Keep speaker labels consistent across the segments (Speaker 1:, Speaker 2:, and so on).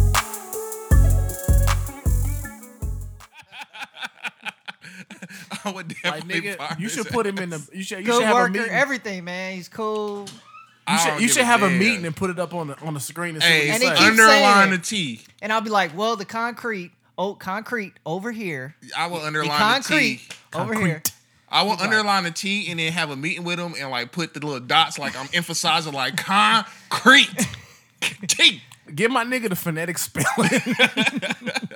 Speaker 1: I would
Speaker 2: Like
Speaker 1: definitely fire
Speaker 2: nigga, you
Speaker 1: his
Speaker 2: should put him in
Speaker 1: ass.
Speaker 2: the. You should. You should
Speaker 3: Good
Speaker 2: have a
Speaker 3: worker,
Speaker 2: meeting.
Speaker 3: everything, man. He's cool.
Speaker 1: I don't
Speaker 2: you should, you
Speaker 1: give
Speaker 2: should have a
Speaker 1: damn.
Speaker 2: meeting and put it up on the on the screen and see
Speaker 1: Hey,
Speaker 2: what
Speaker 3: And
Speaker 2: he
Speaker 3: it
Speaker 2: say.
Speaker 3: keeps-
Speaker 1: underline
Speaker 3: saying
Speaker 1: the
Speaker 3: it.
Speaker 1: T.
Speaker 3: And I'll be like, well, the concrete, oh, concrete over here.
Speaker 1: I will
Speaker 3: The
Speaker 1: underline the,
Speaker 3: concrete
Speaker 1: T.
Speaker 3: over here.
Speaker 2: Concrete.
Speaker 1: I will underline the T and then have a meeting with him and like put the little dots like I'm emphasizing like concrete T.
Speaker 2: Give my nigga the phonetic spelling.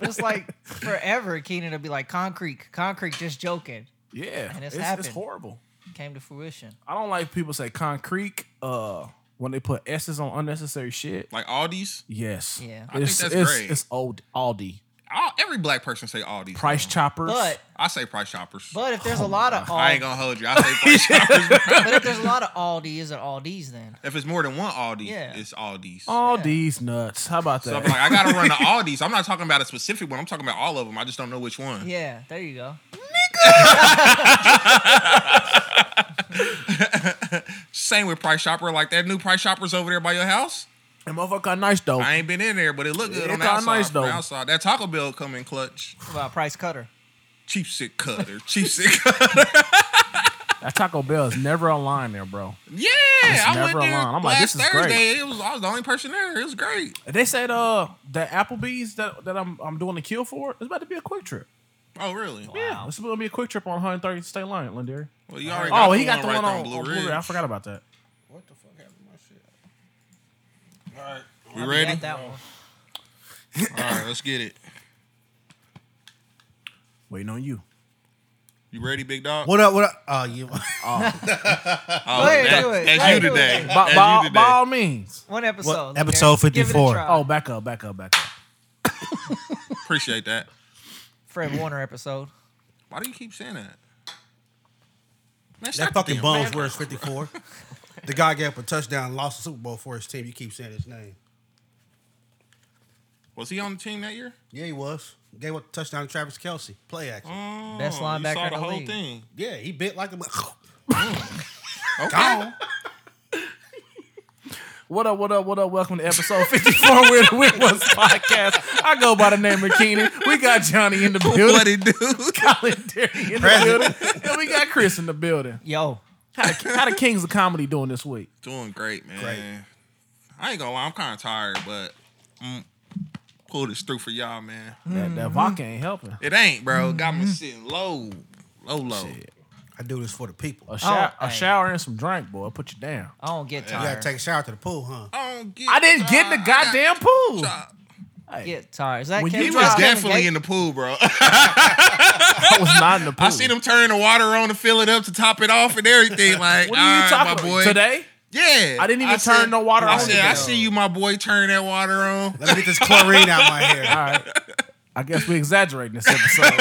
Speaker 3: It's like forever. Keenan will be like, concrete, concrete, just joking.
Speaker 2: yeah,
Speaker 3: And it's
Speaker 2: it's, it's
Speaker 3: happened.
Speaker 2: horrible.
Speaker 3: Came to fruition.
Speaker 2: I don't like people say concrete uh, when they put s's on unnecessary shit.
Speaker 1: Like all these,
Speaker 2: Yes.
Speaker 3: Yeah. I
Speaker 1: think
Speaker 2: It's,
Speaker 1: that's
Speaker 2: it's,
Speaker 1: great.
Speaker 2: It's old Aldi.
Speaker 1: all, every black person say all these.
Speaker 2: Price choppers.
Speaker 3: But
Speaker 1: I say price shoppers.
Speaker 3: but if there's a lot of
Speaker 1: Oh I ain't
Speaker 3: all,
Speaker 1: gonna hold you. I say price shoppers. bro.
Speaker 3: but if there's a lot of Aldi's and Aldi's, then
Speaker 1: If it's more than one Aldi,
Speaker 3: Yeah.
Speaker 1: it's Aldi's.
Speaker 2: all these nuts. How about that?
Speaker 1: So I'm like, I gotta run the Aldi's. I'm not talking about a specific one. I'm talking about all of them. I just don't know which one.
Speaker 3: yeah, there you go.
Speaker 1: Same with Price Shopper. Like that new Price Shoppers over there by your house.
Speaker 2: and motherfucker got nice though.
Speaker 1: I ain't been in there, but it looked good
Speaker 2: It
Speaker 1: on the
Speaker 2: kinda
Speaker 1: outside.
Speaker 2: nice,
Speaker 1: from the
Speaker 2: though.
Speaker 1: outside. That Taco Bell coming clutch.
Speaker 3: What about Price Cutter?
Speaker 1: Cheap sick cutter. Cheap sick cutter.
Speaker 2: That Taco Bell is never a line there, bro.
Speaker 1: Yeah,
Speaker 2: It's
Speaker 1: I went
Speaker 2: never
Speaker 1: there
Speaker 2: alone. I'm like,
Speaker 1: last
Speaker 2: this is great.
Speaker 1: Thursday. It was I was the only person there. It was great.
Speaker 2: They said uh the Applebee's that, that I'm I'm doing the kill for it's about to be a quick trip.
Speaker 1: Oh really?
Speaker 2: Yeah, it's gonna be a quick trip on 130th State Line, Lindary.
Speaker 1: Well, you already.
Speaker 2: Oh, he got the
Speaker 1: right
Speaker 2: one
Speaker 1: there
Speaker 2: on, on Blue Ridge. I forgot about that.
Speaker 4: What the fuck happened to my shit? All right.
Speaker 1: We
Speaker 3: I
Speaker 1: ready?
Speaker 3: got that one.
Speaker 1: All right, let's get it.
Speaker 2: Waiting on you.
Speaker 1: You ready, big dog?
Speaker 4: What up? What up? Oh, you.
Speaker 1: Oh,
Speaker 3: Go ahead,
Speaker 1: that-
Speaker 3: do it. Go
Speaker 1: That's you
Speaker 3: ahead, do
Speaker 1: today.
Speaker 3: it.
Speaker 2: By,
Speaker 1: That's
Speaker 2: by,
Speaker 1: you
Speaker 2: by
Speaker 1: today.
Speaker 2: all means.
Speaker 3: One episode.
Speaker 4: What- episode
Speaker 3: Give it a
Speaker 4: 54.
Speaker 3: try.
Speaker 2: Oh, back up, back up, back up.
Speaker 1: Appreciate that.
Speaker 3: Fred Warner episode.
Speaker 1: Why do you keep saying that? Man, stop
Speaker 4: That
Speaker 1: the
Speaker 4: fucking
Speaker 1: damn
Speaker 4: bones
Speaker 1: record.
Speaker 4: worth 54. the guy gave up a touchdown, lost the Super Bowl for his team. You keep saying his name.
Speaker 1: Was he on the team that year?
Speaker 4: Yeah, he was. Gave up a touchdown to Travis Kelsey. Play action.
Speaker 3: Best
Speaker 1: Oh, you
Speaker 3: linebacker
Speaker 1: saw
Speaker 3: in
Speaker 1: the
Speaker 3: the
Speaker 1: whole
Speaker 3: league.
Speaker 1: thing.
Speaker 4: Yeah, he bit like a.
Speaker 1: Okay.
Speaker 4: Gone.
Speaker 2: What up, what up, what up? Welcome to episode 54 Where the Wit Was podcast. I go by the name of Keenan. We got Johnny in the
Speaker 1: What
Speaker 2: building.
Speaker 1: it do?
Speaker 2: Colin Derry in the building. And we got Chris in the building.
Speaker 3: Yo,
Speaker 2: How the, how the Kings of Comedy doing this week?
Speaker 1: Doing great, man.
Speaker 4: Great.
Speaker 1: I ain't gonna lie, I'm kind of tired, but mm, pull this through for y'all, man.
Speaker 2: That, that vodka ain't helping.
Speaker 1: It ain't, bro. Got
Speaker 2: Mm-hmm.
Speaker 1: me sitting low, low, low.
Speaker 4: I do this for the people.
Speaker 2: A, shower,
Speaker 3: Oh,
Speaker 2: a
Speaker 3: hey.
Speaker 2: shower and some drink, boy. Put you down.
Speaker 3: I don't get
Speaker 4: You gotta
Speaker 3: tired.
Speaker 4: take a shower to the pool, huh?
Speaker 1: I don't get.
Speaker 2: I didn't get in the
Speaker 1: tired. I got
Speaker 2: goddamn pool.
Speaker 1: tired.
Speaker 2: Hey,
Speaker 3: get tired. Is that
Speaker 2: When you
Speaker 1: He
Speaker 3: Kevin
Speaker 2: Drive
Speaker 1: was
Speaker 3: Gates?
Speaker 1: definitely in the pool, bro.
Speaker 2: I was not in the pool.
Speaker 1: I seen him turn the water on to fill it up to top it off and everything. Like,
Speaker 2: What are you
Speaker 1: "All right,
Speaker 2: talking
Speaker 1: my
Speaker 2: about?
Speaker 1: boy.
Speaker 2: Today?
Speaker 1: Yeah,
Speaker 2: I didn't even turn no water
Speaker 1: I
Speaker 2: on
Speaker 1: said,
Speaker 2: today.
Speaker 1: I see you, my boy. Turn that water on.
Speaker 4: Let me get this chlorine out my hair.
Speaker 1: Oh,
Speaker 2: All right. I guess we exaggerating this episode.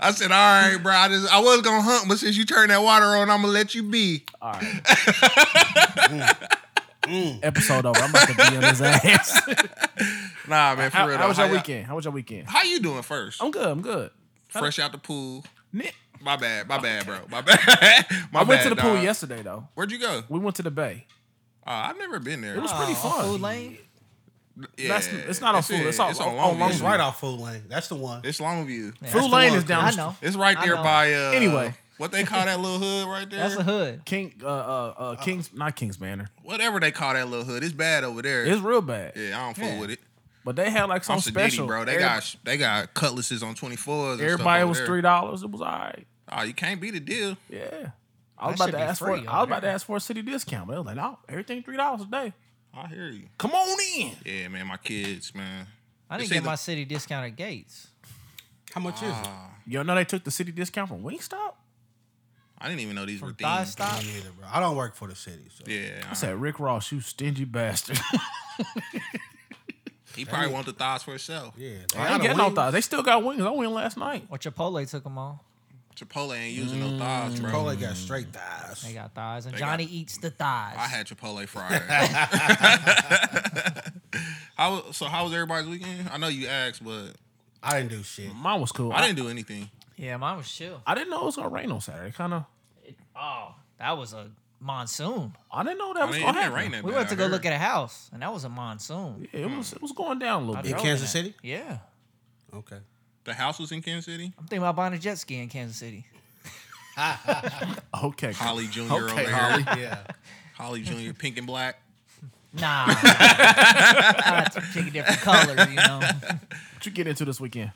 Speaker 1: I said, all right, bro. I just I was gonna hunt, but since you turned that water on, I'm gonna let you be.
Speaker 2: All right. Episode over. I'm about to be on his ass.
Speaker 1: Nah, man. For
Speaker 2: How,
Speaker 1: real.
Speaker 2: how
Speaker 1: though.
Speaker 2: was your
Speaker 1: y'all-
Speaker 2: weekend? How was your weekend?
Speaker 1: How you doing first?
Speaker 2: I'm good. I'm good.
Speaker 1: Fresh out the pool.
Speaker 2: Nick,
Speaker 1: My bad. My bad, bro. My bad. my
Speaker 2: I went
Speaker 1: bad,
Speaker 2: to the
Speaker 1: dog.
Speaker 2: pool yesterday though.
Speaker 1: Where'd you go?
Speaker 2: We went to the bay.
Speaker 1: Uh, I've never been there.
Speaker 2: It was
Speaker 3: Oh,
Speaker 2: pretty
Speaker 3: on
Speaker 2: fun.
Speaker 3: Food Lane.
Speaker 1: yeah,
Speaker 2: that's- it's not on food.
Speaker 1: it.
Speaker 2: It's on- on
Speaker 1: Longview.
Speaker 2: Longview.
Speaker 4: It's right off Food Lane. That's the one.
Speaker 1: It's Longview.
Speaker 3: Yeah,
Speaker 2: Food
Speaker 4: the
Speaker 2: Lane
Speaker 4: one.
Speaker 2: is down.
Speaker 3: I know.
Speaker 1: It's right
Speaker 3: I
Speaker 1: there
Speaker 3: know.
Speaker 1: by uh
Speaker 2: Anyway.
Speaker 1: What they call that little hood right there?
Speaker 3: That's a hood.
Speaker 2: King, uh, uh, uh, Kings, not Kings Manor.
Speaker 1: Whatever they call that little hood, it's bad over there.
Speaker 2: It's real bad.
Speaker 1: yeah, I don't fool
Speaker 3: Yeah.
Speaker 1: with it.
Speaker 2: But they had like
Speaker 1: I'm
Speaker 2: something
Speaker 1: Sediti,
Speaker 2: special,
Speaker 1: bro. They
Speaker 2: Every-
Speaker 1: got they got cutlasses on 24s. And
Speaker 2: Everybody
Speaker 1: stuff
Speaker 2: was
Speaker 1: over
Speaker 2: three
Speaker 1: there.
Speaker 2: dollars. It was all right.
Speaker 1: Oh, you can't beat the deal.
Speaker 2: Yeah. I was about
Speaker 3: That should
Speaker 2: to
Speaker 3: be
Speaker 2: ask for. I
Speaker 3: free
Speaker 2: was
Speaker 3: over
Speaker 2: about to
Speaker 3: there.
Speaker 2: ask for a city discount, but they was like, no, everything three dollars a day.
Speaker 1: I hear you.
Speaker 2: Come on in.
Speaker 1: Yeah, man, my kids, man.
Speaker 3: I didn't
Speaker 1: It's
Speaker 3: get
Speaker 1: either-
Speaker 3: my city discount at Gates.
Speaker 4: How much is it?
Speaker 1: Ah.
Speaker 2: You know they took the city discount from Wingstop.
Speaker 1: I didn't even know these were
Speaker 3: From Thigh
Speaker 1: things.
Speaker 3: Stop.
Speaker 4: Me neither, bro. I don't work for the city. So.
Speaker 1: Yeah,
Speaker 2: I said, Rick Ross, you stingy bastard.
Speaker 1: he probably want the thighs for himself.
Speaker 2: I
Speaker 4: Yeah,
Speaker 2: ain't
Speaker 4: got
Speaker 2: getting
Speaker 4: a
Speaker 2: no
Speaker 4: wing.
Speaker 2: thighs. They still got wings. I went last night.
Speaker 3: Or Chipotle took them on.
Speaker 1: Chipotle ain't using no thighs, bro.
Speaker 4: Chipotle got straight thighs.
Speaker 3: They got thighs, and
Speaker 1: Mm. They
Speaker 3: Johnny
Speaker 1: got-
Speaker 3: eats the thighs.
Speaker 1: I had Chipotle Friday. how so? How was everybody's weekend? I know you asked, but
Speaker 4: I didn't do shit.
Speaker 1: Mm.
Speaker 2: Mine was cool.
Speaker 1: I didn't do anything.
Speaker 3: yeah, mine was chill.
Speaker 2: I didn't know it was gonna rain on Saturday. Kind of.
Speaker 3: Oh, that was a monsoon.
Speaker 2: I didn't know that
Speaker 1: I
Speaker 2: was
Speaker 1: mean, it
Speaker 2: gonna
Speaker 1: didn't
Speaker 2: happen.
Speaker 1: rain that
Speaker 3: We
Speaker 1: bad,
Speaker 3: went
Speaker 1: I
Speaker 3: to go
Speaker 1: heard.
Speaker 3: look at a house, and that was a monsoon.
Speaker 2: Yeah,
Speaker 1: Hmm.
Speaker 2: it was it was going down a little
Speaker 3: I
Speaker 2: bit.
Speaker 3: drove
Speaker 4: Kansas
Speaker 3: it.
Speaker 4: City?
Speaker 3: Yeah,
Speaker 4: Okay.
Speaker 1: The house was in Kansas City.
Speaker 3: I'm thinking about buying a jet ski in Kansas City.
Speaker 2: Okay.
Speaker 1: Holly Jr.
Speaker 2: Okay,
Speaker 1: over here.
Speaker 2: Holly.
Speaker 1: Holly.
Speaker 4: Yeah.
Speaker 1: Jr. Pink and black.
Speaker 3: Nah, I had to pick a different color, you know.
Speaker 2: What you get into this weekend?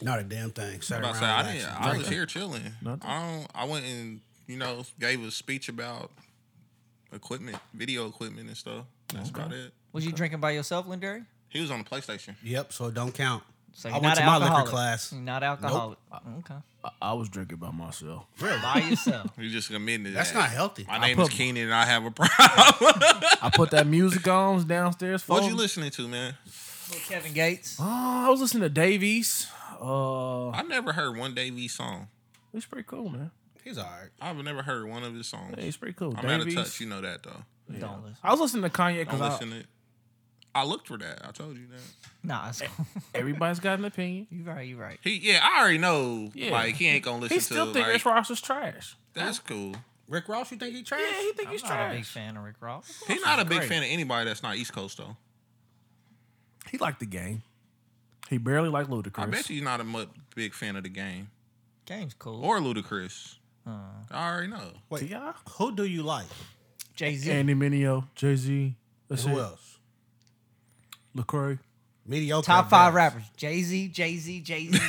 Speaker 4: Not a damn thing. Sat
Speaker 1: About to
Speaker 4: around
Speaker 1: say, I,
Speaker 4: relaxing.
Speaker 1: didn't, I was here chilling.
Speaker 2: Nothing.
Speaker 1: I don't. I went and you know gave a speech about equipment, video equipment and stuff. That's about it.
Speaker 3: Was you drinking by yourself, Lindari?
Speaker 1: He was on the PlayStation.
Speaker 4: Yep, so it don't count.
Speaker 3: So
Speaker 4: I
Speaker 3: you're not
Speaker 4: went to
Speaker 3: an
Speaker 4: my
Speaker 3: alcoholic.
Speaker 4: liquor class.
Speaker 3: You're not alcoholic. Oh, Okay.
Speaker 2: I, I was drinking by myself.
Speaker 4: Really?
Speaker 3: By yourself.
Speaker 1: He just admitted to
Speaker 4: That's
Speaker 1: that.
Speaker 4: not healthy.
Speaker 1: My
Speaker 4: I
Speaker 1: name is
Speaker 2: put-
Speaker 1: Keenan, and I have a problem.
Speaker 2: I put that music on downstairs.
Speaker 1: what you
Speaker 2: phone.
Speaker 1: listening to, man?
Speaker 3: Little Kevin Gates.
Speaker 2: Oh, I was listening to Davies. Uh,
Speaker 1: I never heard one Davies song.
Speaker 2: he's pretty cool, man.
Speaker 4: He's all right.
Speaker 1: I've never heard one of his songs.
Speaker 2: Yeah, he's pretty cool.
Speaker 1: I'm
Speaker 2: Davies.
Speaker 1: out of touch. You know that though.
Speaker 3: Don't listen.
Speaker 2: I was listening to Kanye
Speaker 1: Don't
Speaker 2: because
Speaker 1: listen to it. I looked for that. I told you that.
Speaker 3: Nah, it's cool.
Speaker 2: everybody's got an opinion.
Speaker 3: you right. You right.
Speaker 1: He yeah, I already know.
Speaker 2: Yeah.
Speaker 1: Like he ain't gonna listen
Speaker 2: He still
Speaker 1: to
Speaker 2: think
Speaker 1: like,
Speaker 2: Rich Ross is trash.
Speaker 1: that's cool.
Speaker 4: Rick Ross, you think he trash?
Speaker 2: Yeah, he think
Speaker 3: I'm
Speaker 2: he's
Speaker 3: not a big
Speaker 2: trash.
Speaker 3: fan of Rick Ross.
Speaker 1: He's not a big
Speaker 2: great.
Speaker 1: fan of anybody that's not East Coast though.
Speaker 2: He liked the game. He barely liked Ludacris.
Speaker 1: I bet you he's not a mu- big fan of the game
Speaker 3: Game's cool.
Speaker 1: or Ludacris.
Speaker 2: Uh.
Speaker 1: I already know.
Speaker 4: Wait,
Speaker 2: T.I.?
Speaker 4: who do you like?
Speaker 3: Jay Z.
Speaker 2: Andy Mineo, Jay Z, that's
Speaker 4: Who
Speaker 2: it.
Speaker 4: else?
Speaker 2: Lecrae.
Speaker 4: Mediocre.
Speaker 3: Top
Speaker 4: at
Speaker 3: five
Speaker 4: best.
Speaker 3: rappers: Jay Z, Jay Z, Jay Z, Jay Z.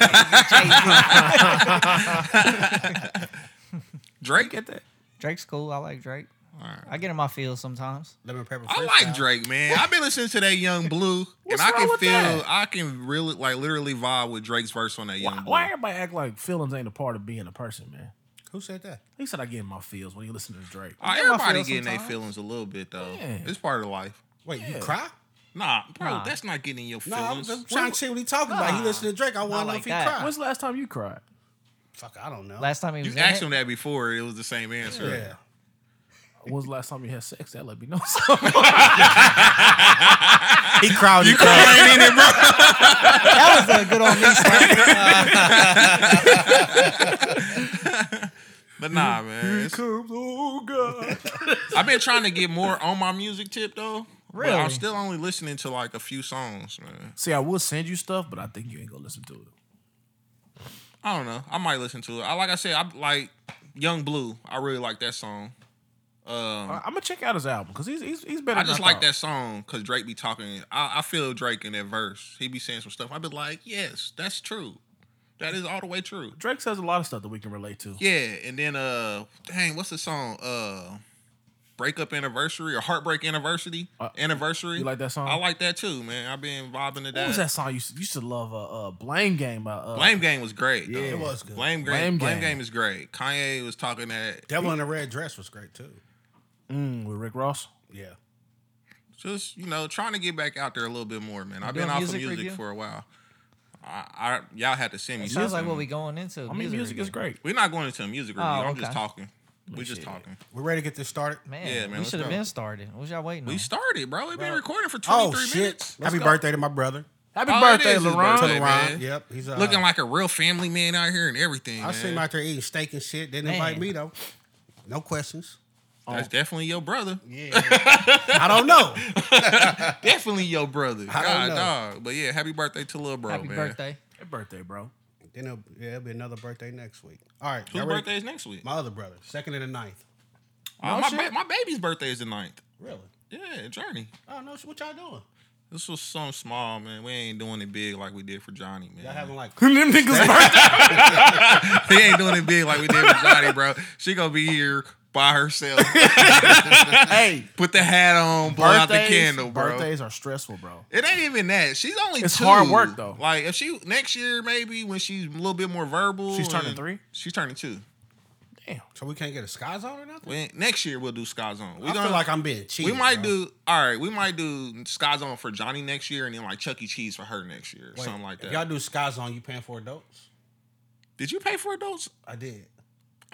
Speaker 1: Drake get that.
Speaker 3: Drake's cool. I like Drake.
Speaker 1: All right.
Speaker 3: I get in my feels sometimes.
Speaker 4: Lemon pepper.
Speaker 1: I
Speaker 4: freestyle.
Speaker 1: like Drake, man. I've been listening to that Young Blue, and
Speaker 2: What's
Speaker 1: I can
Speaker 2: wrong with
Speaker 1: feel,
Speaker 2: that?
Speaker 1: I can really, like, literally vibe with Drake's verse on that Young
Speaker 2: Why,
Speaker 1: Blue.
Speaker 2: why everybody act like feelings ain't a part of being a person, man?
Speaker 4: Who said that?
Speaker 2: He said I get in my feels when you listen to Drake.
Speaker 1: Uh,
Speaker 3: get my
Speaker 1: everybody
Speaker 3: feels
Speaker 1: getting their
Speaker 3: sometimes.
Speaker 1: feelings a little bit though.
Speaker 2: Yeah.
Speaker 1: It's part of life.
Speaker 4: Wait, you
Speaker 2: Yeah.
Speaker 4: cry?
Speaker 1: Nah, bro,
Speaker 3: Nah.
Speaker 1: that's not getting in your
Speaker 4: No, I'm
Speaker 1: feelings.
Speaker 4: just trying to see what he talking about. He
Speaker 3: Nah.
Speaker 4: listened to Drake. I want to know
Speaker 3: like
Speaker 4: if he
Speaker 3: that.
Speaker 4: cried.
Speaker 2: When's the last time you cried?
Speaker 4: Fuck, I don't know.
Speaker 3: Last time he
Speaker 1: you
Speaker 3: was in
Speaker 1: asked
Speaker 3: it,
Speaker 1: him that before, it was the same answer.
Speaker 4: yeah.
Speaker 2: When's the last time you had sex? That let me know. something.
Speaker 4: He cried.
Speaker 1: You crying in it, bro.
Speaker 3: that was a good on me.
Speaker 1: But nah, man. it's-
Speaker 2: oh God!
Speaker 1: I've been trying to get more on my music tip though. but I'm
Speaker 3: Really?
Speaker 1: still only listening to like a few songs, man.
Speaker 2: See, I will send you stuff, but I think you ain't gonna listen to it.
Speaker 1: I don't know. I might listen to it. I like I said, I like Young Blue. I really like that song. Um,
Speaker 2: I, am gonna check out his album because he's, he's he's better.
Speaker 1: I
Speaker 2: than
Speaker 1: just like
Speaker 2: thought.
Speaker 1: that song because Drake be talking. I, I feel Drake in that verse. He be saying some stuff. I be like, yes, that's true. That is all the way true.
Speaker 2: Drake says a lot of stuff that we can relate to.
Speaker 1: Yeah, and then uh, dang, what's the song? Uh, breakup anniversary or heartbreak anniversary?
Speaker 2: Uh,
Speaker 1: anniversary.
Speaker 2: you like that song?
Speaker 1: I like that too, man. I've been vibing to that.
Speaker 2: What was that song you used, you used to love? Uh, uh Blame Game. by, Uh,
Speaker 1: Blame Game was great. Yeah,
Speaker 4: it was good.
Speaker 1: Blame Game. Blame,
Speaker 2: Blame
Speaker 1: game.
Speaker 2: Game.
Speaker 1: is great. Kanye was talking that.
Speaker 4: Devil in the red dress was great too.
Speaker 2: Mm, with Rick Ross.
Speaker 4: Yeah.
Speaker 1: Just you know, trying to get back out there a little bit more, man. I've been
Speaker 3: doing
Speaker 1: off
Speaker 3: music
Speaker 1: of music
Speaker 3: review?
Speaker 1: for a while. I, I y'all had to send me.
Speaker 3: Sounds like
Speaker 1: something.
Speaker 3: what we going into.
Speaker 2: I mean, music is great.
Speaker 1: We're not going into a music review.
Speaker 3: Oh,
Speaker 1: I'm just
Speaker 3: okay.
Speaker 1: talking. We're just
Speaker 2: shit.
Speaker 1: talking.
Speaker 4: We're ready to get this started.
Speaker 3: Man,
Speaker 1: Yeah, man,
Speaker 3: we
Speaker 1: let's
Speaker 3: should have
Speaker 1: go.
Speaker 3: been started. What y'all waiting
Speaker 1: We
Speaker 3: on?
Speaker 1: started, bro. We've been recording for 23
Speaker 4: Oh shit!
Speaker 1: minutes.
Speaker 4: Happy birthday to my brother.
Speaker 2: Happy
Speaker 1: All it
Speaker 2: birthday,
Speaker 1: is is
Speaker 2: LeBron.
Speaker 1: birthday. Hey,
Speaker 4: Ron.
Speaker 1: man.
Speaker 4: Yep, he's uh,
Speaker 1: Looking like a real family man out here and everything.
Speaker 4: I see him
Speaker 1: man.
Speaker 4: out there eating steak and shit. Didn't invite
Speaker 3: Man.
Speaker 4: me though. No questions.
Speaker 1: That's definitely your brother.
Speaker 4: I don't know.
Speaker 1: Definitely your brother.
Speaker 4: I don't
Speaker 1: God,
Speaker 4: know.
Speaker 1: dog. But yeah, happy birthday to little bro,
Speaker 3: Happy
Speaker 1: man.
Speaker 3: birthday.
Speaker 2: Happy birthday, bro.
Speaker 4: Then it'll, yeah, it'll be another birthday next week. All right,
Speaker 1: Whose
Speaker 4: y'all ready?
Speaker 1: birthday is next week?
Speaker 4: My other brother, second and the ninth.
Speaker 1: Oh,
Speaker 2: Oh,
Speaker 1: my,
Speaker 2: shit.
Speaker 1: ba- my baby's birthday is the 9th.
Speaker 4: Really?
Speaker 1: Yeah, Journey.
Speaker 4: Oh no, what y'all doing?
Speaker 1: This was something small, man. We ain't doing it big like we did for Johnny, man.
Speaker 4: Y'all having like
Speaker 2: Them niggas birthday.
Speaker 1: we ain't doing it big like we did for Johnny, bro. She gonna be here by herself.
Speaker 2: hey,
Speaker 1: Put the hat on, blow out the
Speaker 2: birthdays-
Speaker 1: candle, bro.
Speaker 2: Birthdays are stressful, bro.
Speaker 1: It ain't even that. She's only
Speaker 2: It's
Speaker 1: two.
Speaker 2: hard work, though.
Speaker 1: Like if she next year maybe when she's a little bit more verbal.
Speaker 2: She's turning
Speaker 1: and-
Speaker 2: three?
Speaker 1: She's turning two.
Speaker 2: Damn.
Speaker 4: so we can't get a sky zone or nothing.
Speaker 1: When, next year we'll do Sky Zone. We
Speaker 4: I feel like I'm being cheated.
Speaker 1: we might
Speaker 4: bro.
Speaker 1: do all right. We might do Sky Zone for Johnny next year, and then like Chuck E. Cheese for her next year,
Speaker 4: Wait,
Speaker 1: something like
Speaker 4: If
Speaker 1: that.
Speaker 4: y'all do sky zone, you paying for adults?
Speaker 1: Did you pay for adults?
Speaker 4: I did.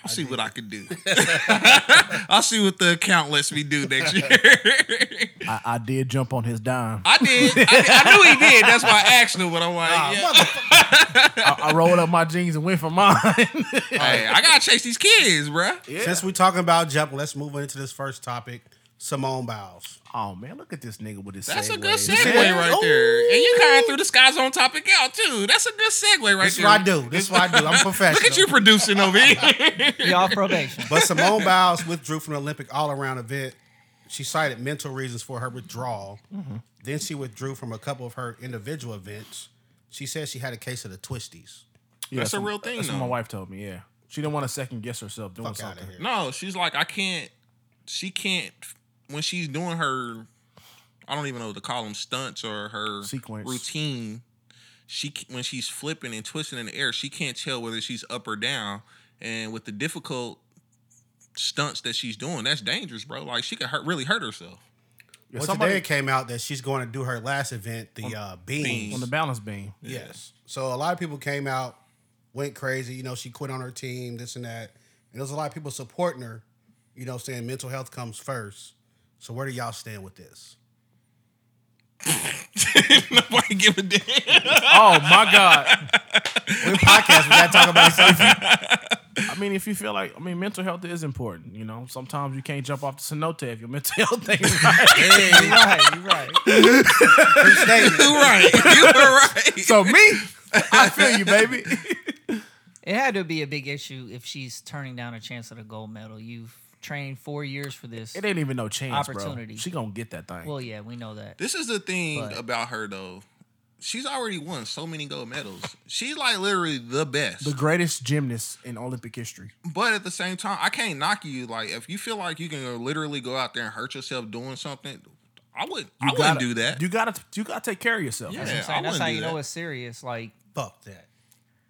Speaker 1: I'll see what I can do. I'll see what the account lets me do next year.
Speaker 2: I, I did jump on his dime.
Speaker 1: I did. I did. I knew he did. That's why I asked him. But I'm like,
Speaker 4: Ah,
Speaker 1: yeah.
Speaker 4: motherfucker.
Speaker 2: I, I rolled up my jeans and went for mine.
Speaker 1: hey, I gotta chase these kids, bruh.
Speaker 2: yeah.
Speaker 4: Since we talking about jump, let's move into this first topic. Simone Biles.
Speaker 2: Oh man, look at this nigga with his.
Speaker 1: That's a
Speaker 2: segues.
Speaker 1: good
Speaker 2: Yeah.
Speaker 1: segue right there. And you kind of threw the skies on topic out too. That's a good segue right
Speaker 4: This is
Speaker 1: there.
Speaker 4: what I do. This is what I do. I'm professional.
Speaker 1: Look at you producing over here.
Speaker 3: You off probation.
Speaker 4: But Simone Biles withdrew from the Olympic all around event. She cited mental reasons for her withdrawal. Then she withdrew from a couple of her individual events. She said she had a case of the twisties.
Speaker 2: Yeah,
Speaker 1: That's a
Speaker 2: what-
Speaker 1: real thing,
Speaker 2: That's what my
Speaker 1: though.
Speaker 2: wife told me. Yeah, she didn't want to second guess herself doing
Speaker 4: Fuck out
Speaker 2: something.
Speaker 4: of here.
Speaker 1: no, she's like, I can't. She can't when she's doing her. I don't even know what to call them stunts or her
Speaker 2: Sequence.
Speaker 1: routine. She c- when she's flipping and twisting in the air, she can't tell whether she's up or down. And with the difficult stunts that she's doing, that's dangerous, bro. Like she could hurt, really hurt herself.
Speaker 2: Yeah,
Speaker 4: well,
Speaker 2: somebody
Speaker 4: today it came out that she's going to do her last event, the uh, beans.
Speaker 1: Beans.
Speaker 2: on the balance beam.
Speaker 4: Yes. So a lot of people came out, went crazy. You know, she quit on her team, this and that. And there's a lot of people supporting her. You know, saying mental health comes first. So where do y'all stand with this?
Speaker 1: Nobody give a damn.
Speaker 2: Oh my god!
Speaker 4: We podcast. We gotta talk about something.
Speaker 2: I mean, if you feel like, I mean, mental health is important. You know, sometimes you can't jump off the cenote if your mental health ain't right.
Speaker 3: You're right. You're right.
Speaker 1: you right. You were right.
Speaker 2: so me, I feel you, baby.
Speaker 3: It had to be a big issue if she's turning down a chance at a gold medal. You've trained four years for this.
Speaker 2: It ain't even no chance,
Speaker 3: Opportunity.
Speaker 2: Bro. She gonna get that thing.
Speaker 3: Well, yeah, we know that.
Speaker 1: This is the thing
Speaker 3: But-
Speaker 1: about her though. She's already won so many gold medals. She's like literally the best.
Speaker 2: the greatest gymnast in Olympic history.
Speaker 1: But at the same time, I can't knock you. Like if you feel like you can literally go out there and hurt yourself doing something, I would. I wouldn't
Speaker 2: gotta-
Speaker 1: do that.
Speaker 2: You gotta, you gotta take care of yourself.
Speaker 1: Yeah.
Speaker 3: That's,
Speaker 1: I
Speaker 3: what I'm saying. That's
Speaker 1: wouldn't
Speaker 3: how
Speaker 1: do
Speaker 3: you know
Speaker 1: that.
Speaker 3: it's serious. Like,
Speaker 4: Fuck that.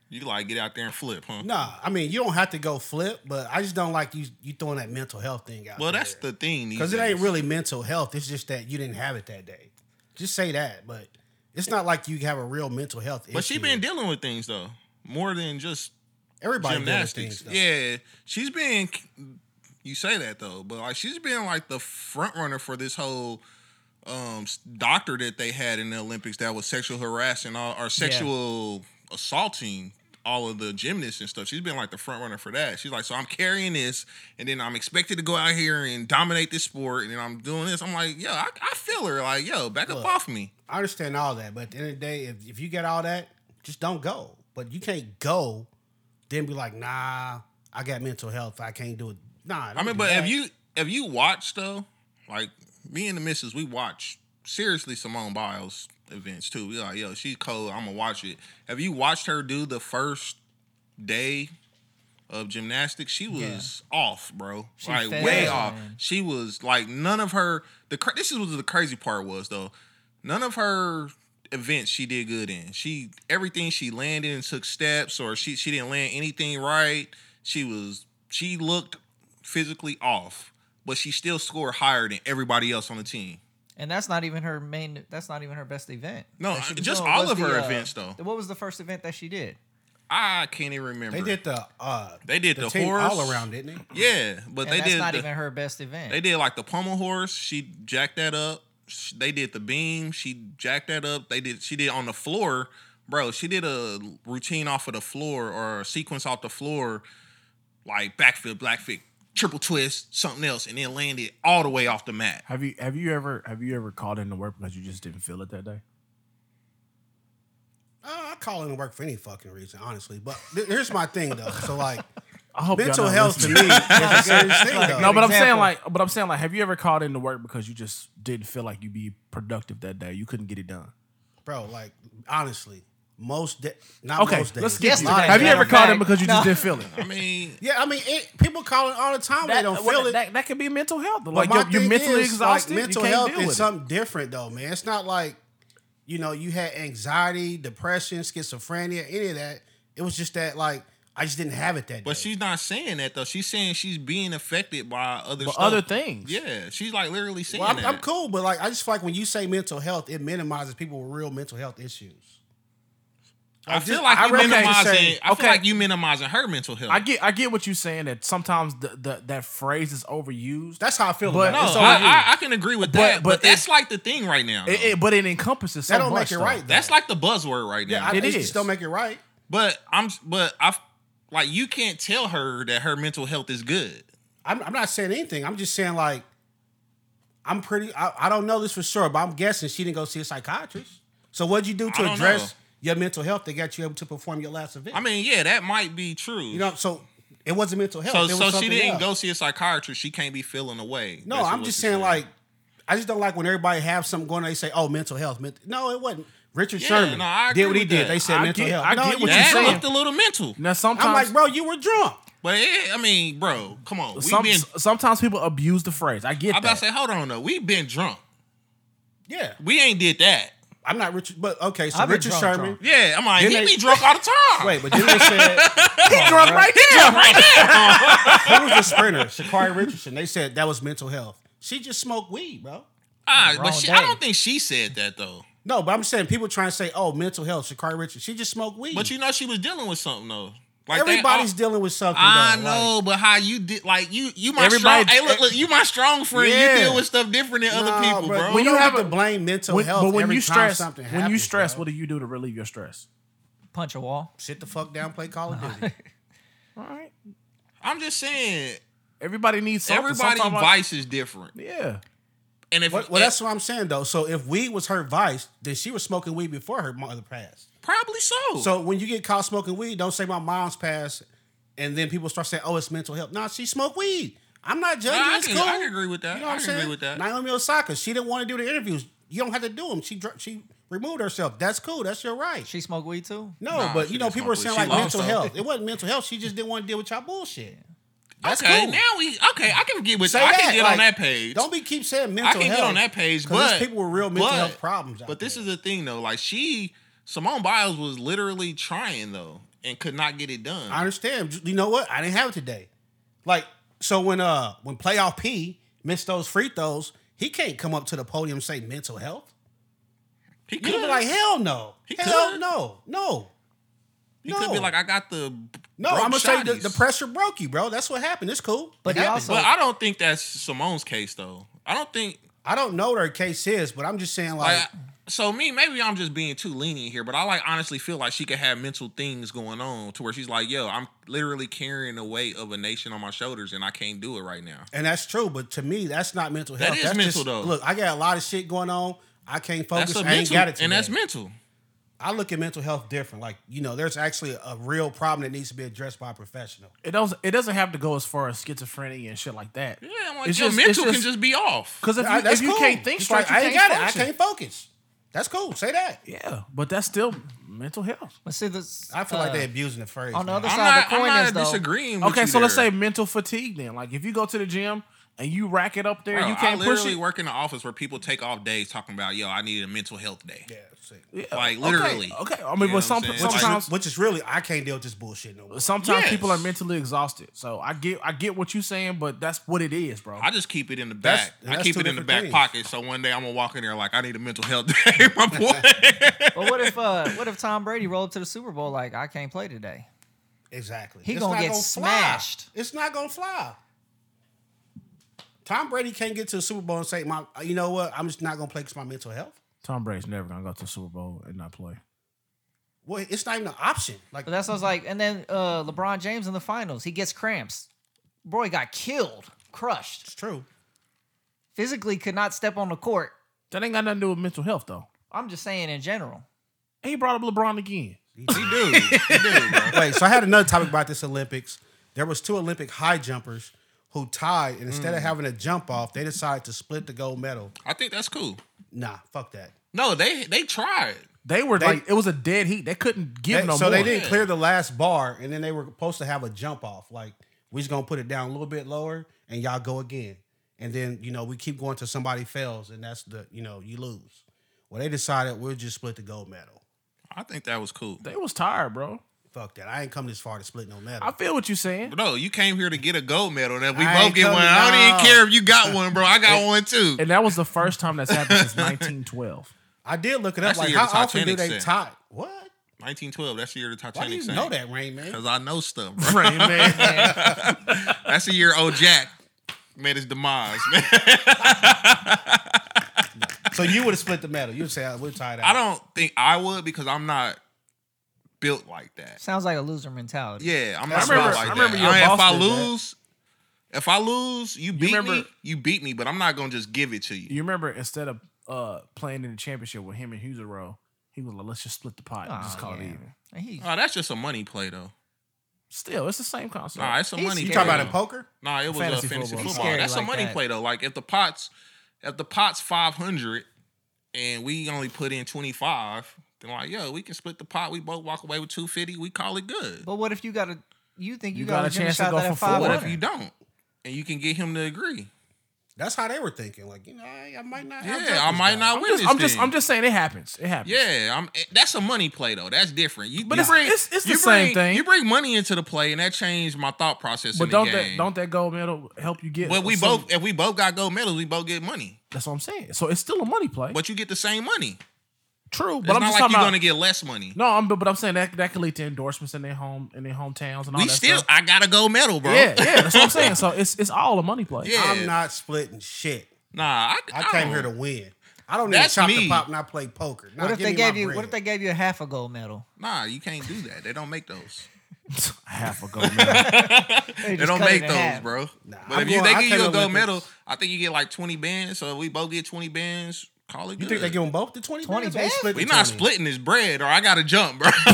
Speaker 1: you like get out there and flip, huh?
Speaker 4: Nah, I mean you don't have to go flip, but I just don't like you you throwing that mental health thing out.
Speaker 1: Well, that's the thing.
Speaker 4: because it ain't really mental health. It's just that you didn't have it that day. Just say that, but it's not like you have a real mental health.
Speaker 1: But she
Speaker 4: issue.
Speaker 1: been dealing with things though, more than just
Speaker 4: everybody dealing with
Speaker 1: gymnastics.
Speaker 4: things, though.
Speaker 1: yeah, she's been. You say that though, but like she's been like the front runner for this whole um s- doctor that they had in the Olympics that was sexual harassing all, or sexual assaulting all of the gymnasts and stuff. She's been like the front runner for that. She's like, so I'm carrying this, and then I'm expected to go out here and dominate this sport, and then I'm doing this. I'm like, yo, I, I feel her. Like, yo, back up
Speaker 4: Look.
Speaker 1: off me.
Speaker 4: I understand all that, but at the end of the day, if, if you get all that, just don't go. But you can't go, then be like, nah, I got mental health, I can't do it. Nah,
Speaker 1: I mean,
Speaker 4: don't
Speaker 1: but
Speaker 4: do
Speaker 1: have
Speaker 4: that.
Speaker 1: you have you watched though? Like me and the missus, we watch seriously Simone Biles events too. We like, yo, she's cold. I'm gonna watch it. Have you watched her do the first day of gymnastics? She was off, bro.
Speaker 3: She
Speaker 1: like
Speaker 3: fell,
Speaker 1: way off.
Speaker 3: man.
Speaker 1: She was like none of her. The cra- this is what the crazy part was though. None of her events she did good in. She everything she landed and took steps, or she she didn't land anything right. She was she looked physically off, but she still scored higher than everybody else on the team.
Speaker 3: and that's not even her main. That's not even her best event.
Speaker 1: No,
Speaker 3: that she was
Speaker 1: just
Speaker 3: doing.
Speaker 1: all
Speaker 3: What's
Speaker 1: of
Speaker 3: the,
Speaker 1: her
Speaker 3: uh,
Speaker 1: events though.
Speaker 3: What was the first event that she did?
Speaker 1: I can't even remember.
Speaker 4: They did the uh,
Speaker 1: They did the
Speaker 4: team
Speaker 1: horse.
Speaker 4: all around, didn't they?
Speaker 1: Yeah, but
Speaker 3: And
Speaker 1: they
Speaker 3: that's
Speaker 1: did
Speaker 3: not
Speaker 1: the-
Speaker 3: even her best event.
Speaker 1: They did like the pommel horse. She jacked that up. Sh- They did the beam. She jacked that up. They did. She did on the floor, bro. She did a routine off of the floor or a sequence off the floor, like backflip, backflip, triple twist, something else, and then landed all the way off the mat.
Speaker 2: Have you, have you ever, have you ever called in to work because you just didn't feel it that day?
Speaker 4: Uh, I call in to work for any fucking reason, honestly. But th- here's my thing though. So like,
Speaker 2: I hope y'all
Speaker 4: mental
Speaker 2: not
Speaker 4: health to
Speaker 2: listening.
Speaker 4: me is a serious thing
Speaker 3: Like,
Speaker 4: though.
Speaker 2: No, but I'm saying
Speaker 3: example.
Speaker 2: like, but I'm saying like, have you ever called in to work because you just didn't feel like you'd be productive that day? You couldn't get it done.
Speaker 4: bro, like honestly, most de- not
Speaker 2: Okay,
Speaker 4: most days.
Speaker 2: let's skip
Speaker 4: a
Speaker 2: you.
Speaker 4: lot of
Speaker 2: Have you
Speaker 4: days.
Speaker 2: ever
Speaker 3: Matter of
Speaker 2: called in
Speaker 3: fact,
Speaker 2: because you just
Speaker 3: no.
Speaker 2: didn't feel
Speaker 1: I
Speaker 2: it?
Speaker 1: mean,
Speaker 4: Yeah, I mean, it, people calling all the time. they don't
Speaker 2: well,
Speaker 4: feel it.
Speaker 2: That, that could be mental health.
Speaker 4: But
Speaker 2: Like
Speaker 4: my
Speaker 2: you're, you're
Speaker 4: thing
Speaker 2: mentally
Speaker 4: is, like,
Speaker 2: exhausted.
Speaker 4: mental
Speaker 2: you can't
Speaker 4: health
Speaker 2: deal with
Speaker 4: is
Speaker 2: it.
Speaker 4: something different though, man. It's not like you know you had anxiety, depression, schizophrenia, any of that. It was just that like I just didn't have it that
Speaker 1: but
Speaker 4: day.
Speaker 1: she's not saying that though. She's saying she's being affected by other
Speaker 2: But
Speaker 1: stuff.
Speaker 2: other things.
Speaker 1: Yeah, she's like literally saying
Speaker 4: well, I'm,
Speaker 1: that.
Speaker 4: I'm cool, but like I just feel like when you say mental health, it minimizes people with real mental health issues.
Speaker 1: I feel
Speaker 4: just-
Speaker 1: like
Speaker 4: I
Speaker 1: you
Speaker 4: really can't
Speaker 1: minimizing.
Speaker 4: say-
Speaker 1: I feel
Speaker 2: okay.
Speaker 1: like you minimizing her mental health.
Speaker 2: I get I get what you're saying that sometimes the, the that phrase is overused.
Speaker 4: That's how I feel
Speaker 2: But
Speaker 4: about
Speaker 1: no,
Speaker 4: it.
Speaker 2: it's
Speaker 4: So,
Speaker 2: all
Speaker 1: I,
Speaker 2: you.
Speaker 1: I, I can agree with that, but,
Speaker 2: but
Speaker 1: that's like the thing right now.
Speaker 2: It-
Speaker 1: though.
Speaker 2: it- but it encompasses so
Speaker 4: that don't
Speaker 2: much,
Speaker 4: make it
Speaker 2: though.
Speaker 4: right. Though.
Speaker 1: That's like the buzzword right now.
Speaker 4: yeah, I,
Speaker 2: It
Speaker 4: it
Speaker 2: is.
Speaker 4: just don't make it right.
Speaker 1: but I'm but I like you can't tell her that her mental health is good.
Speaker 4: I'm, I'm not saying anything. I'm just saying like I'm pretty. I, I don't know this for sure, but I'm guessing she didn't go see a psychiatrist. So what'd you do
Speaker 1: I
Speaker 4: to
Speaker 1: don't
Speaker 4: address
Speaker 1: know.
Speaker 4: your mental health that got you able to perform your last event?
Speaker 1: I mean, yeah, that might be true.
Speaker 4: you know, so it wasn't mental health.
Speaker 1: so
Speaker 4: it was
Speaker 1: so she
Speaker 4: something
Speaker 1: didn't
Speaker 4: else.
Speaker 1: go see a psychiatrist. She can't be feeling away.
Speaker 4: No, I'm just saying, like, I just don't like when everybody have something going. on, They say, "Oh, mental health." ment-" No, it wasn't. Richard
Speaker 1: Yeah,
Speaker 4: Sherman
Speaker 1: no, I
Speaker 4: did
Speaker 1: agree
Speaker 4: what he
Speaker 1: with
Speaker 4: did.
Speaker 1: that.
Speaker 4: They said
Speaker 2: I
Speaker 4: mental
Speaker 2: get-
Speaker 4: health.
Speaker 2: I
Speaker 4: no,
Speaker 2: get
Speaker 4: you
Speaker 2: what
Speaker 4: didn't.
Speaker 1: that
Speaker 2: saying.
Speaker 1: looked a little mental.
Speaker 2: Now sometimes
Speaker 4: I'm like, bro, you were drunk.
Speaker 1: But it, I mean, bro, come on. We've
Speaker 2: some,
Speaker 1: been.
Speaker 2: sometimes people abuse the phrase. I get
Speaker 1: I'm about
Speaker 2: that.
Speaker 1: to say, hold on, though. We've been drunk.
Speaker 4: Yeah,
Speaker 1: We ain't did that.
Speaker 4: I'm not Richard, but okay. So
Speaker 3: I've been
Speaker 4: Richard
Speaker 3: drunk,
Speaker 4: Sherman.
Speaker 3: drunk.
Speaker 1: Yeah, I'm like,
Speaker 4: Then
Speaker 1: he
Speaker 4: they-
Speaker 1: be drunk all the time.
Speaker 4: Wait, but then they said
Speaker 2: He drunk right there.
Speaker 4: who was the sprinter? Shakari Richardson. They said that was mental health. She just smoked weed, bro.
Speaker 1: Ah, but
Speaker 3: Wrong
Speaker 1: she, I
Speaker 3: day.
Speaker 1: don't think she said that though.
Speaker 4: No, but I'm saying people trying to say, "Oh, mental health." Shakari Richardson. She just smoked weed.
Speaker 1: But you know she was dealing with something though. Like that-
Speaker 4: everybody's
Speaker 1: I-
Speaker 4: dealing with something.
Speaker 1: I
Speaker 4: though.
Speaker 1: know, but how you did? Like you, you my
Speaker 2: Everybody-
Speaker 1: strong. Hey, look, look, you my strong friend.
Speaker 4: Yeah.
Speaker 1: You deal with stuff different than
Speaker 4: Like,
Speaker 1: other
Speaker 4: nah,
Speaker 1: people,
Speaker 4: bro,
Speaker 1: bro.
Speaker 4: When you
Speaker 2: don't
Speaker 4: have
Speaker 2: have
Speaker 4: to
Speaker 2: a-
Speaker 4: blame mental
Speaker 2: When-
Speaker 4: health,
Speaker 2: but when
Speaker 4: every
Speaker 2: you
Speaker 4: time
Speaker 2: stress,
Speaker 4: something
Speaker 2: when you
Speaker 4: happens,
Speaker 2: stress,
Speaker 4: bro.
Speaker 2: what do you do to relieve your stress?
Speaker 3: Punch a wall.
Speaker 4: sit the fuck down, play Call of Duty.
Speaker 2: All right.
Speaker 1: I'm just saying,
Speaker 2: Everybody needs something.
Speaker 1: everybody's
Speaker 2: Sometimes I-
Speaker 1: vice is different.
Speaker 2: yeah.
Speaker 1: And if
Speaker 4: Well, well, that's what I'm saying though. So if weed was her vice, then she was smoking weed before her mother passed.
Speaker 1: probably so.
Speaker 4: So when you get caught smoking weed, don't say my mom's passed, and then people start saying, "Oh, it's mental health." Nah, she smoked weed. I'm not judging.
Speaker 1: Nah, I
Speaker 4: it's
Speaker 1: can-
Speaker 4: cool.
Speaker 1: I can agree with that.
Speaker 4: You know what
Speaker 1: I
Speaker 4: am
Speaker 1: can
Speaker 4: saying?
Speaker 1: agree with that.
Speaker 4: Naomi Osaka, she didn't want to do the interviews. You don't have to do them. She dr- she removed herself. That's cool. That's your right.
Speaker 3: She smoked weed too.
Speaker 4: no,
Speaker 1: Nah,
Speaker 4: but
Speaker 1: she
Speaker 4: you know,
Speaker 1: didn't
Speaker 4: people are
Speaker 1: smoke
Speaker 4: saying
Speaker 1: weed.
Speaker 4: like
Speaker 1: She lost
Speaker 4: mental
Speaker 1: her.
Speaker 4: health. It wasn't mental health. She just didn't want to deal with y'all bullshit. That's
Speaker 1: okay,
Speaker 4: cool.
Speaker 1: now we okay. I can get with.
Speaker 4: Say
Speaker 1: I
Speaker 4: that.
Speaker 1: can get
Speaker 4: like,
Speaker 1: on that page.
Speaker 4: Don't be keep saying mental
Speaker 1: I
Speaker 4: health.
Speaker 1: can get on that page,
Speaker 4: 'Cause there's
Speaker 1: but
Speaker 4: people with real mental
Speaker 1: but-
Speaker 4: health problems out
Speaker 1: But this
Speaker 4: there.
Speaker 1: is the thing though. Like she, Simone Biles was literally trying though and could not get it done.
Speaker 4: I understand. You know what? I didn't have it today. Like so when uh when playoff P missed those free throws, he can't come up to the podium and say mental health.
Speaker 1: he
Speaker 4: You
Speaker 1: could
Speaker 4: know, like hell no,
Speaker 1: He
Speaker 4: hell
Speaker 1: could.
Speaker 4: no, no,
Speaker 1: He could be
Speaker 4: No.
Speaker 1: like, I got the
Speaker 4: no.
Speaker 1: broke
Speaker 4: I'm gonna say the,
Speaker 1: shotties."
Speaker 4: the pressure broke you, bro. That's what happened. It's cool.
Speaker 3: But he
Speaker 4: It happened.
Speaker 3: also-
Speaker 1: But I don't think that's Simone's case though. I don't think
Speaker 4: I don't know what her case is, but I'm just saying like,
Speaker 1: like. so me, maybe I'm just being too lenient here, but I like honestly feel like she could have mental things going on to where she's like, "Yo, I'm literally carrying the weight of a nation on my shoulders, and I can't do it right now."
Speaker 4: and that's true. But to me, that's not mental
Speaker 1: That
Speaker 4: health.
Speaker 1: is
Speaker 4: that's
Speaker 1: mental,
Speaker 4: just,
Speaker 1: though.
Speaker 4: Look, I got a lot of shit going on. I can't focus.
Speaker 1: That's a
Speaker 4: I ain't
Speaker 1: mental,
Speaker 4: got it today.
Speaker 1: and that's mental.
Speaker 4: I look at mental health different. Like you know, there's actually a real problem that needs to be addressed by a professional.
Speaker 2: It doesn't. It doesn't have to go as far as schizophrenia and shit like that.
Speaker 1: Yeah, I'm like,
Speaker 2: It's
Speaker 1: yo,
Speaker 2: just-
Speaker 1: mental
Speaker 2: it's
Speaker 1: can just be off.
Speaker 2: because if you,
Speaker 4: I-
Speaker 2: if you
Speaker 4: cool.
Speaker 2: can't think
Speaker 4: It's
Speaker 2: straight,
Speaker 4: like,
Speaker 2: you
Speaker 4: I ain't got
Speaker 2: can't
Speaker 4: it. I
Speaker 2: function.
Speaker 4: can't focus. That's cool. Say that.
Speaker 2: Yeah, but that's still mental health.
Speaker 3: But see, this,
Speaker 4: I feel like
Speaker 3: uh,
Speaker 4: they're abusing the phrase.
Speaker 3: on the
Speaker 4: man.
Speaker 3: other
Speaker 1: I'm
Speaker 3: side
Speaker 1: not,
Speaker 3: of the coin
Speaker 1: I'm not
Speaker 3: is though.
Speaker 1: disagreeing. with
Speaker 2: Okay,
Speaker 1: you
Speaker 2: so let's
Speaker 1: there.
Speaker 2: say mental fatigue. Then, like if you go to the gym and you rack it up there,
Speaker 1: Bro,
Speaker 2: you can't
Speaker 1: I
Speaker 2: push
Speaker 1: literally
Speaker 2: it.
Speaker 1: work in the office where people take off days talking about, yo, I need a mental health day.
Speaker 4: yeah, see.
Speaker 2: Yeah,
Speaker 1: like,
Speaker 2: okay,
Speaker 1: literally.
Speaker 2: Okay,
Speaker 1: You
Speaker 2: I mean,
Speaker 1: know
Speaker 2: but
Speaker 1: what I'm
Speaker 2: some,
Speaker 1: saying? Like-
Speaker 2: sometimes
Speaker 4: which is really I can't deal with this bullshit no more.
Speaker 2: sometimes
Speaker 1: Yes.
Speaker 2: people are mentally exhausted. So I get I get what you're saying, but that's what it is, bro.
Speaker 1: I just keep it in the
Speaker 4: That's-
Speaker 1: back. I
Speaker 4: that's
Speaker 1: keep
Speaker 4: two
Speaker 1: it in the
Speaker 4: different
Speaker 1: back
Speaker 4: things.
Speaker 1: pocket. So one day I'm gonna walk in there like I need a mental health day, my boy.
Speaker 3: But what if uh, what if Tom Brady rolled to the Super Bowl like I can't play today?
Speaker 4: Exactly.
Speaker 3: He
Speaker 4: It's
Speaker 3: gonna
Speaker 4: not
Speaker 3: get
Speaker 4: fly.
Speaker 3: smashed.
Speaker 4: It's not gonna fly. Tom Brady can't get to the Super Bowl and say, "My, you know what? I'm just not gonna play because my mental health."
Speaker 2: Tom Brady's never gonna go to the Super Bowl and not play.
Speaker 4: Well, it's not even an option. Like
Speaker 3: But that's what I was like. And then uh, LeBron James in the finals, he gets cramps. Boy got killed, crushed.
Speaker 4: it's true.
Speaker 3: Physically could not step on the court.
Speaker 2: That ain't got nothing to do with mental health, though.
Speaker 3: I'm just saying in general.
Speaker 2: And he brought up LeBron again.
Speaker 1: he do, he do, bro.
Speaker 4: Wait, so I had another topic about this Olympics. There was two Olympic high jumpers who tied, and instead
Speaker 1: Mm.
Speaker 4: of having a jump off, they decided to split the gold medal.
Speaker 1: I think that's cool.
Speaker 4: Nah, fuck that.
Speaker 1: No, they they tried.
Speaker 2: They were like, it was a dead heat. They couldn't give
Speaker 4: They-
Speaker 2: no
Speaker 4: so
Speaker 2: more.
Speaker 4: they didn't
Speaker 1: Yeah.
Speaker 4: clear the last bar, and then they were supposed to have a jump off. Like we just gonna put it down a little bit lower, and y'all go again. And then you know we keep going till somebody fails, and that's the you know you lose. Well, they decided we'll just split the gold medal.
Speaker 1: I think that was cool.
Speaker 2: They was tired, bro.
Speaker 4: Fuck that! I ain't come this far to split no medal.
Speaker 2: I feel what you're saying.
Speaker 1: But no, you came here to get a gold medal, and if we
Speaker 4: I
Speaker 1: both
Speaker 4: ain't
Speaker 1: get one,
Speaker 4: coming-
Speaker 1: I don't
Speaker 4: no.
Speaker 1: even care if you got one, bro. I got one too.
Speaker 2: And that was the first time that's happened since 1912.
Speaker 4: I did look it up.
Speaker 1: That's the
Speaker 4: Like
Speaker 1: year the
Speaker 4: how often do
Speaker 1: Titanic
Speaker 4: they
Speaker 1: sank.
Speaker 4: tie? What?
Speaker 1: 1912. That's the year the Titanic.
Speaker 4: Why do you
Speaker 1: sank.
Speaker 4: know that, Rain Man?
Speaker 1: Cause I know stuff, bro. That's the year old Jack made his demise, man.
Speaker 4: So you would have split the medal. You'd say "Oh, we're tied out.
Speaker 1: I don't think I would because I'm not built like that.
Speaker 3: Sounds like a loser mentality.
Speaker 1: Yeah, I'm
Speaker 4: That's
Speaker 1: not
Speaker 4: what
Speaker 1: built
Speaker 4: I
Speaker 1: like
Speaker 4: said.
Speaker 1: that.
Speaker 4: I remember
Speaker 2: your
Speaker 1: I- if
Speaker 2: boss
Speaker 1: I
Speaker 2: did that.
Speaker 1: lose, If I lose, you beat me.
Speaker 2: remember-
Speaker 1: You beat me, but I'm not gonna just give it to you.
Speaker 2: You remember instead of uh playing in the championship with him and Huzero, he was like, let's just split the pot. and just
Speaker 3: Aw,
Speaker 2: call it
Speaker 3: Oh, Ah, yeah.
Speaker 2: even.
Speaker 3: He,
Speaker 1: Oh, that's just a money play though.
Speaker 2: Still, it's the same concept.
Speaker 1: Nah, it's a
Speaker 3: He's
Speaker 1: money.
Speaker 3: You
Speaker 4: You
Speaker 1: play,
Speaker 3: Yeah.
Speaker 4: talking about in
Speaker 1: though.
Speaker 4: poker?
Speaker 1: Nah, it was
Speaker 2: Fantasy
Speaker 1: a fantasy
Speaker 2: football.
Speaker 1: football.
Speaker 2: He's
Speaker 3: scary
Speaker 1: That's a
Speaker 3: like
Speaker 1: money
Speaker 3: that.
Speaker 1: play though. Like if the pots, if the pots five hundred, and we only put in twenty five, then like yo, we can split the pot. We both walk away with two fifty. We call it good.
Speaker 3: but what if you got a? You think you,
Speaker 2: You
Speaker 3: got, a chance to go for
Speaker 2: four.
Speaker 1: But
Speaker 3: five
Speaker 1: what
Speaker 2: Whatever
Speaker 1: if you don't? And you can get him to agree.
Speaker 4: That's how they were thinking. Like, you know, I, I might not. have
Speaker 1: Yeah,
Speaker 4: justice
Speaker 1: I might
Speaker 4: done.
Speaker 1: not
Speaker 2: I'm
Speaker 1: win
Speaker 2: just,
Speaker 1: this.
Speaker 2: I'm just,
Speaker 1: thing.
Speaker 2: I'm just saying it happens. It happens.
Speaker 1: Yeah, I'm. eh, That's a money play though. That's different. You,
Speaker 2: But
Speaker 1: you
Speaker 2: it's-
Speaker 1: bring,
Speaker 2: it's- it's the
Speaker 1: you
Speaker 2: same
Speaker 1: bring-
Speaker 2: thing.
Speaker 1: You bring money into the play, and that changed my thought process.
Speaker 2: But
Speaker 1: in
Speaker 2: don't
Speaker 1: the
Speaker 2: that
Speaker 1: game.
Speaker 2: don't that gold medal help you get?
Speaker 1: But we
Speaker 2: some-
Speaker 1: both, if we both got gold medals, we both get money.
Speaker 2: That's what I'm saying. So it's still a money play.
Speaker 1: But you get the same money.
Speaker 2: True,
Speaker 1: it's
Speaker 2: but I'm
Speaker 1: not
Speaker 2: just
Speaker 1: like
Speaker 2: talking
Speaker 1: you're
Speaker 2: about.
Speaker 1: gonna get less money.
Speaker 2: no, I'm, but, but I'm saying that that could lead to endorsements in their home in their hometowns and all
Speaker 1: we
Speaker 2: that
Speaker 1: still.
Speaker 2: stuff.
Speaker 1: I got a gold medal, bro.
Speaker 2: Yeah, yeah, that's what I'm saying. So it's it's all a money play.
Speaker 1: Yeah.
Speaker 4: I'm not splitting shit.
Speaker 1: Nah, I,
Speaker 4: I came
Speaker 1: don't-
Speaker 4: here to win. I don't need
Speaker 1: That's
Speaker 4: to chop
Speaker 1: me.
Speaker 4: the pop and I play poker. Nah,
Speaker 3: What if
Speaker 4: give
Speaker 3: they
Speaker 4: me
Speaker 3: gave
Speaker 4: my
Speaker 3: you? What
Speaker 4: bread.
Speaker 3: if they gave you a half a gold medal?
Speaker 1: Nah, you can't do that. They don't make those.
Speaker 2: half a gold medal.
Speaker 3: They,
Speaker 1: They
Speaker 3: just
Speaker 1: don't
Speaker 3: cut it
Speaker 1: make
Speaker 3: in
Speaker 1: those,
Speaker 3: half.
Speaker 1: bro. but
Speaker 4: I'm
Speaker 1: if you,
Speaker 4: going- I
Speaker 1: they
Speaker 4: came
Speaker 1: give you a
Speaker 4: up with
Speaker 1: gold medal,
Speaker 4: this.
Speaker 1: I think you get like twenty bands. So if we both get twenty bands. Call it good.
Speaker 4: You think they give them both the 20
Speaker 3: 20
Speaker 4: bands? or they
Speaker 3: bands?
Speaker 4: split the
Speaker 1: We not
Speaker 4: 20?
Speaker 1: splitting this bread, or I gotta jump, bro.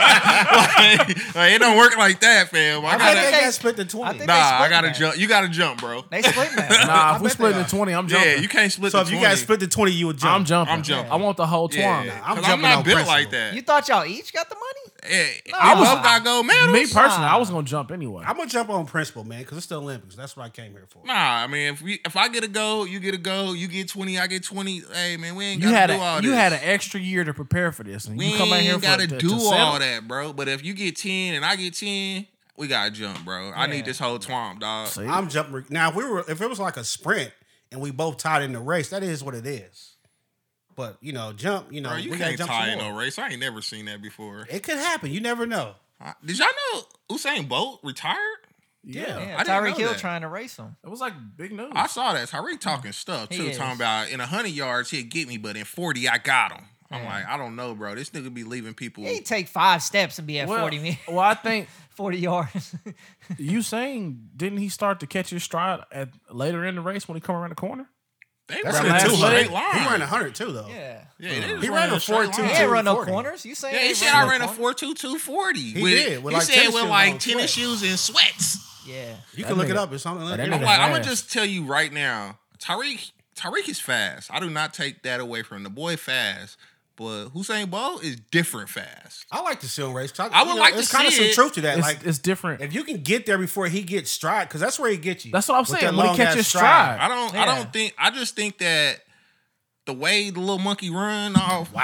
Speaker 1: like, like, it don't work like that, fam. I
Speaker 4: I bet they
Speaker 1: gotta,
Speaker 4: got split the 20.
Speaker 3: think
Speaker 1: nah,
Speaker 3: they
Speaker 1: I
Speaker 3: split
Speaker 1: gotta
Speaker 3: that.
Speaker 1: jump. You gotta jump, bro.
Speaker 3: They split that.
Speaker 2: Nah,
Speaker 4: I
Speaker 2: if we
Speaker 4: bet
Speaker 2: split
Speaker 4: they
Speaker 2: in
Speaker 4: are.
Speaker 2: twenty, I'm
Speaker 1: Yeah,
Speaker 2: jumping.
Speaker 1: you can't split.
Speaker 4: so
Speaker 1: the
Speaker 4: if you
Speaker 1: 20.
Speaker 4: guys split the 20, you would jump.
Speaker 2: I'm jumping.
Speaker 1: I'm jumping.
Speaker 2: I want the whole twine.
Speaker 1: yeah, I'm,
Speaker 4: I'm
Speaker 1: I'm
Speaker 4: jumping
Speaker 1: not
Speaker 4: on
Speaker 1: built
Speaker 4: principle.
Speaker 1: like that.
Speaker 3: You thought y'all each got the money?
Speaker 1: yeah,
Speaker 3: I
Speaker 1: I
Speaker 3: was-
Speaker 1: both got gold medals.
Speaker 2: Me personally, I was gonna jump anyway.
Speaker 4: I'm going to jump on principle, man, because it's the Olympics. That's what I came here for.
Speaker 1: Nah, I mean, if we if I get a goal, you get a goal. You get twenty, I get twenty. Hey, man, we ain't
Speaker 2: you
Speaker 1: gotta
Speaker 2: had
Speaker 1: do all
Speaker 2: a,
Speaker 1: this.
Speaker 2: you had an extra year to prepare for this, and
Speaker 1: we
Speaker 2: you come out here
Speaker 1: ain't
Speaker 2: for
Speaker 1: gotta
Speaker 2: to,
Speaker 1: do
Speaker 2: to
Speaker 1: all
Speaker 2: settle.
Speaker 1: that, bro. But if you get ten and I get ten, we gotta jump, bro. I
Speaker 3: Yeah.
Speaker 1: need this whole twomp, dog.
Speaker 2: See?
Speaker 4: I'm jumping. re- Now, if we were, if it was like a sprint and we both tied in the race, that is what it is. But you know, jump. You know,
Speaker 1: Bro, you
Speaker 4: we gotta
Speaker 1: can't
Speaker 4: jump
Speaker 1: tie in
Speaker 4: some
Speaker 1: no
Speaker 4: more.
Speaker 1: race. I ain't never seen that before.
Speaker 4: It could happen. You never know.
Speaker 1: I- Did y'all know Usain Bolt retired?
Speaker 2: yeah.
Speaker 3: Yeah,
Speaker 1: I didn't know
Speaker 3: Tyreek Hill
Speaker 1: that.
Speaker 3: trying to race him.
Speaker 2: it was like big news.
Speaker 1: I saw that. Tyreek talking stuff
Speaker 3: He
Speaker 1: too,
Speaker 3: is.
Speaker 1: talking about in hundred yards he'd get me, but in forty I got him. I'm
Speaker 3: Yeah.
Speaker 1: like, I don't know, bro. This nigga be leaving people.
Speaker 3: He take five steps and be at
Speaker 2: well,
Speaker 3: forty mi-
Speaker 2: well, I think
Speaker 3: forty yards.
Speaker 2: Usain didn't he start to catch his stride at later in the race when he come around the corner?
Speaker 1: They
Speaker 4: That's
Speaker 1: run
Speaker 4: in
Speaker 2: last
Speaker 1: two
Speaker 4: two
Speaker 2: leg.
Speaker 1: straight
Speaker 4: hundred.
Speaker 1: lines.
Speaker 4: He ran hundred too, though.
Speaker 3: yeah.
Speaker 1: Yeah, they just
Speaker 4: He ran
Speaker 1: in
Speaker 4: a
Speaker 1: straight
Speaker 4: 4.22.
Speaker 1: line.
Speaker 3: He ain't run no
Speaker 4: 40.
Speaker 3: corners. You saying
Speaker 1: Yeah, he
Speaker 3: ain't
Speaker 1: said
Speaker 3: run
Speaker 1: I
Speaker 3: no
Speaker 1: ran a
Speaker 3: corner?
Speaker 1: four two two forty.
Speaker 4: He did, with, like,
Speaker 1: he said
Speaker 4: tennis
Speaker 1: with
Speaker 4: shoes
Speaker 1: like
Speaker 4: on,
Speaker 1: tennis
Speaker 4: sweats.
Speaker 1: shoes and sweats.
Speaker 3: Yeah.
Speaker 4: You
Speaker 2: That
Speaker 4: can look
Speaker 2: nigga-
Speaker 4: it up. It's on the
Speaker 2: that
Speaker 1: I'm
Speaker 2: nigga-
Speaker 4: Olympics.
Speaker 1: like, I'm gonna
Speaker 2: fast.
Speaker 1: just tell you right now, Tyreek Tyreek is fast. I do not take that away from him. the boy fast, but Hussein Bolt is different fast.
Speaker 4: I like to see him race. 'cause
Speaker 1: I would
Speaker 4: you know,
Speaker 1: like to
Speaker 4: It's kind of
Speaker 1: see
Speaker 4: some
Speaker 1: it.
Speaker 4: truth to that.
Speaker 2: It's,
Speaker 4: like,
Speaker 2: it's different.
Speaker 4: if you can get there before he gets stride, because that's where he gets you.
Speaker 2: That's what I'm
Speaker 4: with
Speaker 2: saying.
Speaker 4: that
Speaker 2: When he
Speaker 4: long
Speaker 2: catch
Speaker 4: ass
Speaker 2: his
Speaker 1: I
Speaker 2: stride,
Speaker 1: don't I
Speaker 3: Yeah.
Speaker 1: don't think I just think that the way the little monkey run off wow.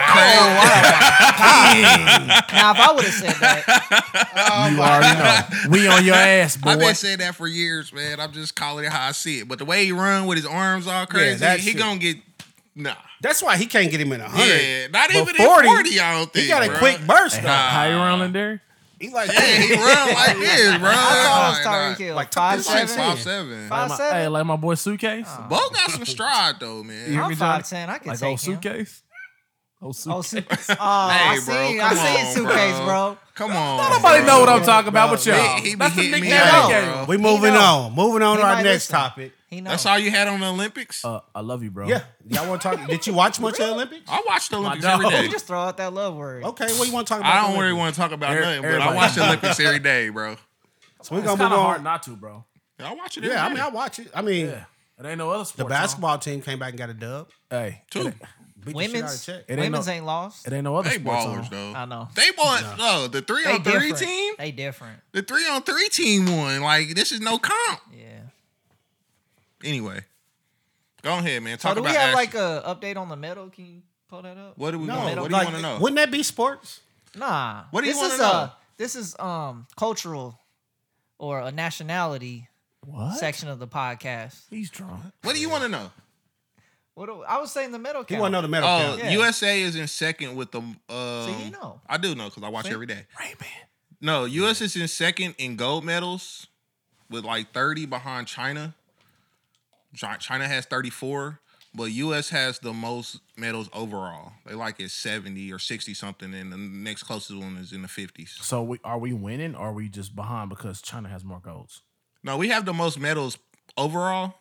Speaker 3: Now if I would have said that,
Speaker 2: you already know we on your ass, boy.
Speaker 1: I've been saying that for years, man. I'm just calling it how I see it. But the way he run with his arms all crazy,
Speaker 4: that
Speaker 1: he
Speaker 4: shit.
Speaker 1: gonna get nah.
Speaker 4: That's why he can't get him in a hundred.
Speaker 1: Yeah, not even
Speaker 4: But
Speaker 1: in 40, I don't think.
Speaker 4: He got a
Speaker 1: bro.
Speaker 4: quick burst.
Speaker 2: Hey,
Speaker 4: though.
Speaker 2: how, how you rolling there?
Speaker 4: He like,
Speaker 1: Yeah, he run like this, bro.
Speaker 3: I
Speaker 1: Like,
Speaker 3: thought it was
Speaker 1: nah.
Speaker 3: Tyreek Hill.
Speaker 4: like,
Speaker 3: five
Speaker 1: It's like
Speaker 3: seven.
Speaker 1: five seven.
Speaker 3: Five-
Speaker 2: Like my,
Speaker 3: seven?
Speaker 2: hey, like my boy suitcase.
Speaker 1: Bo got some stride though, man.
Speaker 2: You hear
Speaker 3: I'm
Speaker 2: me, Johnny?
Speaker 3: five ten. I can
Speaker 2: like
Speaker 3: take
Speaker 2: old
Speaker 3: him.
Speaker 2: suitcase. Old
Speaker 3: Oh,
Speaker 2: suitcase.
Speaker 3: su- oh, I
Speaker 1: Hey, bro,
Speaker 3: seen, I
Speaker 1: come
Speaker 3: seen
Speaker 1: on,
Speaker 3: suitcase, bro.
Speaker 1: bro. Come on.
Speaker 2: Nobody know what I'm talking about,
Speaker 4: Bro,
Speaker 2: but y'all.
Speaker 1: He, he be
Speaker 2: That's the
Speaker 1: hitting me
Speaker 2: nickname
Speaker 1: out,
Speaker 2: he gave
Speaker 1: bro.
Speaker 2: him.
Speaker 4: we moving
Speaker 3: know.
Speaker 4: on. Moving on
Speaker 3: He
Speaker 4: to our
Speaker 3: might
Speaker 4: next
Speaker 3: listen.
Speaker 4: topic.
Speaker 3: He knows.
Speaker 1: That's all you had on the Olympics.
Speaker 2: Uh, I love you, bro.
Speaker 4: Yeah, y'all want to talk? Did you watch much of the Olympics?
Speaker 1: I watch the Olympics
Speaker 2: dog.
Speaker 1: every
Speaker 3: You
Speaker 1: day.
Speaker 3: just throw out that love word.
Speaker 4: Okay, what you want to talk about?
Speaker 1: I don't
Speaker 4: the
Speaker 1: really
Speaker 4: Olympics?
Speaker 1: want to talk about
Speaker 2: Every-
Speaker 1: nothing, but I
Speaker 2: everybody-
Speaker 1: watch the Olympics every day, bro.
Speaker 4: So we're
Speaker 2: It's
Speaker 4: gonna
Speaker 2: kind of
Speaker 4: move on.
Speaker 2: hard not to, bro.
Speaker 1: I watch it every
Speaker 4: yeah, I mean,
Speaker 1: day.
Speaker 4: I watch it. I mean,
Speaker 2: Yeah, it ain't no other
Speaker 4: the
Speaker 2: sport.
Speaker 4: basketball team came back and got a dub.
Speaker 2: Hey,
Speaker 1: Two.
Speaker 2: It,
Speaker 4: Beat the shit out of
Speaker 3: Women's,
Speaker 4: Czech.
Speaker 2: ain't
Speaker 3: women's
Speaker 2: no-
Speaker 3: ain't lost.
Speaker 2: it ain't no other
Speaker 1: They
Speaker 2: sport.
Speaker 1: ballers though.
Speaker 3: I know.
Speaker 1: They bought no. the three
Speaker 3: They
Speaker 1: on three
Speaker 3: different.
Speaker 1: team.
Speaker 3: They different.
Speaker 1: The three on three team won. Like this is no comp.
Speaker 3: Yeah.
Speaker 1: Anyway, go ahead, man.
Speaker 3: So
Speaker 1: Talk
Speaker 3: do we
Speaker 1: about action.
Speaker 3: have like a update on the medal? Can you pull that up?
Speaker 1: what do we
Speaker 4: No,
Speaker 1: want? What do you
Speaker 4: like,
Speaker 1: want to know?
Speaker 4: Wouldn't that be sports?
Speaker 3: Nah.
Speaker 1: What do you
Speaker 3: this
Speaker 1: wanna
Speaker 3: is
Speaker 1: know?
Speaker 3: a this is um cultural or a nationality
Speaker 2: What?
Speaker 3: section of the podcast.
Speaker 2: He's drunk.
Speaker 1: what do you want to know?
Speaker 3: What do, I was saying the medal
Speaker 4: He
Speaker 3: count.
Speaker 4: want to know the medal
Speaker 1: Oh,
Speaker 4: count.
Speaker 3: Yeah.
Speaker 1: USA is in second with the. Um,
Speaker 3: you know.
Speaker 1: I do know because I watch
Speaker 3: See?
Speaker 1: every day.
Speaker 2: Raymond.
Speaker 1: No, US is in second in gold medals with like 30 behind China. Chi- China has 34, but US has the most medals overall. They like it's 70 or 60 something, and the next closest one is in the 50s.
Speaker 2: So we, are we winning? or Are we just behind because China has more goals?
Speaker 1: No, we have the most medals overall.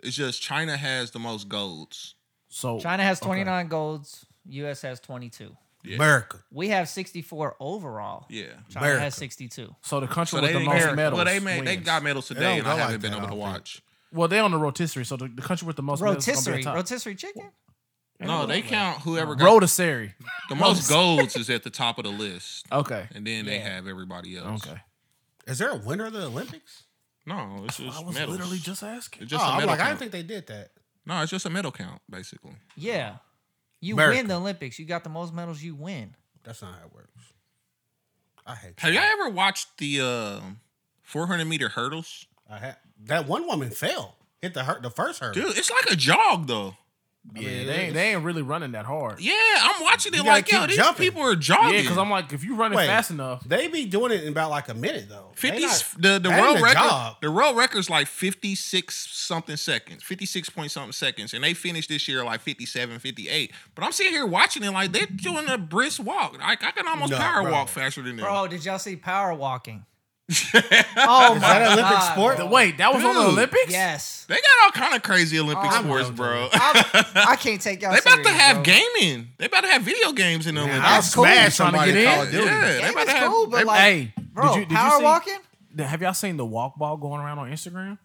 Speaker 1: It's just China has the most golds.
Speaker 2: So
Speaker 3: China has 29 golds. U.S. has 22.
Speaker 4: America.
Speaker 3: We have 64 overall.
Speaker 1: Yeah.
Speaker 3: China
Speaker 4: America.
Speaker 3: has 62.
Speaker 2: So the
Speaker 1: So
Speaker 2: country with
Speaker 1: they
Speaker 2: the
Speaker 1: didn't
Speaker 2: most
Speaker 1: care.
Speaker 2: medals.
Speaker 1: Well, they made they
Speaker 2: wins.
Speaker 1: got medals today,
Speaker 4: don't
Speaker 1: and
Speaker 4: go
Speaker 1: I
Speaker 4: like
Speaker 1: haven't been
Speaker 4: that,
Speaker 1: able
Speaker 4: I
Speaker 1: to
Speaker 4: don't think.
Speaker 1: watch.
Speaker 2: Well, they on the rotisserie, so the, the country with the most
Speaker 3: Rotisserie,
Speaker 2: medals is gonna be at top.
Speaker 3: rotisserie chicken.
Speaker 1: No, they count whoever got
Speaker 2: rotisserie.
Speaker 1: the most golds is at the top of the list,
Speaker 2: Okay.
Speaker 1: and then they
Speaker 3: Yeah.
Speaker 1: have everybody else.
Speaker 2: Okay.
Speaker 4: Is there a winner of the Olympics?
Speaker 1: No, it's just
Speaker 2: I was
Speaker 1: medals.
Speaker 2: literally just asking.
Speaker 1: It's just
Speaker 4: oh,
Speaker 1: a
Speaker 4: I'm
Speaker 1: medal
Speaker 4: like, I
Speaker 1: count.
Speaker 4: didn't think they did that.
Speaker 1: no, it's just a medal count basically.
Speaker 3: Yeah. You
Speaker 4: America.
Speaker 3: win the Olympics. You got the most medals. You win.
Speaker 4: That's not how it works. I hate.
Speaker 1: Have
Speaker 4: you.
Speaker 1: y'all ever watched the uh, 400 meter hurdles?
Speaker 4: I ha- that one woman fell. Hit the hurt the first hurdle.
Speaker 1: Dude, it's like a jog though.
Speaker 2: Yeah, they ain't, they ain't really running that hard.
Speaker 1: Yeah, I'm watching it
Speaker 4: You gotta
Speaker 1: like yo,
Speaker 4: keep
Speaker 1: these
Speaker 4: jumping.
Speaker 1: people are
Speaker 2: Yeah,
Speaker 1: jogging.
Speaker 2: because I'm like, if you running
Speaker 4: Wait.
Speaker 2: fast enough,
Speaker 4: They be doing it in about like a minute though. They
Speaker 1: 50
Speaker 4: not-
Speaker 1: the, the
Speaker 4: that ain't
Speaker 1: world
Speaker 4: a
Speaker 1: record
Speaker 4: jog.
Speaker 1: the world record's like 56 something seconds 56 point something seconds and they finished this year like 57 58 but i'm sitting here watching it like they're doing a brisk walk like i can almost
Speaker 4: No,
Speaker 1: power
Speaker 4: bro.
Speaker 1: walk faster than them
Speaker 3: Bro, did y'all see power walking? oh
Speaker 4: Is
Speaker 3: my
Speaker 4: that an Olympic
Speaker 3: God,
Speaker 4: sport?
Speaker 3: bro.
Speaker 2: wait, that was on the
Speaker 1: Dude.
Speaker 2: Olympics.
Speaker 3: Yes.
Speaker 1: they got all kind of crazy olympic
Speaker 3: I'm
Speaker 1: sports
Speaker 4: joking.
Speaker 1: bro
Speaker 3: I'm, I can not take y'all.
Speaker 1: they about to
Speaker 3: serious,
Speaker 1: have
Speaker 3: bro.
Speaker 1: gaming they about to have video games in the
Speaker 4: Man,
Speaker 1: olympics
Speaker 4: I'll
Speaker 2: That's cool.
Speaker 4: smash
Speaker 2: Trying to
Speaker 4: somebody
Speaker 2: get
Speaker 4: in
Speaker 2: in.
Speaker 4: Call of Duty.
Speaker 1: yeah they
Speaker 3: Game
Speaker 1: about to
Speaker 3: is
Speaker 1: have
Speaker 3: cool, but
Speaker 1: they-
Speaker 3: like,
Speaker 2: Hey,
Speaker 3: bro,
Speaker 2: did you, did you
Speaker 3: power
Speaker 2: see-
Speaker 3: walking.
Speaker 2: Th- Have y'all seen the walk ball going around on Instagram?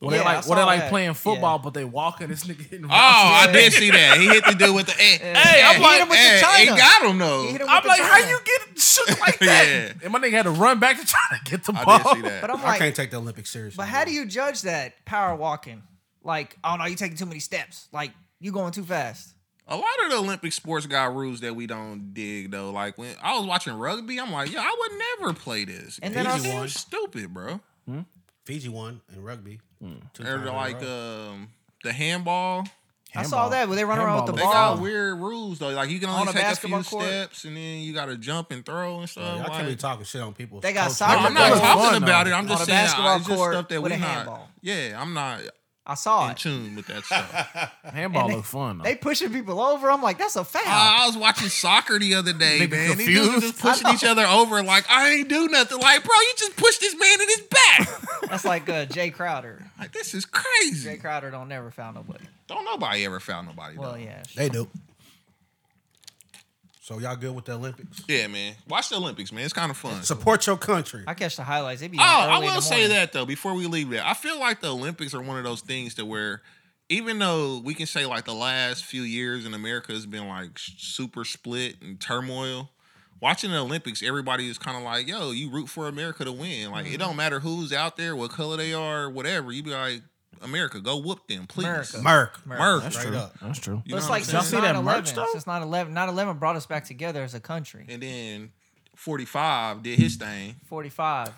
Speaker 2: Well,
Speaker 3: Yeah,
Speaker 2: they
Speaker 3: I
Speaker 2: like, well, they
Speaker 3: saw
Speaker 2: like
Speaker 3: that.
Speaker 2: playing
Speaker 3: Yeah.
Speaker 2: football, but they walking. This nigga hitting.
Speaker 1: Oh, I did see that. He hit the dude with the. eh,
Speaker 3: Yeah.
Speaker 1: Hey,
Speaker 3: Yeah,
Speaker 1: I'm
Speaker 3: he
Speaker 1: like,
Speaker 3: hit him with the
Speaker 1: eh,
Speaker 3: China.
Speaker 1: he got him though.
Speaker 3: He hit him
Speaker 2: I'm
Speaker 3: with the
Speaker 2: like, how
Speaker 3: China.
Speaker 2: you get shook like that?
Speaker 1: Yeah.
Speaker 2: And my nigga had to run back to try to get the ball.
Speaker 1: I did see that.
Speaker 3: But I'm
Speaker 4: I
Speaker 3: like,
Speaker 4: can't take the Olympics seriously.
Speaker 3: but how do you judge that power walking? Like, oh no, you taking too many steps. Like, you going too fast.
Speaker 1: A lot of the Olympic sports got rules that we don't dig though. Like when I was watching rugby, I'm like, yo, I would never play this. And
Speaker 3: And then
Speaker 1: then
Speaker 3: I
Speaker 1: I
Speaker 3: was-
Speaker 1: was stupid, bro.
Speaker 4: Fiji won in rugby. Two
Speaker 1: Or
Speaker 4: times in a
Speaker 1: like
Speaker 4: row.
Speaker 1: um the handball.
Speaker 3: I saw that where they run around with the
Speaker 1: They
Speaker 2: Handball.
Speaker 3: ball.
Speaker 1: got weird rules though. Like you can
Speaker 3: On
Speaker 1: only
Speaker 3: a
Speaker 1: take a
Speaker 3: basketball
Speaker 1: few
Speaker 3: court?
Speaker 1: steps and then you gotta jump and throw and
Speaker 4: Y'all
Speaker 1: stuff. like-
Speaker 4: can't be talking shit on people.
Speaker 3: They got
Speaker 4: coaches.
Speaker 1: No,
Speaker 3: soccer
Speaker 1: I'm not
Speaker 3: That's
Speaker 1: talking
Speaker 2: fun,
Speaker 1: about
Speaker 2: though.
Speaker 1: it. I'm
Speaker 3: On a
Speaker 1: just saying
Speaker 3: basketball
Speaker 1: I, it's just
Speaker 3: court
Speaker 1: stuff that
Speaker 3: with
Speaker 1: we
Speaker 3: a
Speaker 1: not.
Speaker 3: handball.
Speaker 1: Yeah, I'm not in
Speaker 3: I saw it.
Speaker 1: tune with that stuff.
Speaker 2: Handball
Speaker 3: And
Speaker 2: look fun. though.
Speaker 3: They pushing people over. I'm like, that's a foul.
Speaker 1: Uh, I I was watching soccer the other day,
Speaker 2: Nigga
Speaker 1: man. These dudes were
Speaker 2: confused.
Speaker 1: just pushing each other over like I ain't do nothing. Like, bro, you just pushed this man in his back.
Speaker 3: that's like uh, Jay Crowder.
Speaker 1: Like this is
Speaker 3: Jay
Speaker 1: crazy.
Speaker 3: Crowder don't never foul nobody.
Speaker 1: Don't nobody ever found nobody. though.
Speaker 3: Well, yeah.
Speaker 4: They do. So y'all good with the Olympics?
Speaker 1: yeah, man. Watch the Olympics, man. It's kind of fun.
Speaker 4: Support your country.
Speaker 3: I catch the highlights. They be
Speaker 1: oh,
Speaker 3: on
Speaker 1: I
Speaker 3: early in the
Speaker 1: will say
Speaker 3: morning.
Speaker 1: that though. Before we leave that, I feel like the Olympics are one of those things to where, even though we can say like the last few years in America has been like s- super split and turmoil. Watching the Olympics, everybody is kind of like, "Yo, you root for America to win. Like, it don't matter who's out there, what color they are, whatever. You be like, America, go whoop them, please.
Speaker 3: America.
Speaker 4: Merk.
Speaker 3: Merk.
Speaker 1: Merc,
Speaker 4: Straight
Speaker 2: That's true.
Speaker 4: up.
Speaker 2: That's true.
Speaker 1: You
Speaker 3: But it's
Speaker 1: know what
Speaker 3: like
Speaker 1: I'm
Speaker 2: Y'all
Speaker 3: since
Speaker 2: see
Speaker 1: saying?
Speaker 2: that
Speaker 3: 9
Speaker 2: merch,
Speaker 3: 11.
Speaker 2: though?
Speaker 3: Since 9 11, 9 11 brought us back together as a country.
Speaker 1: And then 45 did his thing.
Speaker 3: 45.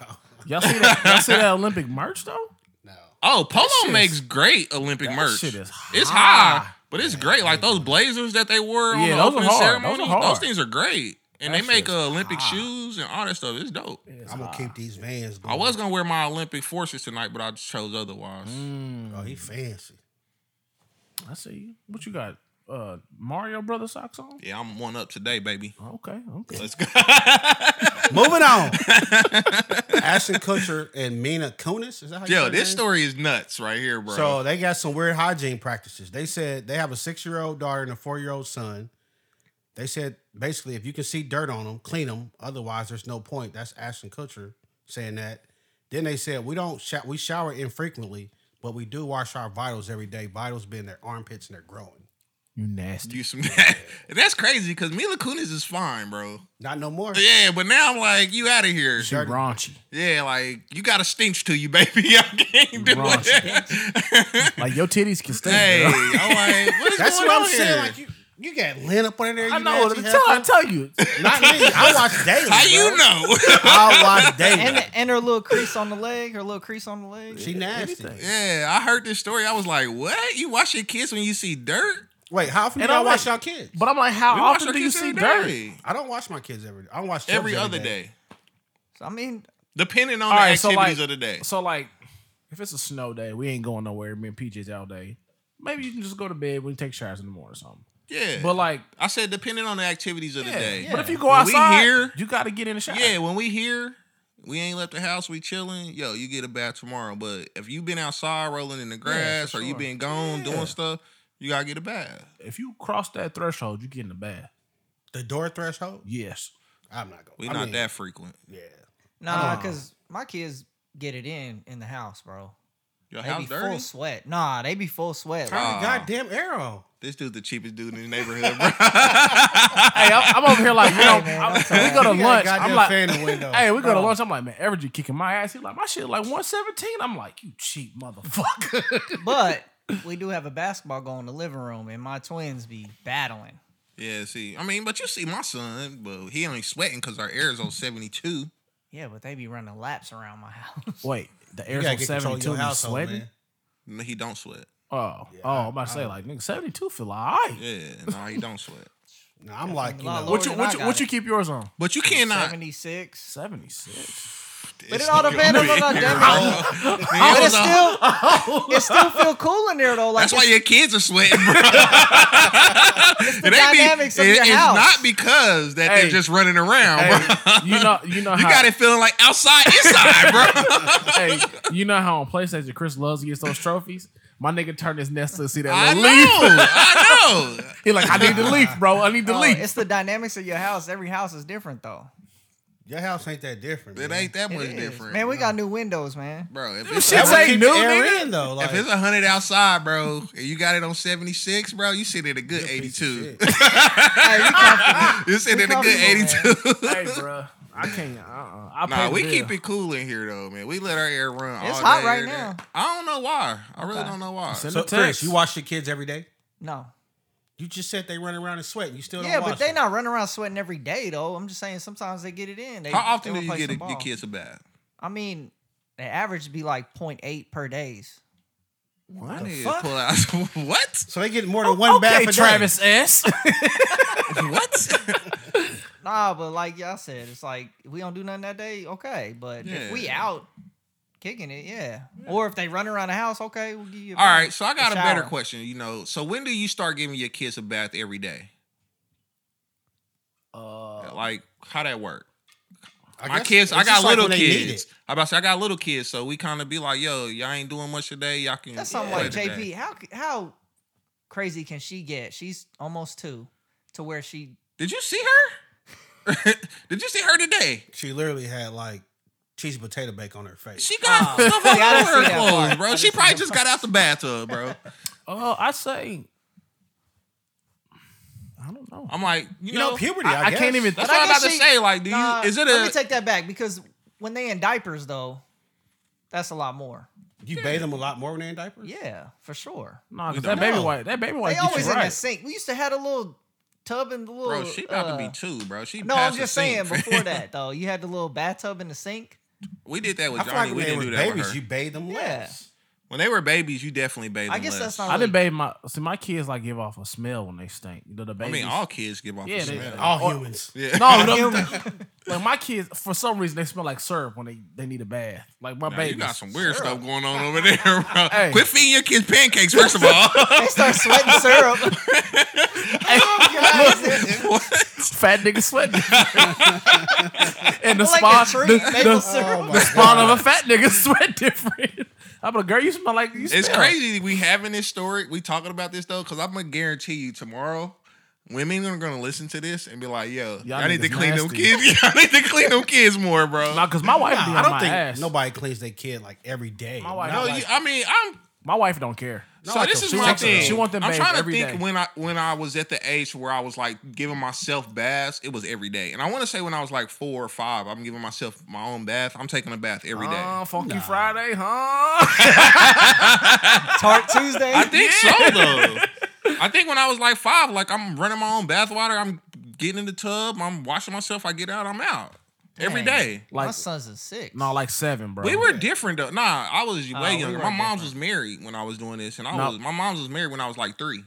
Speaker 2: Y'all see that? Y'all see that Olympic merch though?
Speaker 4: No.
Speaker 1: Oh,
Speaker 2: shit
Speaker 1: Polo
Speaker 2: is-
Speaker 1: makes great Olympic
Speaker 2: that
Speaker 1: merch.
Speaker 2: shit is
Speaker 1: it's
Speaker 2: high.
Speaker 1: high, but it's great. Like those blazers that they wore on the
Speaker 2: Yeah, those are
Speaker 1: opening
Speaker 2: hard. Those
Speaker 1: ceremony,
Speaker 2: are
Speaker 1: those,
Speaker 2: hard.
Speaker 1: things are great. And
Speaker 2: That
Speaker 1: they make
Speaker 2: shit's
Speaker 1: uh, Olympic
Speaker 2: high.
Speaker 1: shoes and all that stuff. It's dope.
Speaker 4: I'm gonna keep these vans going.
Speaker 1: I was gonna wear my Olympic forces tonight, but I chose otherwise.
Speaker 4: Oh,
Speaker 3: Mm.
Speaker 4: he fancy.
Speaker 2: I see you. What you got? Uh, Mario Brother socks on?
Speaker 1: Yeah, I'm one up today, baby.
Speaker 2: Okay, okay.
Speaker 1: Let's go.
Speaker 4: Moving on. Ashton Kutcher and Mina Kunis. Is that how you say
Speaker 1: Yo,
Speaker 4: her
Speaker 1: this
Speaker 4: name?
Speaker 1: story is nuts right here, bro.
Speaker 4: So they got some weird hygiene practices. They said they have a six year old daughter and a four year old son. They said basically, if you can see dirt on them, clean them. Otherwise, there's no point. That's Ashton Kutcher saying that. Then they said we don't sho- we shower infrequently, but we do wash our vitals every day. Vitals being their armpits and they're growing.
Speaker 2: You nasty.
Speaker 1: do some that. That's crazy because Mila Kunis is fine, bro.
Speaker 4: Not no more.
Speaker 1: Yeah, but now I'm like, you out of here.
Speaker 2: She raunchy.
Speaker 1: Yeah, like you got a stench to you, baby. I can't do
Speaker 2: Wrong
Speaker 1: it.
Speaker 2: Like your titties can stink.
Speaker 1: hey,
Speaker 2: girl.
Speaker 1: I'm like, what is
Speaker 4: That's
Speaker 1: going
Speaker 4: what I'm
Speaker 1: on
Speaker 4: saying.
Speaker 1: here?
Speaker 4: Like you, you got lint up under there. You
Speaker 2: I know.
Speaker 4: nasty
Speaker 2: Tell, I
Speaker 4: heifer.
Speaker 2: tell you.
Speaker 4: Not me. I watch daily.
Speaker 1: How you
Speaker 4: bro.
Speaker 1: know?
Speaker 4: I watch
Speaker 3: and,
Speaker 4: daily.
Speaker 3: and her little crease on the leg. Her little crease on the leg.
Speaker 4: She nasty.
Speaker 2: Anything.
Speaker 1: yeah, I heard this story. I was like, what? You wash your kids when you see dirt?
Speaker 4: Wait, how often do
Speaker 2: And
Speaker 4: y'all
Speaker 2: I'm
Speaker 4: wash
Speaker 2: like-
Speaker 4: y'all kids?
Speaker 2: But I'm like, how
Speaker 1: We wash
Speaker 2: often
Speaker 1: our
Speaker 2: do you
Speaker 1: kids
Speaker 2: see
Speaker 1: every
Speaker 2: dirt?
Speaker 1: day.
Speaker 4: I don't wash my kids every day. I don't wash Chubbs
Speaker 1: Every other day,
Speaker 3: So, I mean,
Speaker 1: depending on
Speaker 2: All
Speaker 1: the
Speaker 2: right, so
Speaker 1: activities
Speaker 2: like,
Speaker 1: of the day.
Speaker 2: so like, if it's a snow day, we ain't going nowhere. Me and PJ's all day. Maybe you can just go to bed. We can take showers in the morning or something.
Speaker 1: Yeah,
Speaker 2: But like,
Speaker 1: I said, depending on the activities of the
Speaker 2: yeah.
Speaker 1: day.
Speaker 2: But if you go
Speaker 1: When we
Speaker 2: outside,
Speaker 1: here-
Speaker 2: you got to get in the shower.
Speaker 1: Yeah, when we here, we ain't left the house, we chilling, yo, you get a bath tomorrow. But if you been outside rolling in the grass or you
Speaker 2: sure.
Speaker 1: been gone
Speaker 2: Yeah.
Speaker 1: doing stuff, you gotta get a bath.
Speaker 2: If you cross that threshold, you get in the bath.
Speaker 4: The door threshold?
Speaker 2: Yes.
Speaker 4: I'm not going.
Speaker 1: We
Speaker 4: I
Speaker 1: not
Speaker 4: mean,
Speaker 1: that frequent.
Speaker 4: Yeah.
Speaker 3: Nah,
Speaker 1: Oh.
Speaker 3: because my kids get it in in the house, bro.
Speaker 1: Your
Speaker 3: They be
Speaker 1: house dirty.
Speaker 3: full sweat. Nah, they be full sweat.
Speaker 4: Turn
Speaker 3: Like,
Speaker 1: Ah.
Speaker 4: the goddamn air on.
Speaker 1: This dude's the cheapest dude in the neighborhood, bro.
Speaker 2: hey, I'm, I'm over here like, you know,
Speaker 3: man,
Speaker 2: I'm-
Speaker 3: I'm sorry.
Speaker 2: we go to
Speaker 4: You got a
Speaker 2: lunch. I'm
Speaker 4: goddamn
Speaker 2: like,
Speaker 4: fan in the window.
Speaker 2: hey, we go to
Speaker 3: Bro.
Speaker 2: lunch. I'm like, man, average you kicking my ass. He like, my shit like 117. I'm like, you cheap motherfucker.
Speaker 3: but we do have a basketball goal in the living room, and my twins be battling.
Speaker 1: yeah, see, I mean, but you see my son, but he only sweating because our air is on seventy two.
Speaker 3: Yeah, but they be running laps around my house.
Speaker 2: Wait, the
Speaker 4: You
Speaker 2: air's
Speaker 4: gotta
Speaker 2: on
Speaker 4: get control of
Speaker 2: 72.
Speaker 4: your
Speaker 2: You
Speaker 4: household,
Speaker 2: sweating?
Speaker 4: man.
Speaker 1: No, he don't sweat.
Speaker 2: Oh,
Speaker 4: Yeah,
Speaker 2: oh,
Speaker 4: I-
Speaker 2: I'm about to
Speaker 4: I
Speaker 2: say
Speaker 4: don't-
Speaker 2: like, nigga, 72 feel like, all right.
Speaker 1: Yeah, no, he don't sweat.
Speaker 4: No, I'm like, you
Speaker 3: a lot
Speaker 4: know,
Speaker 3: lower.
Speaker 2: What you
Speaker 3: than
Speaker 2: what
Speaker 3: I
Speaker 2: you,
Speaker 3: got
Speaker 2: what you
Speaker 3: it.
Speaker 2: keep yours on?
Speaker 1: But you cannot.
Speaker 3: Seventy six.
Speaker 2: 76.
Speaker 3: But it all depends on
Speaker 1: You're
Speaker 3: the
Speaker 1: old.
Speaker 3: damn
Speaker 1: You're old.
Speaker 3: But it still, it still feel cool in there though. Like
Speaker 1: That's why your kids are sweating, bro. it's
Speaker 3: the dynamics of your
Speaker 1: it's
Speaker 3: house.
Speaker 1: not because that
Speaker 2: Hey.
Speaker 1: they're just running around, bro.
Speaker 2: Hey, you know, you know
Speaker 1: You
Speaker 2: how
Speaker 1: got it feeling like outside, inside, bro.
Speaker 2: hey, you know how on PlayStation Chris loves to get those trophies? My nigga turned his nest to see
Speaker 1: I
Speaker 2: that
Speaker 1: know.
Speaker 2: little leaf.
Speaker 1: I know.
Speaker 2: He like, I need the leaf, bro. I need the
Speaker 3: Oh,
Speaker 2: leaf.
Speaker 3: it's the dynamics of your house. Every house is different though.
Speaker 4: your house ain't that different.
Speaker 1: It
Speaker 4: man.
Speaker 1: ain't that
Speaker 3: It
Speaker 1: much
Speaker 3: is.
Speaker 1: different.
Speaker 3: Man, we got new windows, man.
Speaker 1: bro. If
Speaker 2: Them
Speaker 1: it's,
Speaker 2: shits
Speaker 1: if
Speaker 4: That would
Speaker 2: ain't
Speaker 4: keep
Speaker 2: new,
Speaker 4: the air
Speaker 2: nigga.
Speaker 4: in, though. Like,
Speaker 1: it's a hundred outside, bro, and you got it on seventy six, bro, you sitting at a good eighty
Speaker 4: piece of
Speaker 1: two.
Speaker 4: shit.
Speaker 3: Hey, you comfortable.
Speaker 1: You sitting at a good eighty
Speaker 3: Comfortable,
Speaker 1: two.
Speaker 2: hey, bro. I can't. Uh-uh. I
Speaker 1: Nah,
Speaker 2: pay
Speaker 1: we
Speaker 2: the
Speaker 1: keep
Speaker 2: bill.
Speaker 1: it cool in here though, man. We let our air run.
Speaker 3: It's
Speaker 1: all
Speaker 3: hot
Speaker 1: day,
Speaker 3: right
Speaker 1: every day.
Speaker 3: now.
Speaker 1: I don't know why. I really don't know why.
Speaker 2: Send
Speaker 4: So,
Speaker 2: a text.
Speaker 4: Chris, you wash your kids every day?
Speaker 3: no.
Speaker 4: You just said they run around and sweat. and You still don't
Speaker 3: Yeah,
Speaker 4: wash
Speaker 3: but they
Speaker 4: them.
Speaker 3: not running around sweating every day though. I'm just saying sometimes they get it in. They,
Speaker 1: How often
Speaker 3: they
Speaker 1: do you
Speaker 3: wanna play
Speaker 1: get a,
Speaker 3: some
Speaker 1: your
Speaker 3: ball.
Speaker 1: kids a bath?
Speaker 3: I mean, the average would be like 0.8 per days.
Speaker 1: I
Speaker 2: what?
Speaker 1: need
Speaker 4: fuck?
Speaker 1: to pull out. what?
Speaker 4: So they get more than one bath a
Speaker 2: Oh, okay,
Speaker 4: day.
Speaker 2: Travis S.
Speaker 1: What?
Speaker 3: Nah, but like y'all said, it's like if we don't do nothing that day, okay. But if we
Speaker 1: Yeah.
Speaker 3: out kicking it, yeah. Or if they run around the house, okay, we'll give you. a
Speaker 1: All
Speaker 3: break,
Speaker 1: right, so I got a better
Speaker 3: shower.
Speaker 1: question. You know, so when do you start giving your kids a bath every day?
Speaker 2: uh,
Speaker 1: Like, how that work?
Speaker 4: I
Speaker 1: My
Speaker 4: guess
Speaker 1: kids,
Speaker 4: it's
Speaker 1: I got
Speaker 4: just like
Speaker 1: little
Speaker 4: when they need
Speaker 1: kids.
Speaker 4: it.
Speaker 1: I about to say I got little kids, so we kind of be like, yo, y'all ain't doing much today. Y'all can.
Speaker 3: That's something
Speaker 1: play
Speaker 3: like
Speaker 1: today.
Speaker 3: JP. How how crazy can she get? She's almost two, to where she
Speaker 1: Did you see her? Did you see her today?
Speaker 4: She literally had like cheese and potato bake on her face.
Speaker 1: She got
Speaker 3: Oh.
Speaker 1: stuff all
Speaker 3: Yeah, I didn't
Speaker 1: over
Speaker 3: see
Speaker 1: her
Speaker 3: that part.
Speaker 1: clothes,
Speaker 3: I
Speaker 1: bro.
Speaker 3: didn't
Speaker 1: She
Speaker 3: see
Speaker 1: probably
Speaker 3: that
Speaker 1: just got out the bathtub, bro.
Speaker 2: oh, I say. I don't know.
Speaker 1: I'm like, you,
Speaker 4: you
Speaker 1: know,
Speaker 4: know, puberty.
Speaker 2: I,
Speaker 4: I,
Speaker 2: I can't
Speaker 4: guess.
Speaker 2: even.
Speaker 1: that's
Speaker 3: But I
Speaker 1: what I'm about
Speaker 3: guess
Speaker 1: to
Speaker 3: she-
Speaker 1: say. Like, do
Speaker 3: Nah,
Speaker 1: you? Is it
Speaker 3: Let me
Speaker 1: a?
Speaker 3: take that back because when they in diapers though, that's a lot more.
Speaker 4: You bathe them a lot more when they're in diapers.
Speaker 3: Yeah, for sure.
Speaker 2: Nah, 'cause
Speaker 1: We
Speaker 2: that
Speaker 1: don't
Speaker 2: baby
Speaker 4: know.
Speaker 2: white. That baby
Speaker 3: They
Speaker 2: white. get you
Speaker 3: always in
Speaker 2: right.
Speaker 3: that sink. We used to have a little tub and the little.
Speaker 1: Bro, she about to
Speaker 3: uh,
Speaker 1: be two, bro. She
Speaker 3: No, I'm
Speaker 1: past the
Speaker 3: just saying.
Speaker 1: sink,
Speaker 3: Before
Speaker 1: fam.
Speaker 3: that though, you had the little bathtub in the sink.
Speaker 1: we did that with
Speaker 4: I feel
Speaker 1: Johnny.
Speaker 4: like
Speaker 1: we
Speaker 4: when they
Speaker 1: didn't
Speaker 4: were
Speaker 1: do that with
Speaker 4: babies,
Speaker 1: her.
Speaker 4: you bathe them
Speaker 3: Yeah.
Speaker 4: less.
Speaker 1: When they were babies, you definitely bathed
Speaker 3: I
Speaker 1: them
Speaker 3: guess
Speaker 1: less.
Speaker 3: that's not-
Speaker 2: I didn't bathe my. See, my kids like give off a smell when they stink. The,
Speaker 1: I
Speaker 2: the babies.
Speaker 1: mean, all kids give off
Speaker 2: Yeah,
Speaker 1: a
Speaker 2: they-
Speaker 1: smell.
Speaker 4: All
Speaker 2: Or-
Speaker 4: humans.
Speaker 1: yeah.
Speaker 2: No, no, like my kids for some reason they smell like syrup when they, they need a bath. Like my
Speaker 1: Now,
Speaker 2: baby.
Speaker 1: you got some weird stuff going on over there, bro.
Speaker 2: Hey.
Speaker 1: Quit feeding your kids pancakes, first of all.
Speaker 3: They start sweating syrup.
Speaker 1: Oh,
Speaker 2: fat nigga sweat. and the
Speaker 3: Like
Speaker 2: spawn,
Speaker 3: a tree,
Speaker 2: the,
Speaker 3: maple
Speaker 2: the-
Speaker 3: syrup.
Speaker 4: Oh my
Speaker 2: the spawn
Speaker 4: God.
Speaker 2: of a fat nigga sweat different. I'm like, girl, you smell like you
Speaker 1: It's
Speaker 2: smell.
Speaker 1: crazy that we having this story. We talking about this though, because I'm gonna guarantee you tomorrow, women are gonna listen to this and be like, "Yo, y'all, need to
Speaker 2: niggas
Speaker 1: clean them
Speaker 2: nasty.
Speaker 1: kids. Y'all need to clean them kids more, bro."
Speaker 2: Nah, cause my wife be
Speaker 4: Nah,
Speaker 2: on
Speaker 4: I don't
Speaker 2: my
Speaker 4: think
Speaker 2: ass.
Speaker 4: nobody cleans their kid like every day.
Speaker 2: My wife-
Speaker 1: no,
Speaker 4: Not like-
Speaker 1: you, I mean, I'm.
Speaker 2: My wife don't care.
Speaker 1: so
Speaker 4: like
Speaker 1: this
Speaker 4: a
Speaker 1: is
Speaker 2: she
Speaker 1: my
Speaker 2: wants them-
Speaker 1: thing.
Speaker 2: she want them
Speaker 1: I'm
Speaker 2: bathed
Speaker 1: trying to
Speaker 2: every
Speaker 1: think
Speaker 2: day.
Speaker 1: when I when I was at the age where I was like giving myself baths. It was every day, and I want to say when I was like four or five, I'm giving myself my own bath. I'm taking a bath every day.
Speaker 2: Uh, Funky Friday, huh?
Speaker 3: Tart Tuesday.
Speaker 1: I think so though. I think when I was like five, like I'm running my own bathwater. I'm getting in the tub. I'm washing myself. I get out. I'm out every
Speaker 3: Dang.
Speaker 1: day.
Speaker 3: my
Speaker 2: like
Speaker 3: son's a six.
Speaker 2: no, like seven, bro.
Speaker 1: We were different though. Nah, I was way
Speaker 3: we
Speaker 1: younger.
Speaker 3: were
Speaker 1: my mom's
Speaker 3: different.
Speaker 1: was married when I was doing this, and I
Speaker 2: No.
Speaker 1: was my mom's was married when I was like three.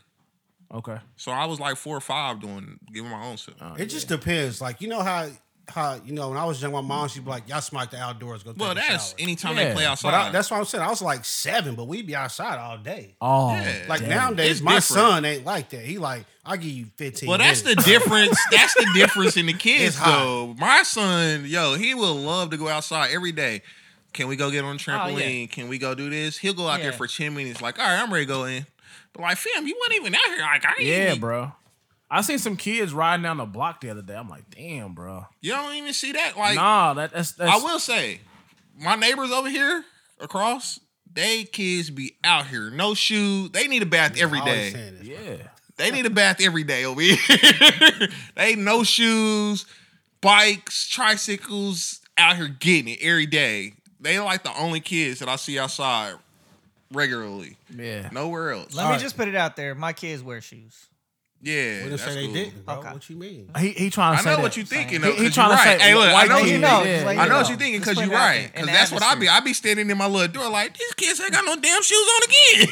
Speaker 2: okay.
Speaker 1: So I was like four or five doing giving my own stuff.
Speaker 4: Oh, It just depends. Like you know how how you know when I was young, my mom she'd be like, "Y'all smack the outdoors, go." Take
Speaker 1: Well,
Speaker 4: a
Speaker 1: that's
Speaker 4: shower."
Speaker 1: anytime
Speaker 2: Yeah,
Speaker 1: they play
Speaker 2: but I-
Speaker 1: outside.
Speaker 4: But I, that's what I'm saying. I was like seven, but we'd be outside all day.
Speaker 2: Oh,
Speaker 1: Yeah.
Speaker 4: Like
Speaker 1: Damn.
Speaker 4: nowadays,
Speaker 1: It's
Speaker 4: my
Speaker 1: different.
Speaker 4: son ain't like that. He like, I give you 15.
Speaker 1: well, that's the
Speaker 4: minutes."
Speaker 1: difference. That's the difference in the
Speaker 4: It's
Speaker 1: kids,
Speaker 4: hot.
Speaker 1: though. My son, yo, he will love to go outside every day. Can we go get on the
Speaker 3: Oh,
Speaker 1: trampoline?
Speaker 3: yeah.
Speaker 1: Can we go do this? He'll go out there
Speaker 3: Yeah.
Speaker 1: for ten minutes. Like, all right, I'm ready to go in. But like, fam, you weren't even out here. Like, I didn't
Speaker 2: yeah,
Speaker 1: even-
Speaker 2: bro. I seen some kids riding down the block the other day. I'm like, damn, bro.
Speaker 1: You don't even see that. Like,
Speaker 2: nah, that, that's that's.
Speaker 1: I will say, my neighbors over here across, they kids be out here, no shoes. They need a bath every
Speaker 4: I always
Speaker 1: day.
Speaker 4: saying this.
Speaker 2: Yeah.
Speaker 1: They need a bath every day over here. they no shoes, bikes, tricycles out here getting it every day. They like the only kids that I see outside regularly.
Speaker 2: Yeah.
Speaker 1: Nowhere else.
Speaker 3: Let me
Speaker 4: Alright.
Speaker 3: just put it out there. My kids wear shoes.
Speaker 1: Yeah,
Speaker 4: We didn't
Speaker 1: that's
Speaker 4: say they
Speaker 1: cool.
Speaker 4: didn't, bro.
Speaker 3: Okay.
Speaker 4: What you mean?
Speaker 2: He he trying to
Speaker 1: I
Speaker 2: say
Speaker 1: know
Speaker 2: that.
Speaker 1: what you're thinking.
Speaker 3: He-
Speaker 1: Though,
Speaker 2: he
Speaker 1: 'cause
Speaker 2: trying
Speaker 1: you're
Speaker 2: to
Speaker 1: right.
Speaker 2: say
Speaker 1: Hey, look, I
Speaker 2: white
Speaker 1: know
Speaker 2: kids.
Speaker 1: you
Speaker 2: know,
Speaker 3: just let
Speaker 1: I
Speaker 3: you
Speaker 1: know what you're thinking
Speaker 3: Just
Speaker 1: because
Speaker 3: put
Speaker 1: you're
Speaker 3: it out
Speaker 1: right.
Speaker 3: there in
Speaker 1: Because
Speaker 3: the
Speaker 1: that's what I be.
Speaker 3: atmosphere.
Speaker 1: I be standing in my little door like these kids ain't got no damn shoes on again.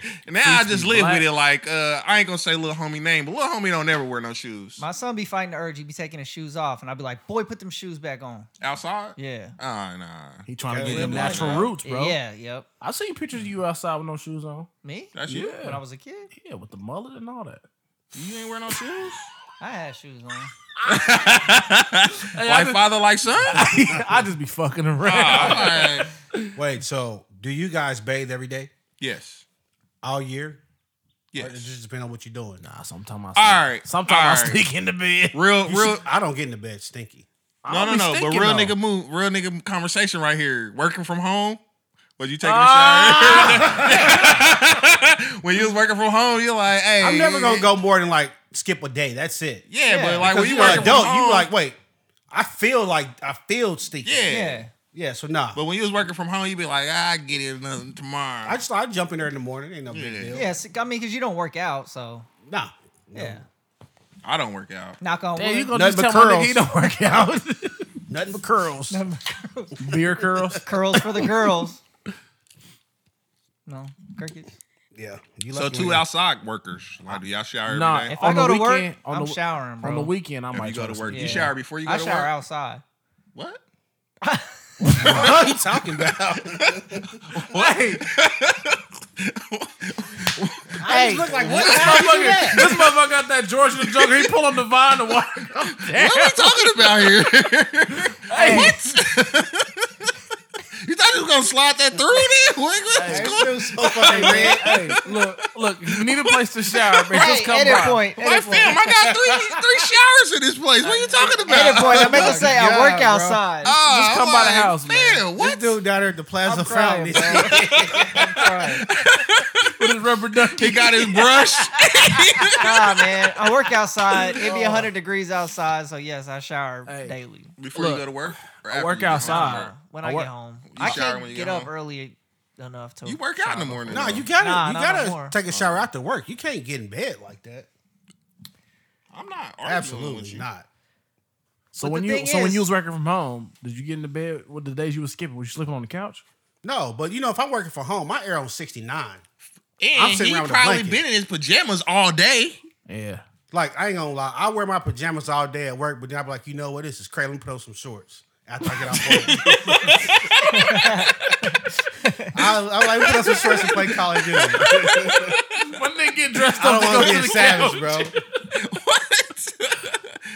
Speaker 1: and now I
Speaker 2: Please
Speaker 1: just
Speaker 2: be
Speaker 1: live
Speaker 2: black.
Speaker 1: with it. Like uh, I ain't gonna say little homie name, but little homie don't never wear no shoes
Speaker 3: My son be fighting the urge. He be taking his shoes off, and I be like, "Boy, put them shoes back on."
Speaker 1: outside.
Speaker 3: Yeah.
Speaker 1: Oh nah,
Speaker 2: He trying to
Speaker 4: Yeah,
Speaker 2: get
Speaker 4: live
Speaker 2: them
Speaker 4: like
Speaker 2: natural
Speaker 4: that.
Speaker 2: roots, bro.
Speaker 3: Yeah. Yep.
Speaker 2: I seen pictures of you outside with no shoes on.
Speaker 3: Me
Speaker 1: that's you.
Speaker 2: Yeah.
Speaker 3: when I was a kid,
Speaker 2: Yeah, with the mullet and all that.
Speaker 1: You ain't wear no shoes.
Speaker 3: I had shoes on.
Speaker 2: I
Speaker 1: like
Speaker 2: just-
Speaker 1: father, like son.
Speaker 2: I just be fucking around.
Speaker 1: Ah, alright.
Speaker 4: Wait, so do you guys bathe every day,
Speaker 1: Yes.
Speaker 4: all year? Or it
Speaker 1: Yes.
Speaker 4: just depends on what you're doing.
Speaker 2: Nah, sometimes I sneak,
Speaker 1: All right, all
Speaker 2: sometimes
Speaker 1: right.
Speaker 2: I sneak in the bed.
Speaker 1: Real,
Speaker 4: You
Speaker 1: real.
Speaker 4: should- I don't get in the bed stinky.
Speaker 1: No, no, no. But real nigga
Speaker 2: move.
Speaker 1: move, real nigga conversation right here. Working from home. Was you taking a shower? when you was working from home, you're like, hey.
Speaker 4: Ah! I'm never gonna go more than like skip a day. That's it.
Speaker 1: Yeah,
Speaker 3: Yeah,
Speaker 1: but like when
Speaker 4: Because
Speaker 1: you
Speaker 4: you are
Speaker 1: working
Speaker 4: an adult,
Speaker 1: from
Speaker 4: you
Speaker 1: home,
Speaker 4: like, wait, I feel like I feel stinky.
Speaker 1: yeah.
Speaker 3: Yeah.
Speaker 4: Yeah, so nah.
Speaker 1: But when you was working from home, you be like, "Ah, I get it another tomorrow.
Speaker 4: I just I jump in there in the morning. Ain't no big
Speaker 1: Yeah.
Speaker 4: deal.
Speaker 3: Yes. I mean, because you don't work out, so
Speaker 4: Nah.
Speaker 3: yeah.
Speaker 1: I don't work out.
Speaker 3: Knock on
Speaker 2: Damn, you
Speaker 3: wood.
Speaker 2: gonna just
Speaker 4: Nothing
Speaker 2: tell
Speaker 4: but
Speaker 2: my nigga he don't work out?
Speaker 4: Nothing but curls.
Speaker 2: Beer curls.
Speaker 3: Curls for the girls. No crickets.
Speaker 4: Yeah. You
Speaker 1: So
Speaker 4: lucky
Speaker 1: two
Speaker 4: when-
Speaker 1: outside workers. Like, do y'all shower every day?
Speaker 2: Nah,
Speaker 3: If
Speaker 2: On
Speaker 3: I go
Speaker 2: the
Speaker 3: to work,
Speaker 2: weekend- on
Speaker 3: I'm
Speaker 2: the-
Speaker 3: showering, bro.
Speaker 2: On the weekend, I
Speaker 1: If
Speaker 2: might
Speaker 1: you go to work, you
Speaker 3: Yeah.
Speaker 1: shower before you go
Speaker 3: I
Speaker 1: to
Speaker 3: shower
Speaker 1: work.
Speaker 3: outside.
Speaker 1: What?
Speaker 4: What are you talking about?
Speaker 2: Wait,
Speaker 4: I just look like what?
Speaker 2: this motherfucker, this motherfucker got that George the Joker. He pull on the vine to walk. Damn.
Speaker 1: What are we talking about here?
Speaker 2: Hey,
Speaker 1: you thought you was gonna slide that through there? What- what's
Speaker 4: That
Speaker 1: going-
Speaker 4: shit was so fucking red.
Speaker 2: hey, look, look. If you need a place to shower, man,
Speaker 3: Hey,
Speaker 2: just come
Speaker 3: edit
Speaker 2: by.
Speaker 3: point.
Speaker 1: My
Speaker 3: Edit
Speaker 1: fam,
Speaker 3: point.
Speaker 1: I got three three showers in this place. What are you talking
Speaker 3: Edit point. I
Speaker 1: about?
Speaker 3: meant to say I
Speaker 4: God,
Speaker 3: work
Speaker 4: bro.
Speaker 3: outside.
Speaker 1: Oh,
Speaker 2: Just come
Speaker 1: I'm
Speaker 2: by the
Speaker 1: like,
Speaker 2: house, man.
Speaker 1: fam,
Speaker 4: This
Speaker 1: What?
Speaker 4: dude down there at the Plaza
Speaker 3: I'm
Speaker 4: Fountain.
Speaker 3: crying, bro. I'm crying.
Speaker 2: With his rubber ducky.
Speaker 1: He got his brush.
Speaker 3: Nah, Ah, man. I work outside. It'd be 100 degrees outside, so yes, I shower
Speaker 2: Oh. Hey.
Speaker 3: daily.
Speaker 1: Before you
Speaker 2: Look,
Speaker 1: go to work? or
Speaker 2: I
Speaker 1: after
Speaker 2: work
Speaker 1: you get home from
Speaker 2: outside.
Speaker 1: work?
Speaker 3: When
Speaker 2: I
Speaker 3: I,
Speaker 2: work-
Speaker 3: get home,
Speaker 1: You
Speaker 3: I
Speaker 1: shower
Speaker 3: can't
Speaker 1: when you
Speaker 3: get,
Speaker 1: get
Speaker 3: up
Speaker 1: home?
Speaker 3: early enough to.
Speaker 1: You work out in the
Speaker 3: shower.
Speaker 1: morning.
Speaker 4: No,
Speaker 1: though.
Speaker 4: you gotta
Speaker 3: Nah,
Speaker 4: you
Speaker 3: not
Speaker 4: gotta
Speaker 3: no more.
Speaker 4: take a shower after work. You can't get in bed like that.
Speaker 1: I'm not arguing with
Speaker 4: Absolutely
Speaker 1: you.
Speaker 4: not.
Speaker 2: So
Speaker 3: But
Speaker 2: when
Speaker 3: the
Speaker 2: you
Speaker 3: thing
Speaker 2: so when
Speaker 3: is-
Speaker 2: you was working from home, did you get in the bed with the days you was skipping? Were you sleeping on the couch?
Speaker 4: No, but you know, if I'm working from home, my air on 69.
Speaker 1: And
Speaker 4: I'm sitting
Speaker 1: he
Speaker 4: around with a
Speaker 1: probably
Speaker 4: blanket.
Speaker 1: been in his pajamas all day.
Speaker 2: Yeah.
Speaker 4: Like, I ain't gonna lie, I wear my pajamas all day at work, but then i be like, you know what, this is crazy. Let me put on some shorts after I get off work. I, I like put on some shorts and play Call of Duty. I
Speaker 2: When they get dressed up
Speaker 4: don't
Speaker 2: to
Speaker 4: want
Speaker 2: go
Speaker 4: to
Speaker 2: to
Speaker 4: be a
Speaker 2: the
Speaker 4: savage,
Speaker 2: savage,
Speaker 4: bro.
Speaker 1: What?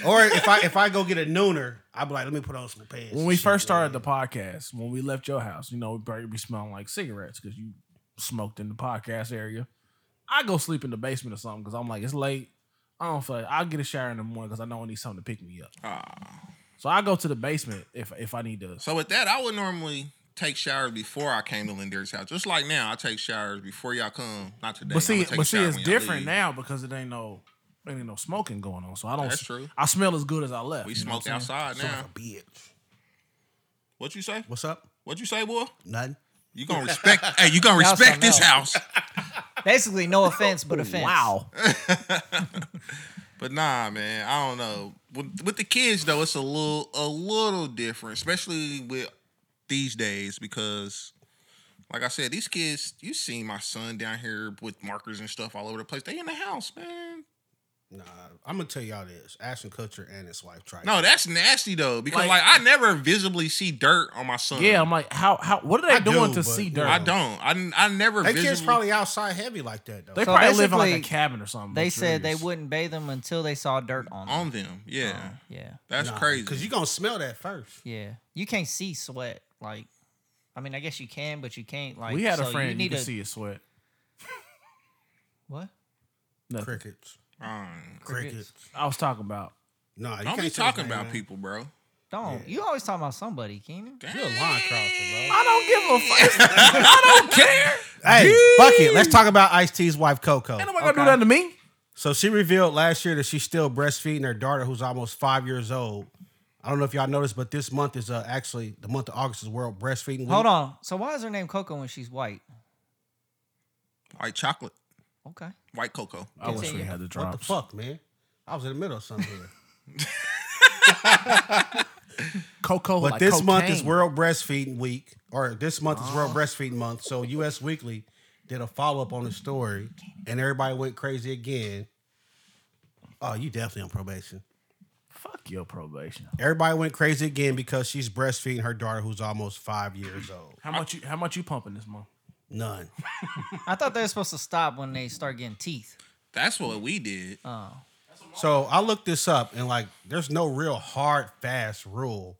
Speaker 4: Or if I if I go get a nooner, I'll be like, let me put on some pants.
Speaker 2: When
Speaker 4: and
Speaker 2: we
Speaker 4: shit,
Speaker 2: first started the
Speaker 4: man.
Speaker 2: podcast, when we left your house, you know, we probably be smelling like cigarettes because you smoked in the podcast area. I go sleep in the basement or something because I'm like, it's late. I don't feel like I'll get a shower in the morning because I know I need something to pick me up. So I go to the basement if if I need to.
Speaker 1: so with that, I would normally take showers before I came to Lindary's house. Just like now, I take showers before y'all come. Not today.
Speaker 2: But see,
Speaker 1: I'ma take a
Speaker 2: but see,
Speaker 1: shower
Speaker 2: it's
Speaker 1: when y'all
Speaker 2: different
Speaker 1: leave.
Speaker 2: now because it ain't no ain't no smoking going on. So I don't.
Speaker 1: That's true.
Speaker 2: I smell as good as I left.
Speaker 1: We
Speaker 2: you know
Speaker 1: smoke
Speaker 2: what I'm saying?
Speaker 1: outside
Speaker 4: Son
Speaker 1: now.
Speaker 4: of a bitch.
Speaker 1: What you say?
Speaker 4: What's up?
Speaker 1: What you say, boy?
Speaker 4: Nothing.
Speaker 1: You gonna respect? hey, you gonna
Speaker 3: Y'all
Speaker 1: respect this
Speaker 3: something
Speaker 1: house?
Speaker 3: Basically, no offense, but offense.
Speaker 2: Wow.
Speaker 1: But nah, man, I don't know. With, with the kids though, it's a little a little different, especially with these days because, like I said, these kids. You seen my son down here with markers and stuff all over the place. They in the house, man.
Speaker 4: Nah, I'm gonna tell y'all this. Ashton Kutcher and his wife tried.
Speaker 1: No, that's nasty though, because
Speaker 2: Like-
Speaker 1: like, I never visibly see dirt on my son.
Speaker 2: Yeah, I'm like, how how what are they
Speaker 4: I
Speaker 2: doing
Speaker 4: do,
Speaker 2: to
Speaker 4: but-
Speaker 2: see dirt?
Speaker 1: I don't. I, I never.
Speaker 4: that kid's
Speaker 1: visibly-
Speaker 4: probably outside heavy like that though.
Speaker 2: They
Speaker 3: So
Speaker 2: probably live in like a
Speaker 3: basically,
Speaker 2: cabin or something.
Speaker 3: They
Speaker 2: with
Speaker 3: said they
Speaker 2: trees.
Speaker 3: wouldn't bathe them until they saw dirt on them.
Speaker 1: on them. Oh, Yeah,
Speaker 3: yeah,
Speaker 1: that's crazy.
Speaker 4: Because you gonna smell that first.
Speaker 3: yeah. You can't see sweat. Like, I mean, I guess you can, but you can't. Like,
Speaker 2: We had a
Speaker 3: so
Speaker 2: friend
Speaker 3: You
Speaker 2: you,
Speaker 3: need
Speaker 2: could
Speaker 3: to-
Speaker 2: see his sweat.
Speaker 3: What?
Speaker 2: Nothing.
Speaker 4: Crickets.
Speaker 1: Um,
Speaker 4: Crickets.
Speaker 3: Crickets.
Speaker 2: I was talking about
Speaker 4: Nah, you
Speaker 1: don't
Speaker 4: can't
Speaker 1: be
Speaker 4: say
Speaker 1: talking
Speaker 4: his name,
Speaker 1: about
Speaker 4: man.
Speaker 1: people, bro.
Speaker 3: Don't. You always talking about somebody, Keenan.
Speaker 4: You're a line crosser, bro.
Speaker 2: I don't give a fuck. I don't care.
Speaker 4: Hey, bucket. Let's talk about Ice T's wife, Coco.
Speaker 2: Ain't nobody gonna do that to me.
Speaker 4: So she revealed last year that she's still breastfeeding her daughter, who's almost five years old. I don't know if y'all noticed, but this month is uh, actually the month of August is World Breastfeeding Week.
Speaker 3: Hold on. So why is her name Coco when she's white?
Speaker 1: White chocolate,
Speaker 3: Okay.
Speaker 1: white cocoa.
Speaker 2: I wish we
Speaker 3: Continue.
Speaker 2: had the
Speaker 4: What the
Speaker 2: drops.
Speaker 4: fuck, man? I was in the middle of something here.
Speaker 2: Coco,
Speaker 4: But
Speaker 2: like
Speaker 4: this month is
Speaker 2: cocaine.
Speaker 4: World Breastfeeding Week, or this month is World Breastfeeding Month. So U.S. Weekly did a follow up on the story, and everybody went crazy again. Oh, you definitely on probation.
Speaker 2: Fuck your probation.
Speaker 4: Everybody went crazy again because she's breastfeeding her daughter, who's almost five years old.
Speaker 2: How much you how much you pumping this month?
Speaker 4: None.
Speaker 3: I thought they were supposed to stop when they start getting teeth. Oh.
Speaker 1: That's what we did.
Speaker 4: So I looked this up and like there's no real hard fast rule.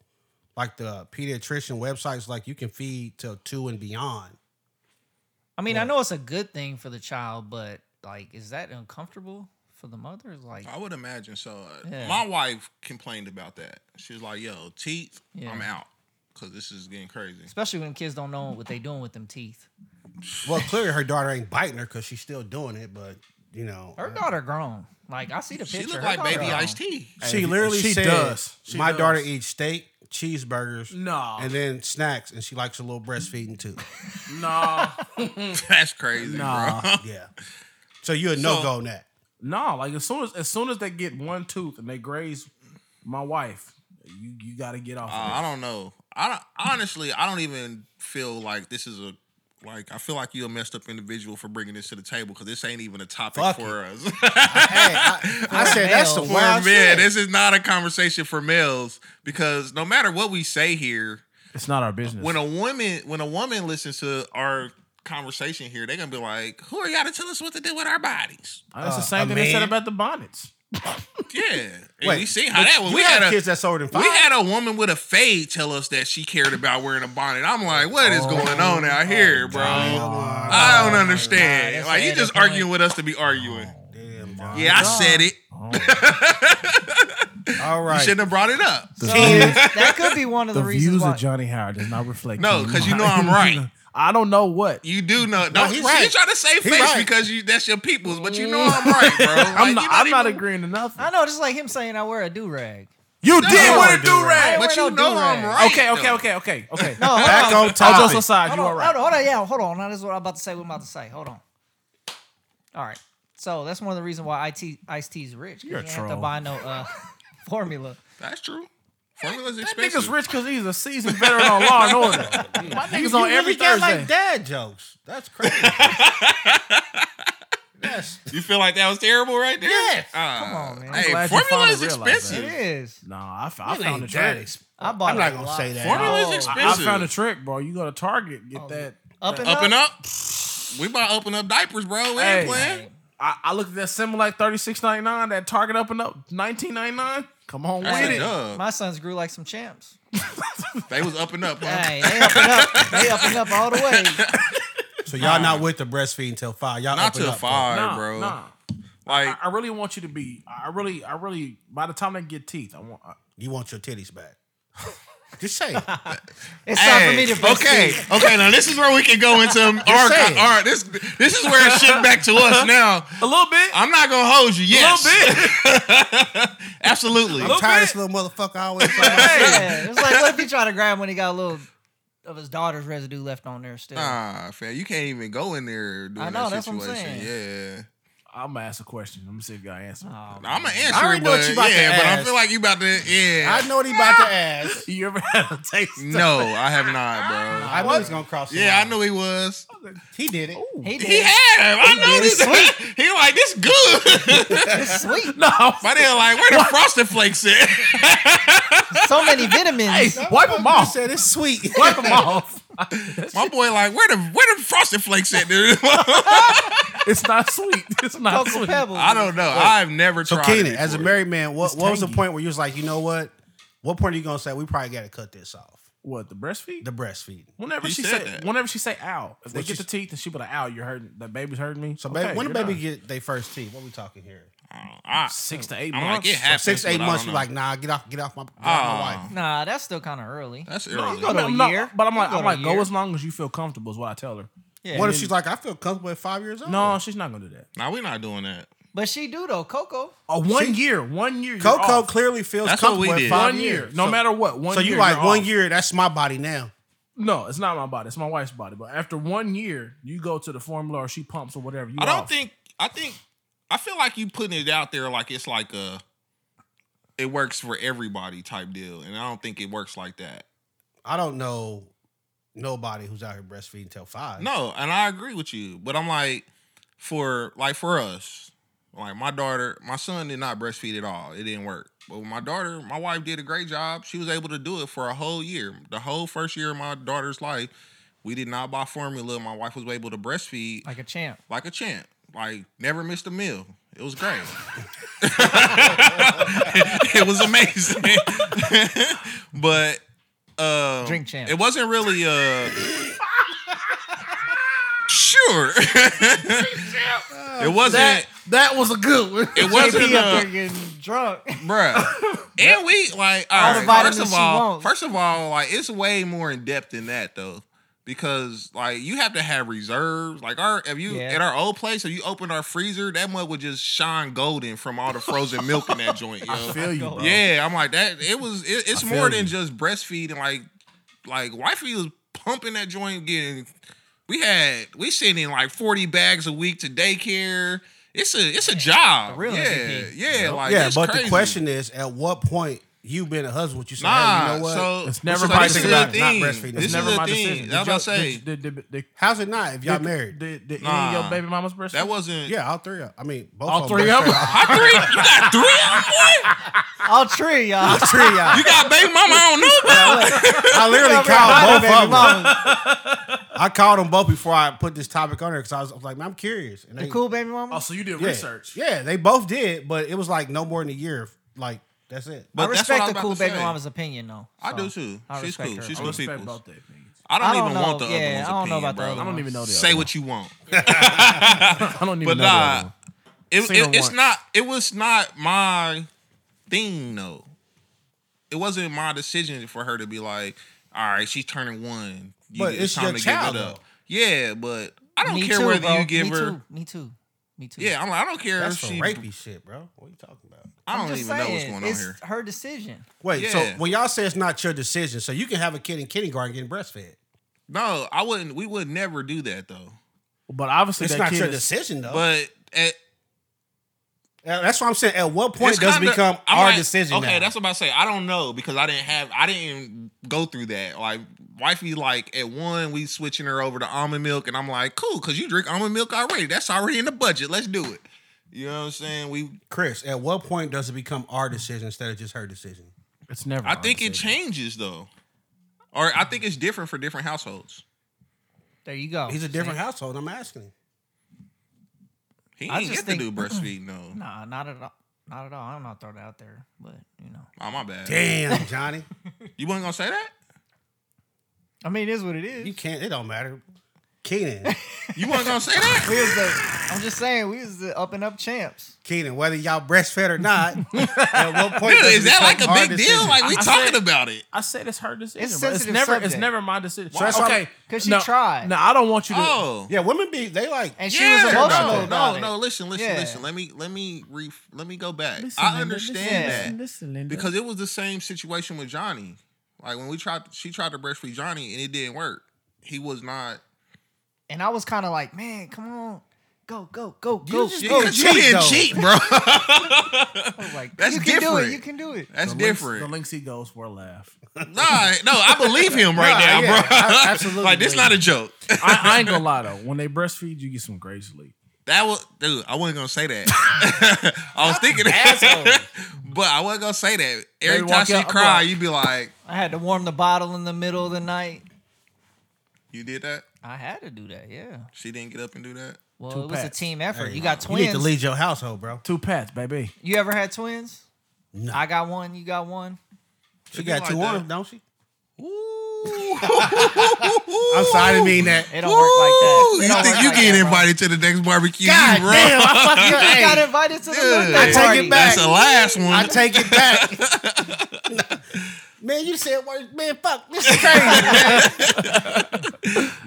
Speaker 4: Like the pediatrician websites, like you can feed till two and beyond.
Speaker 3: I mean, I know it's a good thing for the child, but like, is that uncomfortable for the mother? Like,
Speaker 1: I would imagine so.
Speaker 3: Yeah.
Speaker 1: My wife complained about that. She was like, "Yo, teeth,
Speaker 3: Yeah.
Speaker 1: I'm out because this is getting crazy."
Speaker 3: especially when kids don't know what they doing with them teeth.
Speaker 4: Well, clearly her daughter ain't biting her because she's still doing it, but you know
Speaker 3: Her daughter grown. Like, I see the picture.
Speaker 1: She looked
Speaker 3: Her
Speaker 1: like
Speaker 3: daughter
Speaker 1: baby
Speaker 3: grown.
Speaker 1: iced tea.
Speaker 4: She
Speaker 2: Hey,
Speaker 4: literally
Speaker 2: she
Speaker 4: said,
Speaker 2: does. She
Speaker 4: "My
Speaker 2: does.
Speaker 4: daughter eats steak, cheeseburgers,
Speaker 2: No.
Speaker 4: and then snacks, and she likes a little breastfeeding too."
Speaker 2: No,
Speaker 1: That's crazy,
Speaker 2: Nah.
Speaker 1: bro.
Speaker 4: yeah. So you're a no go
Speaker 1: So-
Speaker 4: on that.
Speaker 2: no. Like as soon as as soon as they get one tooth and they graze my wife, you you got to get off.
Speaker 1: Uh, I don't know. I don't, honestly, I don't even feel like this is a like. I feel like you're a messed up individual for bringing this to the table because this ain't even a topic
Speaker 4: Fuck
Speaker 1: for us.
Speaker 4: Hey, I, I said that's the
Speaker 3: males.
Speaker 1: for
Speaker 4: wild
Speaker 1: men,
Speaker 4: shit.
Speaker 1: this is not a conversation for males because no matter what we say here,
Speaker 2: It's not our business.
Speaker 1: when a woman when a woman listens to our conversation here, they're gonna be like, "Who are y'all to tell us what to do with our bodies?"
Speaker 2: Uh, That's the
Speaker 4: uh,
Speaker 2: same
Speaker 4: a
Speaker 2: thing they said
Speaker 4: man-
Speaker 2: about the bonnets.
Speaker 1: Yeah, and
Speaker 4: Wait,
Speaker 1: we see how
Speaker 4: but
Speaker 1: that was.
Speaker 4: you
Speaker 1: We
Speaker 4: have
Speaker 1: had a
Speaker 4: kids that's older than five.
Speaker 1: we had a woman with a fade tell us that she cared about wearing a bonnet. I'm like, what
Speaker 4: Oh.
Speaker 1: is going on out here, bro? I don't understand.
Speaker 3: Nah, that's
Speaker 1: like you
Speaker 3: a
Speaker 1: just
Speaker 3: point.
Speaker 1: arguing with us to be arguing.
Speaker 4: Damn, John.
Speaker 1: yeah, I said it.
Speaker 4: All
Speaker 1: You
Speaker 4: right.
Speaker 1: shouldn't have brought it up.
Speaker 3: So, that could be one of the,
Speaker 2: The
Speaker 3: reasons
Speaker 2: views
Speaker 3: why.
Speaker 2: of Johnny Howard does not reflect.
Speaker 1: No, because you know I'm right.
Speaker 2: I don't know what.
Speaker 1: You do know. No,
Speaker 4: he's
Speaker 1: he's
Speaker 4: right.
Speaker 1: You try to save
Speaker 4: He
Speaker 1: face
Speaker 4: right.
Speaker 1: because you that's your people's, but you know I'm right, bro. Like,
Speaker 2: I'm
Speaker 1: you
Speaker 2: not, I'm not
Speaker 1: even-
Speaker 2: agreeing to nothing.
Speaker 3: I know, just like him saying I wear a do rag.
Speaker 2: You
Speaker 1: did
Speaker 4: wear
Speaker 2: what
Speaker 4: a
Speaker 2: it do,
Speaker 4: do-rag.
Speaker 2: right?
Speaker 3: Hey,
Speaker 1: But
Speaker 3: wear
Speaker 1: you
Speaker 3: no
Speaker 1: know I'm
Speaker 3: do-rag.
Speaker 1: right.
Speaker 2: Okay, okay,
Speaker 1: though.
Speaker 2: okay, okay, okay.
Speaker 3: No, hold
Speaker 4: Back
Speaker 3: on.
Speaker 4: on
Speaker 2: All
Speaker 4: topic.
Speaker 2: jokes aside,
Speaker 3: Hold
Speaker 2: you
Speaker 3: on,
Speaker 2: are right.
Speaker 3: hold on, hold on, yeah, hold on. Now this is what I'm about to say. What I'm about to say. Hold on. All right. So that's one of the reasons why IT Ice T's rich. 'cause
Speaker 2: You're a
Speaker 3: he ain't have to
Speaker 2: troll.
Speaker 3: buy no uh, formula.
Speaker 1: That's true. Formula's
Speaker 2: That
Speaker 1: expensive.
Speaker 2: nigga's rich because he's a seasoned veteran on Law and Order. My nigga's on
Speaker 4: You
Speaker 2: every
Speaker 4: really got
Speaker 2: Thursday.
Speaker 4: like dad jokes. That's crazy. that's
Speaker 1: You feel like that was terrible right there?
Speaker 4: Yes.
Speaker 1: Uh,
Speaker 3: Come on, man.
Speaker 2: glad
Speaker 1: Hey,
Speaker 2: you
Speaker 1: formula
Speaker 2: finally
Speaker 1: is
Speaker 2: realized that.
Speaker 3: It
Speaker 1: expensive.
Speaker 3: is.
Speaker 2: No, I, f- I
Speaker 4: It
Speaker 2: found a
Speaker 4: ain't that
Speaker 2: trick.
Speaker 4: exp-
Speaker 3: I bought.
Speaker 4: I'm not
Speaker 3: a
Speaker 4: gonna
Speaker 3: lot.
Speaker 4: say that.
Speaker 1: Formula is
Speaker 3: No.
Speaker 2: I, I
Speaker 1: expensive.
Speaker 2: found a trick, bro. You go to Target, get that.
Speaker 3: Up and
Speaker 1: up and up. We buy up and up diapers, bro. We
Speaker 2: Hey.
Speaker 1: ain't playing.
Speaker 2: I, I looked at that Similac thirty six ninety nine, that Target up and up nineteen ninety nine. Come on,
Speaker 1: That's
Speaker 2: with
Speaker 1: a
Speaker 2: it.
Speaker 1: dub.
Speaker 3: My sons grew like some champs.
Speaker 1: They was up and up. Huh?
Speaker 3: Hey, they up and up. They up and up all the way.
Speaker 4: So y'all not with the breastfeeding till five. Y'all
Speaker 1: Not
Speaker 4: up and
Speaker 1: till
Speaker 4: up, bro.
Speaker 1: five,
Speaker 2: Nah,
Speaker 1: bro.
Speaker 2: nah.
Speaker 1: Like
Speaker 2: I, I really want you to be. I really, I really. By the time they get teeth, I want. I,
Speaker 4: You want your titties back. Just say it.
Speaker 3: It's time for
Speaker 1: Hey,
Speaker 3: me to breastfeed.
Speaker 1: okay, okay. Now this is where we can go into our,
Speaker 4: saying.
Speaker 1: our this this is where it shit back to us now.
Speaker 2: a little bit,
Speaker 1: I'm not gonna hold you.
Speaker 2: a
Speaker 1: Yes,
Speaker 2: little bit.
Speaker 1: absolutely.
Speaker 2: Look-
Speaker 4: Tired
Speaker 2: bit.
Speaker 4: of this little motherfucker always talking about
Speaker 3: Yeah, it's like what if you try to grab when he got a little of his daughter's residue left on there still.
Speaker 1: Nah, fam, you can't even go in there doing
Speaker 3: I know,
Speaker 1: that
Speaker 3: that's what I'm
Speaker 1: situation.
Speaker 3: saying.
Speaker 1: Yeah,
Speaker 2: I'm gonna ask a question. I'm gonna see if y'all answer.
Speaker 3: Oh,
Speaker 1: I'm gonna answer
Speaker 4: I already
Speaker 1: it,
Speaker 4: know
Speaker 1: but
Speaker 4: what you about to
Speaker 1: yeah, but I
Speaker 4: ask.
Speaker 1: feel like you about to yeah.
Speaker 4: I know what he about to ask.
Speaker 2: You ever had a taste?
Speaker 1: no, I have not, bro.
Speaker 4: I knew he was gonna cross. the
Speaker 1: Yeah, I
Speaker 4: line.
Speaker 1: knew he was.
Speaker 4: He did it.
Speaker 3: he did.
Speaker 1: He had. I know
Speaker 3: did.
Speaker 1: this. he like this good.
Speaker 3: It's sweet.
Speaker 2: No.
Speaker 1: But then like where the frosted flakes at?
Speaker 3: So many vitamins.
Speaker 2: Hey, wipe them
Speaker 4: You
Speaker 2: off.
Speaker 4: said it's sweet.
Speaker 2: Wipe them off.
Speaker 1: My boy like where the where the frosted flakes at, dude?
Speaker 2: It's not sweet. It's not
Speaker 3: Cocoa
Speaker 2: sweet.
Speaker 3: Pebbles.
Speaker 1: I don't know. I've never
Speaker 4: So
Speaker 1: tried.
Speaker 4: Keenan,
Speaker 1: it
Speaker 4: as a
Speaker 1: before.
Speaker 4: married man, what, what was the
Speaker 2: tangy.
Speaker 4: point where you was like, you know what? What point are you gonna say we probably gotta cut this off?
Speaker 2: What the breastfeed?
Speaker 4: The breastfeeding.
Speaker 2: whenever
Speaker 1: He
Speaker 2: she
Speaker 1: said
Speaker 2: say,
Speaker 1: that.
Speaker 2: whenever she say ow, if they
Speaker 4: What
Speaker 2: get
Speaker 4: she
Speaker 2: the teeth and she put an ow, you're hurting. The baby's hurting me.
Speaker 4: So baby,
Speaker 2: Okay,
Speaker 4: when the
Speaker 2: you're
Speaker 4: baby
Speaker 2: done.
Speaker 4: get their first teeth? What we talking here?
Speaker 1: I, I,
Speaker 2: six to eight
Speaker 1: I'm
Speaker 2: months,
Speaker 1: like it happens.
Speaker 4: Six eight
Speaker 1: but I
Speaker 4: months.
Speaker 1: don't
Speaker 4: You
Speaker 1: know.
Speaker 4: like, nah, get off, get off my, get off my
Speaker 1: Oh.
Speaker 4: wife.
Speaker 3: Nah, that's still kind of early.
Speaker 1: that's
Speaker 2: I
Speaker 1: early.
Speaker 2: mean,
Speaker 3: to a
Speaker 2: I'm not-
Speaker 3: year.
Speaker 2: but I'm like,
Speaker 3: You go
Speaker 2: I'm
Speaker 3: to a
Speaker 2: like, go
Speaker 3: year.
Speaker 2: as long as you feel comfortable. Is what I tell her.
Speaker 3: Yeah.
Speaker 4: What if she's like, I feel comfortable at five years old?
Speaker 2: No, she's not gonna do that.
Speaker 1: Nah, we're not doing that.
Speaker 3: But she do though, Coco.
Speaker 2: Oh, one year, one year. you're
Speaker 4: Coco
Speaker 2: off.
Speaker 4: clearly feels
Speaker 1: That's what we
Speaker 4: comfortable at
Speaker 1: did.
Speaker 4: five
Speaker 2: one year,
Speaker 4: years.
Speaker 2: no
Speaker 4: So-
Speaker 2: matter what. One
Speaker 4: So
Speaker 2: year,
Speaker 4: you like
Speaker 2: you're
Speaker 4: one
Speaker 2: off.
Speaker 4: year? That's my body now.
Speaker 2: No, it's not my body. It's my wife's body. But after one year, you go to the formula or she pumps or whatever. You
Speaker 1: I don't
Speaker 2: off.
Speaker 1: think. I think. I feel like you putting it out there like it's like a. It works for everybody type deal, and I don't think it works like that.
Speaker 4: I don't know nobody who's out here breastfeeding till five.
Speaker 1: No, and I agree with you, but I'm like, for like for us, like my daughter, my son did not breastfeed at all. It didn't work. But my daughter, my wife did a great job. She was able to do it for a whole year. The whole first year of my daughter's life, we did not buy formula. My wife was able to breastfeed
Speaker 3: Like a champ.
Speaker 1: like a champ. Like never missed a meal. It was great. it was amazing. but um,
Speaker 3: Drink champ.
Speaker 1: It wasn't really uh Sure. it wasn't
Speaker 2: that was a good one.
Speaker 1: it wasn't
Speaker 3: JP up
Speaker 1: uh,
Speaker 3: there getting drunk.
Speaker 1: bruh. And we like all
Speaker 3: the
Speaker 1: right,
Speaker 3: vitamins
Speaker 1: first of
Speaker 3: she
Speaker 1: all,
Speaker 3: wants.
Speaker 1: first of all, like it's way more in depth than that though, because like you have to have reserves. Like our if you
Speaker 3: Yeah.
Speaker 1: at our old place, if you opened our freezer, that mug would just shine golden from all the frozen milk in that joint. Yo.
Speaker 2: I feel you, bro.
Speaker 1: yeah, I'm like that. It was. It, it's
Speaker 4: I
Speaker 1: more
Speaker 4: feel
Speaker 1: than
Speaker 4: you.
Speaker 1: just breastfeeding. Like, like wifey was pumping that joint, getting. We had we sending like 40 bags a week to daycare. It's a it's a job.
Speaker 3: the real
Speaker 1: yeah,
Speaker 3: MVP.
Speaker 1: yeah, like
Speaker 4: yeah,
Speaker 1: it's
Speaker 4: but
Speaker 1: crazy.
Speaker 4: the question is, at what point you been a husband? Would you say, hey,
Speaker 1: Nah,
Speaker 4: you know what?
Speaker 1: so
Speaker 2: It's never
Speaker 1: so
Speaker 2: my
Speaker 1: this is
Speaker 4: decision.
Speaker 1: the
Speaker 4: Not- not
Speaker 1: thing.
Speaker 4: breastfeeding.
Speaker 1: This
Speaker 2: It's
Speaker 1: is
Speaker 2: never
Speaker 1: the
Speaker 2: my
Speaker 1: thing.
Speaker 2: decision.
Speaker 1: That's what I'm saying.
Speaker 2: Did, did, did, did, did,
Speaker 4: How's it not if y'all married?
Speaker 2: Did, did any of
Speaker 1: Nah.
Speaker 2: your baby mama's breastfeed?
Speaker 1: That wasn't.
Speaker 4: yeah, all three of I mean, both
Speaker 2: all
Speaker 4: of
Speaker 2: three of them.
Speaker 4: breastfed.
Speaker 1: I three. You got three. of them, boy?
Speaker 3: All three, y'all.
Speaker 4: All three of y'all.
Speaker 1: You got baby mama. I don't know about.
Speaker 4: I literally
Speaker 3: Hi,
Speaker 4: called both
Speaker 3: baby
Speaker 4: of them.
Speaker 3: mama.
Speaker 4: I called them both before I put this topic on there because I was, I was like, man, I'm curious. And
Speaker 3: You
Speaker 4: they,
Speaker 3: cool, baby mama.
Speaker 2: Oh, so you did
Speaker 4: yeah,
Speaker 2: research.
Speaker 4: Yeah, they both did, but it was like no more than a year. Like that's it.
Speaker 1: But
Speaker 3: I
Speaker 1: that's what
Speaker 3: respect
Speaker 1: I'm
Speaker 3: the
Speaker 1: about
Speaker 3: cool
Speaker 1: to
Speaker 3: baby
Speaker 1: say.
Speaker 3: mama's opinion though.
Speaker 1: I
Speaker 3: so.
Speaker 1: do too.
Speaker 3: I
Speaker 1: She's
Speaker 3: respect
Speaker 1: cool.
Speaker 3: her.
Speaker 1: She's
Speaker 2: I
Speaker 1: cool
Speaker 2: respect
Speaker 1: people.
Speaker 2: both their opinions.
Speaker 1: I don't,
Speaker 3: I don't
Speaker 1: even
Speaker 3: know.
Speaker 1: want the other
Speaker 3: Yeah,
Speaker 1: one's
Speaker 3: I don't know
Speaker 1: opinion,
Speaker 3: about the
Speaker 1: bro.
Speaker 3: other
Speaker 2: I don't even know the
Speaker 1: Say
Speaker 2: other
Speaker 1: what you want.
Speaker 2: one. I don't
Speaker 1: But
Speaker 2: even know. the
Speaker 1: nah,
Speaker 2: other one.
Speaker 1: it,
Speaker 2: Seen her
Speaker 1: it, it's
Speaker 2: once.
Speaker 1: not. It was not my thing, though. It wasn't my decision for her to be like, "All right, she's turning one. You,
Speaker 4: But it's your child, though.
Speaker 1: Yeah, but I don't
Speaker 3: Me
Speaker 1: care
Speaker 3: too,
Speaker 1: whether
Speaker 3: bro.
Speaker 1: you give
Speaker 3: Me
Speaker 1: her.
Speaker 3: Too. Me too. Me too.
Speaker 1: Yeah, I'm like, I don't care
Speaker 4: That's
Speaker 1: if
Speaker 4: for
Speaker 1: she.
Speaker 4: rapey shit, bro. What are you talking about?
Speaker 1: I
Speaker 3: I'm
Speaker 1: don't even
Speaker 3: just
Speaker 1: know what's
Speaker 3: saying,
Speaker 1: going on
Speaker 3: it's
Speaker 1: here.
Speaker 3: her decision.
Speaker 4: Wait,
Speaker 1: Yeah.
Speaker 4: so when y'all say it's not your decision, so you can have a kid in kindergarten getting breastfed.
Speaker 1: No, I wouldn't. We would never do that though.
Speaker 2: But obviously
Speaker 4: It's
Speaker 2: that
Speaker 4: not
Speaker 2: kid
Speaker 4: your
Speaker 2: is-
Speaker 4: decision though.
Speaker 1: But at,
Speaker 4: Uh, that's what I'm saying. At what point
Speaker 1: It's
Speaker 4: does it
Speaker 1: kinda-
Speaker 4: become
Speaker 1: I'm
Speaker 4: our
Speaker 1: like,
Speaker 4: decision?
Speaker 1: Okay,
Speaker 4: now?
Speaker 1: that's what I say. I don't know because I didn't have I didn't go through that. Like wifey, like at one we switching her over to almond milk, and I'm like, cool, because you drink almond milk already. That's already in the budget. Let's do it. You know what I'm saying? We
Speaker 4: Chris. At what point does it become our decision instead of just her decision?
Speaker 2: It's never.
Speaker 1: I
Speaker 2: our
Speaker 1: think it
Speaker 2: decision.
Speaker 1: changes though, or I think it's different for different households.
Speaker 3: There you go.
Speaker 4: He's a
Speaker 3: See?
Speaker 4: different household. I'm asking him.
Speaker 1: He
Speaker 3: I
Speaker 1: ain't get
Speaker 3: just think-
Speaker 1: to do breastfeed. No,
Speaker 3: Nah, not at all. Not at all. I'm not throwing it out there, but you know.
Speaker 1: oh my bad.
Speaker 4: Damn, Johnny,
Speaker 1: You wasn't gonna say that.
Speaker 3: I mean, it is what it is.
Speaker 4: you can't. It don't matter. Keenan,
Speaker 1: You wasn't gonna say that.
Speaker 3: We was the, I'm just saying, we was the up and up champs.
Speaker 4: Keenan, whether y'all breastfed or not, at what point
Speaker 1: Dude,
Speaker 4: does it
Speaker 1: is that
Speaker 4: become
Speaker 1: like a big
Speaker 4: our
Speaker 1: deal?
Speaker 4: decision?
Speaker 1: Like we
Speaker 2: I- I
Speaker 1: talking
Speaker 2: said-
Speaker 1: about it.
Speaker 2: I said it's her decision.
Speaker 3: It's
Speaker 2: bro.
Speaker 3: sensitive
Speaker 2: never. It's
Speaker 3: subject.
Speaker 2: never my decision.
Speaker 4: So that's why-
Speaker 2: okay,
Speaker 3: 'Cause she
Speaker 2: no,
Speaker 3: tried.
Speaker 2: No, I don't want you to.
Speaker 1: Oh,
Speaker 4: yeah, women be they like.
Speaker 3: And she
Speaker 1: Yeah,
Speaker 3: was emotional
Speaker 1: no,
Speaker 3: about
Speaker 1: no,
Speaker 3: it.
Speaker 1: no. Listen, listen,
Speaker 3: Yeah.
Speaker 1: listen. Let me, let me, re- let me go back.
Speaker 2: Listen,
Speaker 1: I
Speaker 2: Linda,
Speaker 1: understand
Speaker 3: listen,
Speaker 1: that
Speaker 2: listen, listen, Linda.
Speaker 1: because it was the same situation with Johnny. Like when we tried, she tried to breastfeed Johnny, and it didn't work. He was not.
Speaker 3: And I was kind of like, man, come on. go, go, go,
Speaker 4: You
Speaker 3: go.
Speaker 4: just
Speaker 3: go.
Speaker 4: did
Speaker 1: Because you
Speaker 4: cheat,
Speaker 1: didn't
Speaker 4: though.
Speaker 1: cheat, bro.
Speaker 3: I was like,
Speaker 1: That's
Speaker 3: you can do
Speaker 1: different.
Speaker 3: it. You can do it.
Speaker 1: That's
Speaker 2: the links-
Speaker 1: different.
Speaker 2: the links he goes for a laugh.
Speaker 1: Nah, no, I believe him right
Speaker 2: Nah,
Speaker 1: now,
Speaker 2: yeah,
Speaker 1: bro.
Speaker 2: I- absolutely
Speaker 1: like this,
Speaker 2: believe
Speaker 1: not a
Speaker 2: him.
Speaker 1: joke.
Speaker 2: I, I ain't gonna lie though. When they breastfeed, you get some great sleep.
Speaker 1: That was, dude. I wasn't gonna say that. I was thinking that, but I wasn't gonna say that. Every
Speaker 2: walk
Speaker 1: time she
Speaker 2: out- I'm
Speaker 1: cry,
Speaker 2: like-
Speaker 1: you be like,
Speaker 3: I had to warm the bottle in the middle of the night.
Speaker 1: "You did that."
Speaker 3: I had to do that. Yeah.
Speaker 1: She didn't get up and do that.
Speaker 3: Well,
Speaker 2: Two
Speaker 3: it was a
Speaker 2: pets.
Speaker 3: team effort.
Speaker 4: Hey,
Speaker 3: you got twins.
Speaker 4: You
Speaker 3: You,
Speaker 4: need to lead your household, bro.
Speaker 2: Two pats, baby.
Speaker 3: ever had twins?
Speaker 4: No.
Speaker 3: I got one. You got one.
Speaker 4: She got
Speaker 1: like
Speaker 4: two
Speaker 1: that.
Speaker 4: arms, don't she?
Speaker 1: I'm
Speaker 4: I'm sorry, I didn't mean that.
Speaker 3: It don't work like that. It
Speaker 1: You
Speaker 3: don't
Speaker 1: think
Speaker 3: work
Speaker 1: you
Speaker 3: like
Speaker 1: get
Speaker 3: that, bro.
Speaker 1: invited to the next barbecue?
Speaker 4: God
Speaker 1: you wrong.
Speaker 4: damn, I fucking
Speaker 3: You just
Speaker 4: hey,
Speaker 3: got invited to the
Speaker 1: Dude.
Speaker 3: birthday
Speaker 1: I
Speaker 4: take it
Speaker 3: party.
Speaker 4: back.
Speaker 1: That's the last one.
Speaker 4: I take it back. man, you said words. Man, fuck. This is crazy. man.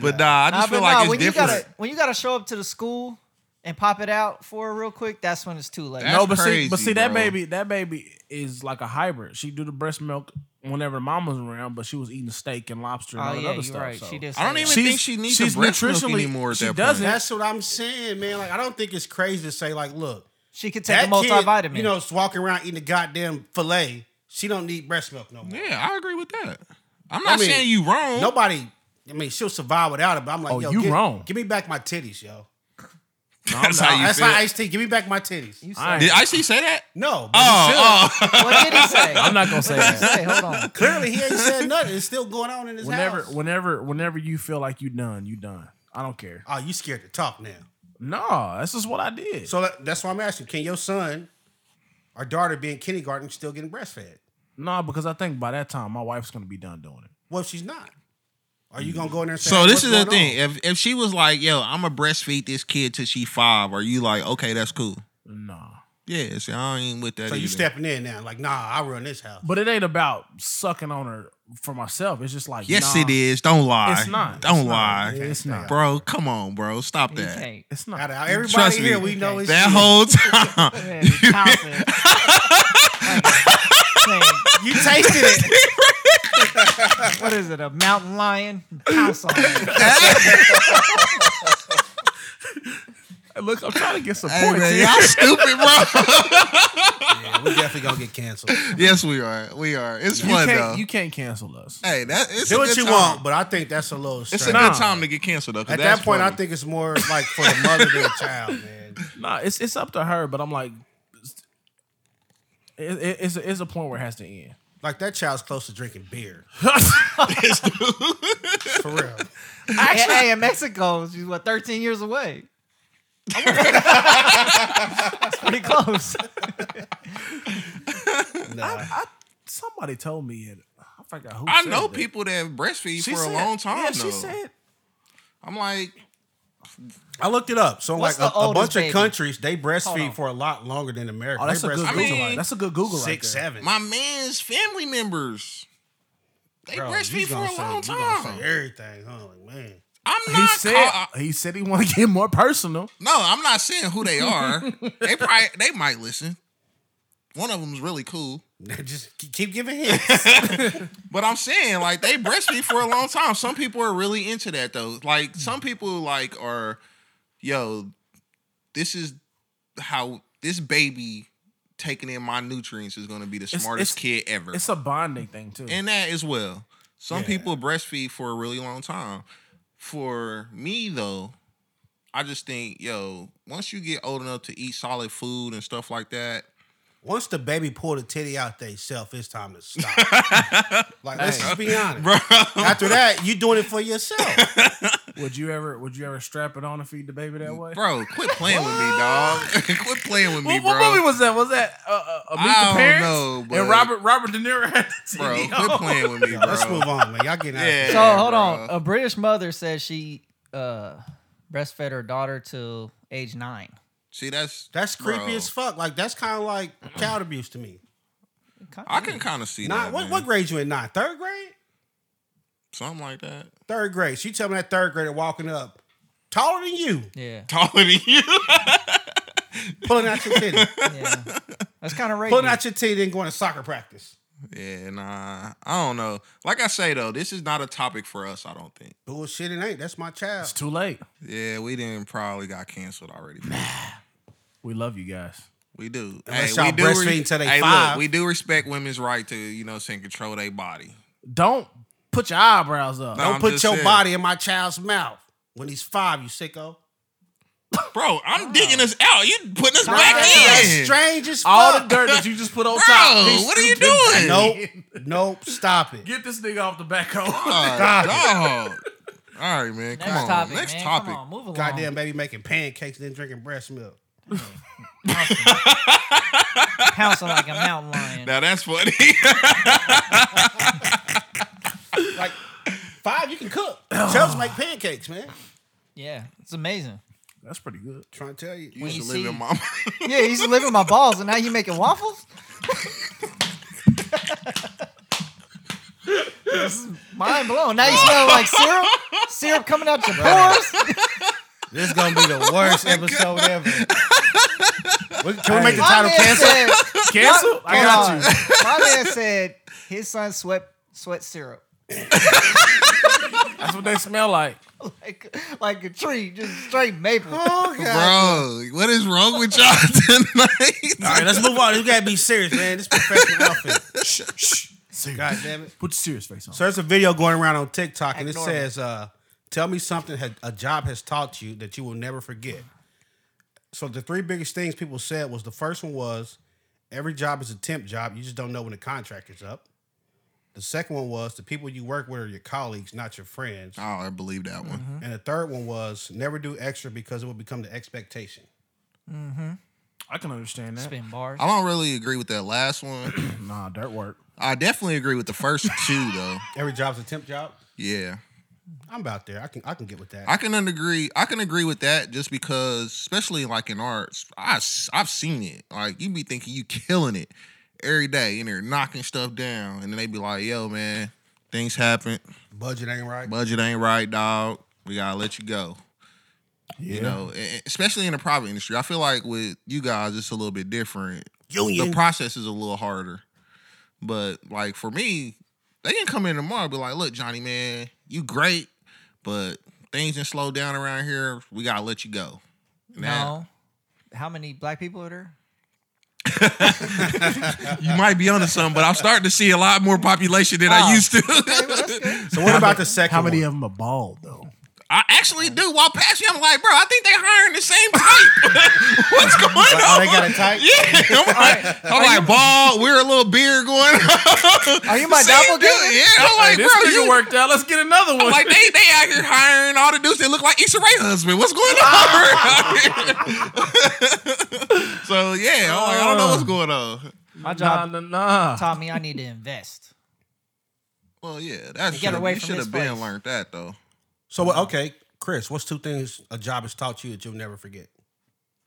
Speaker 1: but nah, I
Speaker 3: Nah,
Speaker 1: just
Speaker 3: but
Speaker 1: feel like
Speaker 3: nah,
Speaker 1: it's
Speaker 3: when you
Speaker 1: different.
Speaker 3: gotta when you gotta show up to the school and pop it out for her real quick, that's when it's too late.
Speaker 1: That's
Speaker 2: no, but see, but
Speaker 1: crazy,
Speaker 2: see that
Speaker 1: bro.
Speaker 2: baby, that baby is like a hybrid. She do the breast milk whenever mom was around, but she was eating steak and lobster and all
Speaker 3: oh
Speaker 2: that
Speaker 3: yeah,
Speaker 2: other
Speaker 3: you're
Speaker 2: stuff.
Speaker 3: right.
Speaker 2: so.
Speaker 3: She did.
Speaker 1: I don't
Speaker 3: say
Speaker 1: even
Speaker 3: that.
Speaker 1: think
Speaker 2: She's-
Speaker 1: she needs
Speaker 2: she's
Speaker 1: the breast milk
Speaker 2: nutritionally-
Speaker 1: anymore at
Speaker 2: she
Speaker 1: that
Speaker 2: doesn't.
Speaker 1: point.
Speaker 4: That's what I'm saying, man. Like, I don't think it's crazy to say, like, look,
Speaker 3: She could take a
Speaker 4: that kid,
Speaker 3: multivitamin.
Speaker 4: you know, is walking around eating a goddamn filet. She don't need breast milk no more.
Speaker 1: Yeah, I agree with that. I'm not
Speaker 4: I mean,
Speaker 1: saying you wrong.
Speaker 4: Nobody, I mean, she'll survive without it, but I'm like,
Speaker 2: Oh,
Speaker 4: yo,
Speaker 2: you
Speaker 4: give,
Speaker 2: wrong.
Speaker 4: Give me back my titties, yo.
Speaker 1: that's how you
Speaker 4: That's
Speaker 1: feel.
Speaker 4: not iced tea. Give me back my titties.
Speaker 3: You
Speaker 2: I
Speaker 3: said,
Speaker 2: ain't-
Speaker 1: Did I see say that?
Speaker 4: No, but he should.
Speaker 1: Oh, oh.
Speaker 3: what did he say?
Speaker 2: I'm not gonna say
Speaker 3: What did he
Speaker 2: that.
Speaker 3: say? Hold on.
Speaker 4: clearly he ain't said nothing. It's still going on in his
Speaker 2: Whenever,
Speaker 4: house.
Speaker 2: whenever, whenever you feel like you done, you done. I don't care.
Speaker 4: Oh, you scared to talk now.
Speaker 2: No, this is what I did.
Speaker 4: So that, that's why I'm asking: Can your son or daughter be in kindergarten still getting breastfed?
Speaker 2: no, because I think by that time my wife's gonna be done doing it.
Speaker 4: Well, if she's not, are you gonna go in there? And say,
Speaker 1: So
Speaker 4: "Hey,
Speaker 1: this
Speaker 4: what's
Speaker 1: is the
Speaker 4: going
Speaker 1: thing.
Speaker 4: on?"
Speaker 1: If if she was like, "Yo, I'm gonna breastfeed this kid till she five, are you like, okay, that's cool?
Speaker 2: No,
Speaker 1: Yeah, see, I ain't with that.
Speaker 4: So you
Speaker 1: either.
Speaker 4: stepping in now? Like, nah, I run this house.
Speaker 2: but it ain't about sucking on her for myself. It's just like
Speaker 1: Yes,
Speaker 2: nah,
Speaker 1: it is. Don't lie.
Speaker 2: It's not.
Speaker 1: Don't
Speaker 2: It's not.
Speaker 1: lie,
Speaker 2: It's not.
Speaker 1: bro. Come on, bro. Stop
Speaker 3: You
Speaker 1: that.
Speaker 3: can't.
Speaker 2: It's
Speaker 4: Out
Speaker 2: not.
Speaker 4: of everybody
Speaker 1: Trust me.
Speaker 4: here, we know it's
Speaker 1: That
Speaker 4: you.
Speaker 1: whole time.
Speaker 3: Man, you're confident. Man,
Speaker 4: You tasted it.
Speaker 3: what is it? A mountain lion? Pounce on it.
Speaker 2: Hey, Look, I'm trying to get some
Speaker 1: Hey,
Speaker 2: points.
Speaker 1: man,
Speaker 2: here.
Speaker 1: y'all stupid, bro.
Speaker 4: yeah, we definitely gonna get canceled.
Speaker 1: yes, we are. We are. It's
Speaker 2: You
Speaker 1: fun though.
Speaker 2: can't, you can't cancel us.
Speaker 1: hey, that it's a
Speaker 4: Do what
Speaker 1: good
Speaker 4: you
Speaker 1: time.
Speaker 4: want, but I think that's a little.
Speaker 1: It's
Speaker 4: strange.
Speaker 1: a
Speaker 2: Nah.
Speaker 1: good time to get canceled though. 'cause
Speaker 4: At that
Speaker 1: that's
Speaker 4: point, I
Speaker 1: funny.
Speaker 4: think it's more like for the mother than the child, man.
Speaker 2: Nah, it's it's up to her. But I'm like, it, it, it's a- it's a point where it has to end.
Speaker 4: Like that child's close to drinking beer, for real.
Speaker 3: Actually, hey, in Mexico, she's what 13 years away. That's pretty close.
Speaker 4: Nah.
Speaker 2: Somebody told me it. I forgot who.
Speaker 1: I
Speaker 2: said
Speaker 1: know
Speaker 2: that.
Speaker 1: people that breastfeed
Speaker 2: She
Speaker 1: for
Speaker 2: said-
Speaker 1: a long time.
Speaker 2: Yeah,
Speaker 1: though.
Speaker 2: she said.
Speaker 1: I'm like,
Speaker 4: I looked it up. So
Speaker 3: What's
Speaker 4: like
Speaker 3: the
Speaker 4: a, a
Speaker 3: oldest
Speaker 4: bunch
Speaker 3: baby?
Speaker 4: of countries, they
Speaker 3: Hold on.
Speaker 4: breastfeed for a lot longer than America.
Speaker 2: Oh, that's a
Speaker 4: they
Speaker 2: good
Speaker 4: breastfeed
Speaker 2: Google.
Speaker 1: I mean,
Speaker 2: right- that's a good Google. right
Speaker 4: six,
Speaker 2: there.
Speaker 4: seven.
Speaker 1: my man's family members. They
Speaker 4: Bro, you
Speaker 1: breastfeed for
Speaker 4: gonna
Speaker 1: a
Speaker 4: say-
Speaker 1: long
Speaker 4: you gonna say
Speaker 1: time.
Speaker 4: everything, huh? Like, man,
Speaker 1: I'm
Speaker 2: He
Speaker 1: not.
Speaker 2: said
Speaker 1: call-
Speaker 2: he said he want to get more personal.
Speaker 1: no, I'm not saying who they are. they probably they might listen. One of them's really cool,
Speaker 4: just ke- keep giving hints.
Speaker 1: but I'm saying like they breastfeed for a long time. Some people are really into that though. Like some people like are, yo, this is how this baby taking in my nutrients is going to be the
Speaker 2: It's-
Speaker 1: smartest
Speaker 2: it's-
Speaker 1: kid ever.
Speaker 2: It's a bonding thing too.
Speaker 1: and that as well. Some
Speaker 4: Yeah.
Speaker 1: people breastfeed for a really long time. For me though, I just think yo, once you get old enough to eat solid food and stuff like that,
Speaker 4: Once the baby pull the titty out they self, it's time to stop. like, let's
Speaker 2: Hey.
Speaker 4: just be honest.
Speaker 1: bro.
Speaker 4: After that, you doing it for yourself.
Speaker 2: would you ever? Would you ever strap it on and feed the baby that way?
Speaker 1: bro, quit playing with me, dog. quit playing with me,
Speaker 2: What,
Speaker 1: bro.
Speaker 2: what movie was that? Was that uh, uh, Meet
Speaker 1: I don't
Speaker 2: the Parents?
Speaker 1: know, but-
Speaker 2: and Robert Robert De Niro had the
Speaker 1: bro,
Speaker 2: TV
Speaker 1: quit
Speaker 2: on?
Speaker 1: playing with me, bro.
Speaker 4: Let's move on, man. Y'all getting out.
Speaker 1: Yeah.
Speaker 4: Yeah.
Speaker 3: So hold on.
Speaker 1: bro.
Speaker 3: A British mother says she uh, breastfed her daughter till age nine.
Speaker 1: See, that's
Speaker 4: That's creepy
Speaker 1: bro,
Speaker 4: as fuck. Like that's kind of like child abuse to me.
Speaker 1: I can kind of see
Speaker 4: Not
Speaker 1: that.
Speaker 4: what,
Speaker 1: man.
Speaker 4: what grade you in? Nine, third grade,
Speaker 1: Something like that.
Speaker 4: third grade. She tell me that third grader walking up, taller than you,
Speaker 3: Yeah,
Speaker 1: Taller than you.
Speaker 4: pulling out your titty,
Speaker 3: yeah. That's kind of rape.
Speaker 4: pulling out your titty, and going to soccer practice.
Speaker 1: Yeah, nah. I don't know. Like I say though, this is not a topic for us. I don't think.
Speaker 4: Bullshit, it ain't. That's my
Speaker 2: It's
Speaker 4: child.
Speaker 2: too late.
Speaker 1: Yeah, we didn't probably got canceled already.
Speaker 2: We love you guys.
Speaker 1: We do.
Speaker 4: Unless
Speaker 1: we
Speaker 4: y'all
Speaker 1: do
Speaker 4: breastfeed till they
Speaker 1: hey,
Speaker 4: five.
Speaker 1: Look, we do respect women's right to you know, saying control their body.
Speaker 2: Don't put your eyebrows up.
Speaker 1: No.
Speaker 4: Don't
Speaker 1: I'm
Speaker 4: put
Speaker 1: just
Speaker 4: your
Speaker 1: saying.
Speaker 4: body in my child's mouth when he's five. You sicko.
Speaker 1: Bro, I'm digging us out. You putting us back
Speaker 4: That's
Speaker 1: in.
Speaker 4: strange as
Speaker 2: All the
Speaker 4: fuck.
Speaker 2: dirt that you just put on
Speaker 1: Bro,
Speaker 2: top. Hey,
Speaker 1: what are you doing?
Speaker 2: stupid.
Speaker 4: Nope. Nope. Stop it.
Speaker 2: Get this nigga off the backhoe.
Speaker 1: Oh, dog. All right, man. Come
Speaker 3: Next
Speaker 1: on.
Speaker 3: topic.
Speaker 1: Next
Speaker 3: man.
Speaker 1: topic.
Speaker 3: Come on, move along.
Speaker 4: Goddamn baby making pancakes then drinking breast milk.
Speaker 3: Pouncing like a mountain lion.
Speaker 1: Now that's funny.
Speaker 4: Like five, you can cook. Chubs make pancakes, man.
Speaker 3: yeah, it's amazing.
Speaker 2: That's pretty good.
Speaker 4: Trying to tell you.
Speaker 1: you should
Speaker 3: you
Speaker 1: live
Speaker 3: see-
Speaker 1: in mama.
Speaker 3: Yeah, you used to live with my balls, and now you making waffles. This is Mind blown. Now you smell like syrup. Syrup coming out your pores.
Speaker 4: This is gonna be the worst episode ever. We- Can we make the
Speaker 3: My
Speaker 4: title
Speaker 3: man
Speaker 4: cancel?
Speaker 3: said-
Speaker 2: Cancel? I got you.
Speaker 3: God. My man said his son sweat sweat syrup
Speaker 2: That's what they smell like.
Speaker 3: like like a tree, just straight maple.
Speaker 1: Bro, what is wrong with y'all tonight?
Speaker 4: All right, let's move on. You gotta be serious, man. This professional outfit. God damn it.
Speaker 2: Put your serious face on.
Speaker 4: So there's a video going around on TikTok, and
Speaker 3: Act
Speaker 4: it
Speaker 3: normal.
Speaker 4: says, uh, "Tell me something had, a job has taught you that you will never forget." So the three biggest things people said was the first one was, "Every job is a temp job. You just don't know when the contract is up." The second one was the people you work with are your colleagues, not your friends.
Speaker 2: Uh-huh.
Speaker 1: Oh, I believe that one.
Speaker 3: Mm-hmm.
Speaker 4: And the third one was never do extra because it will become the expectation.
Speaker 2: I can understand that.
Speaker 3: Spin bars.
Speaker 1: I don't really agree with that last one.
Speaker 2: Nah, dirt work.
Speaker 1: I definitely agree with the first two though.
Speaker 4: Every job's a temp job.
Speaker 1: Yeah.
Speaker 4: I'm about there. I can I can get with that.
Speaker 1: I can agree. I can agree with that just because, especially like in arts, I have seen it. Like you be thinking you killing it every day, and they're knocking stuff down, and then they be like, "Yo, man, things happen.
Speaker 4: Budget ain't right.
Speaker 1: Budget ain't right, dog. We gotta let you go." You know, and- and especially in the private industry, I feel like with you guys, it's a little bit different. The process is a little harder, but like for me, they can come in tomorrow and be like, "Look, Johnny, man, you great, but things didn't slow down around here. We gotta let you go." Now,
Speaker 3: no. How many black people are there?
Speaker 1: you might be onto something, but I'm starting to see a lot more population than I
Speaker 3: Oh,
Speaker 1: used
Speaker 3: Okay, well,
Speaker 1: to.
Speaker 3: that's good.
Speaker 4: So what about the second?
Speaker 2: How many
Speaker 4: one?
Speaker 2: of them are bald though?
Speaker 1: I actually do. While past you, I'm like, bro, I think they hiring the same type. What's going
Speaker 4: Oh,
Speaker 1: on?
Speaker 4: they got a type.
Speaker 1: Yeah, I'm like, I'm like bald. We're a little beard going.
Speaker 3: Are you my
Speaker 1: Same dude.
Speaker 3: doppelganger?
Speaker 1: Yeah, I'm
Speaker 2: Hey,
Speaker 1: like,
Speaker 2: this
Speaker 1: bro,
Speaker 2: nigga
Speaker 1: you
Speaker 2: worked out. Let's get another one.
Speaker 1: like they they out here hiring all the dudes that look like Issa Rae husband. What's going on? so yeah, I'm like, I don't know what's going on.
Speaker 3: My
Speaker 2: nah,
Speaker 3: job
Speaker 2: nah, nah.
Speaker 3: taught me I need to invest.
Speaker 1: Well, yeah, that
Speaker 3: get
Speaker 1: should
Speaker 3: away
Speaker 1: have
Speaker 3: from
Speaker 1: should
Speaker 3: this
Speaker 1: have been
Speaker 3: place.
Speaker 1: learned that though.
Speaker 4: So what- okay, Chris, what's two things a job has taught you that you'll never forget?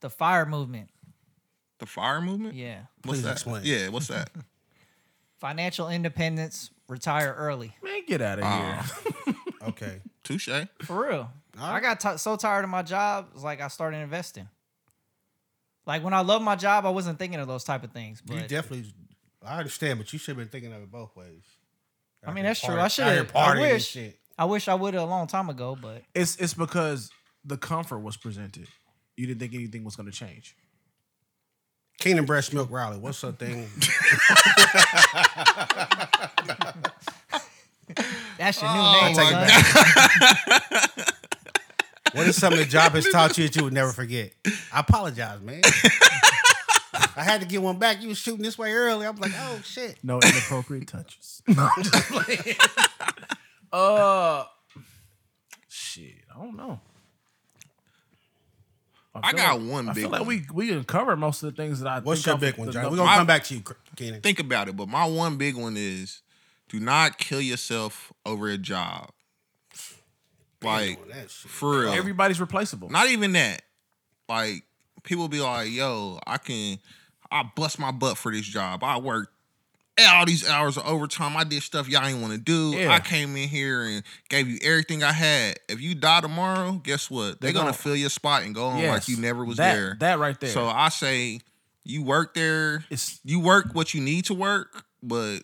Speaker 3: The fire movement.
Speaker 1: The fire movement.
Speaker 3: Yeah.
Speaker 1: what's
Speaker 4: Please
Speaker 1: that?
Speaker 4: explain.
Speaker 1: Yeah, what's that?
Speaker 3: Financial independence. Retire early.
Speaker 2: Man, get out of here.
Speaker 4: Okay,
Speaker 1: Touche.
Speaker 3: For real. I got ti so tired of my job. It's like I started investing. Like when I loved my job, I wasn't thinking of those type of things.
Speaker 4: you
Speaker 3: But
Speaker 4: definitely. I understand, but you should have been thinking of it both ways.
Speaker 3: I mean,
Speaker 4: Out
Speaker 3: that's true.
Speaker 4: here party-
Speaker 3: I
Speaker 4: out
Speaker 3: should
Speaker 4: here
Speaker 3: have. I
Speaker 4: partying and
Speaker 3: wish.
Speaker 4: shit.
Speaker 3: I wish I would have a long time ago. But
Speaker 2: It's it's because the comfort was presented. You didn't think anything was going to change.
Speaker 4: Kingdom breast milk Riley. What's the thing?
Speaker 3: that's your new
Speaker 1: Oh,
Speaker 3: name.
Speaker 1: my
Speaker 3: son.
Speaker 4: what is something the job has taught you that you would never forget? I apologize, man. I had to get one back. You was shooting this way early. I'm like, oh shit.
Speaker 2: No inappropriate touches. No, I'm just playing. Uh, shit. I don't know.
Speaker 1: I
Speaker 2: feel
Speaker 1: got
Speaker 2: like-
Speaker 1: one
Speaker 2: I
Speaker 1: big
Speaker 2: feel like
Speaker 1: one.
Speaker 2: we we didn't cover most of the things that I.
Speaker 4: What's
Speaker 2: think
Speaker 4: your
Speaker 2: of
Speaker 4: big
Speaker 2: the
Speaker 4: one, John? We're
Speaker 2: number-
Speaker 4: gonna
Speaker 1: my-
Speaker 4: come back to you, Keenan.
Speaker 1: Think about it. But my one big one is, do not kill yourself over a job. Like
Speaker 4: doing that shit.
Speaker 1: for real.
Speaker 2: Everybody's replaceable.
Speaker 1: Not even that. Like people be like, "Yo, I can, I bust my butt for this job. I worked all these hours of overtime. I did stuff y'all ain't want to do.
Speaker 2: Yeah.
Speaker 1: I came in here and gave you everything I had. If you die tomorrow, guess what? They're
Speaker 2: They
Speaker 1: gonna
Speaker 2: gone.
Speaker 1: fill your spot and go on like
Speaker 2: Yes.
Speaker 1: you never was
Speaker 2: That-
Speaker 1: there.
Speaker 2: That right there.
Speaker 1: So I say, you work there.
Speaker 2: it's
Speaker 1: You work what you need to work, but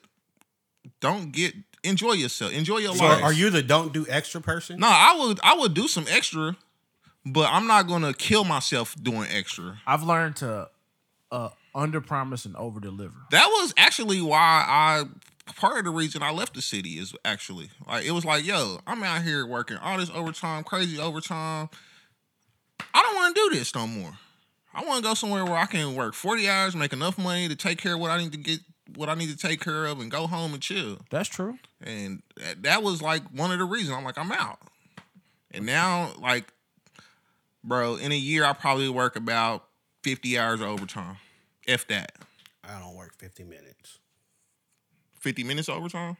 Speaker 1: don't get enjoy yourself. Enjoy your
Speaker 4: So
Speaker 1: life.
Speaker 4: are you the don't do extra person?
Speaker 1: No, I would I would do some extra, but I'm not gonna kill myself doing extra.
Speaker 2: I've learned to uh, under promise and over deliver.
Speaker 1: That was actually why I part of the reason I left the city is actually like it was like, yo, I'm out here working all this overtime, crazy overtime. I don't want to do this no more. I want to go somewhere where I can work 40 hours, make enough money to take care of what I need to get, what I need to take care of, and go home and chill.
Speaker 2: That's true.
Speaker 1: And that, that was like one of the reasons I'm like, I'm out. And now, like, bro, in a year, I probably work about 50 hours of overtime, if that.
Speaker 4: I don't work 50 minutes.
Speaker 1: 50 minutes of overtime?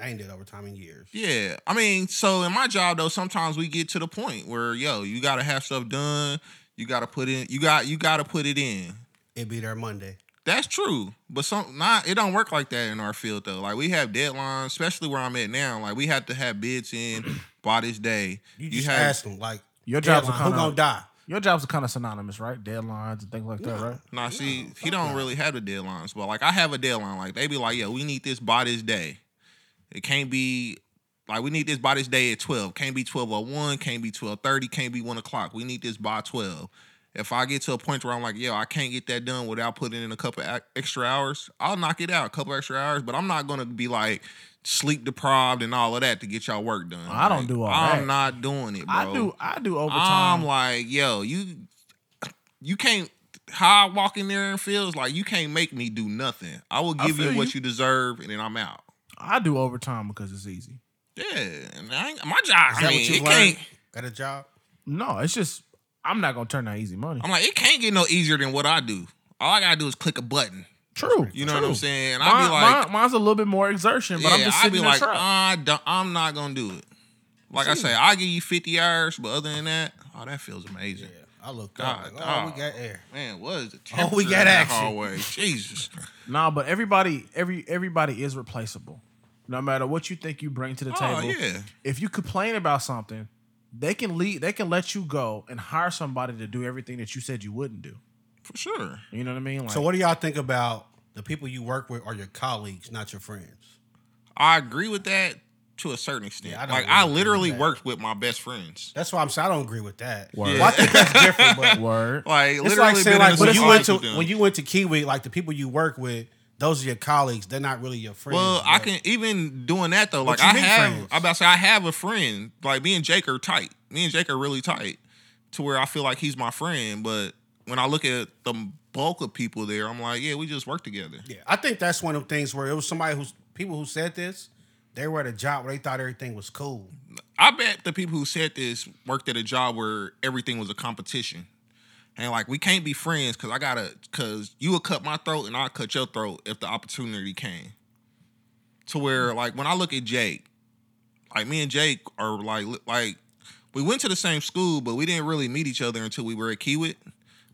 Speaker 4: I ain't did overtime in years.
Speaker 1: Yeah. I mean, so in my job, though, sometimes we get to the point where, yo, you got to have stuff done. You got to put in, you got, you got to put it in.
Speaker 4: It be there Monday.
Speaker 1: That's true, but some not. It don't work like that in our field though. Like we have deadlines, especially where I'm at now. Like we have to have bids in by this day.
Speaker 4: You just
Speaker 1: have,
Speaker 4: ask them like
Speaker 2: Your jobs are
Speaker 4: deadline, who
Speaker 2: kinda-
Speaker 4: gonna die?
Speaker 2: Your jobs are kind of synonymous, right? Deadlines and things like that, right?
Speaker 1: Nah, see, he don't really have the deadlines, but like I have a deadline. Like they be like, yeah, we need this by this day. It can't be like we need this by this day at twelve. Can't be twelve oh one. Can't be twelve thirty. Can't be one o'clock. We need this by twelve. If I get to a point where I'm like, yo, I can't get that done without putting in a couple ac- extra hours, I'll knock it out a couple extra hours. But I'm not gonna be like sleep deprived and all of that to get y'all work done.
Speaker 2: I don't
Speaker 1: Like,
Speaker 2: do all
Speaker 1: I'm
Speaker 2: that.
Speaker 1: not doing it, bro.
Speaker 2: I do. I do overtime.
Speaker 1: I'm like, yo, you you can't how I walk in there and feels like you can't make me do nothing. I will
Speaker 2: I
Speaker 1: give you
Speaker 2: feel
Speaker 1: what
Speaker 2: you.
Speaker 1: you. deserve and then I'm out.
Speaker 2: I do overtime because it's easy.
Speaker 1: Yeah. And I ain't, my job,
Speaker 4: Is
Speaker 1: I
Speaker 4: that
Speaker 1: mean,
Speaker 4: what you
Speaker 1: it
Speaker 4: learned
Speaker 1: can't
Speaker 4: at a job?
Speaker 2: No, it's just I'm not gonna turn down easy money.
Speaker 1: I'm like, it can't get no easier than what I do. All I gotta do is click a button.
Speaker 2: True.
Speaker 1: You know what I'm saying? And
Speaker 2: Mine,
Speaker 1: I'd be like,
Speaker 2: mine- mine's a little bit more exertion, but I'm
Speaker 1: yeah,
Speaker 2: just
Speaker 1: I'd be
Speaker 2: sitting in the
Speaker 1: like, uh,
Speaker 2: truck.
Speaker 1: I don't, I'm not gonna do it. Like I say, I'll give you 50 hours, but other than that, oh, that feels amazing.
Speaker 4: Yeah, I looked
Speaker 1: God,
Speaker 4: up. Like, oh,
Speaker 1: dog.
Speaker 4: we got air.
Speaker 1: Man, what is the
Speaker 4: Oh,
Speaker 1: temperature
Speaker 4: we got
Speaker 1: in that
Speaker 4: action.
Speaker 1: hallway? Jesus.
Speaker 2: nah, but everybody, every everybody is replaceable. No matter what you think you bring to the
Speaker 1: Oh,
Speaker 2: table,
Speaker 1: yeah.
Speaker 2: if you complain about something, they can lead. They can let you go and hire somebody to do everything that you said you wouldn't do.
Speaker 1: For sure.
Speaker 2: You know what I mean? Like,
Speaker 4: So what do y'all think about the people you work with are your colleagues, not your friends?
Speaker 1: I agree with that to a certain extent.
Speaker 4: Yeah, I don't
Speaker 1: like
Speaker 4: really
Speaker 1: I
Speaker 4: agree
Speaker 1: literally
Speaker 4: with that.
Speaker 1: worked with my best friends.
Speaker 4: That's why I'm saying I don't agree with that.
Speaker 2: Word.
Speaker 4: Well, I think that's different, but
Speaker 2: word.
Speaker 1: Like
Speaker 4: it's
Speaker 1: literally
Speaker 4: like saying
Speaker 1: been in
Speaker 4: like
Speaker 1: the
Speaker 4: when
Speaker 1: same
Speaker 4: you went
Speaker 1: office
Speaker 4: to
Speaker 1: with them.
Speaker 4: when you went to Kiwi, like the people you work with, those are your colleagues. They're not really your friends.
Speaker 1: Well, I
Speaker 4: but-
Speaker 1: can even doing that though.
Speaker 4: What
Speaker 1: Like
Speaker 4: you
Speaker 1: I
Speaker 4: mean
Speaker 1: have,
Speaker 4: friends?
Speaker 1: I'm about to say I have a friend. Like me and Jake are tight. Me and Jake are really tight to where I feel like he's my friend. But when I look at the bulk of people there, I'm like, yeah, we just work together.
Speaker 4: Yeah, I think that's one of the things where it was somebody who's people who said this. They were at a job where they thought everything was cool.
Speaker 1: I bet the people who said this worked at a job where everything was a competition. And like we can't be friends because I gotta because you will cut my throat and I'll cut your throat if the opportunity came. To where like when I look at Jake, like me and Jake are like li- like we went to the same school, but we didn't really meet each other until we were at Kiewit.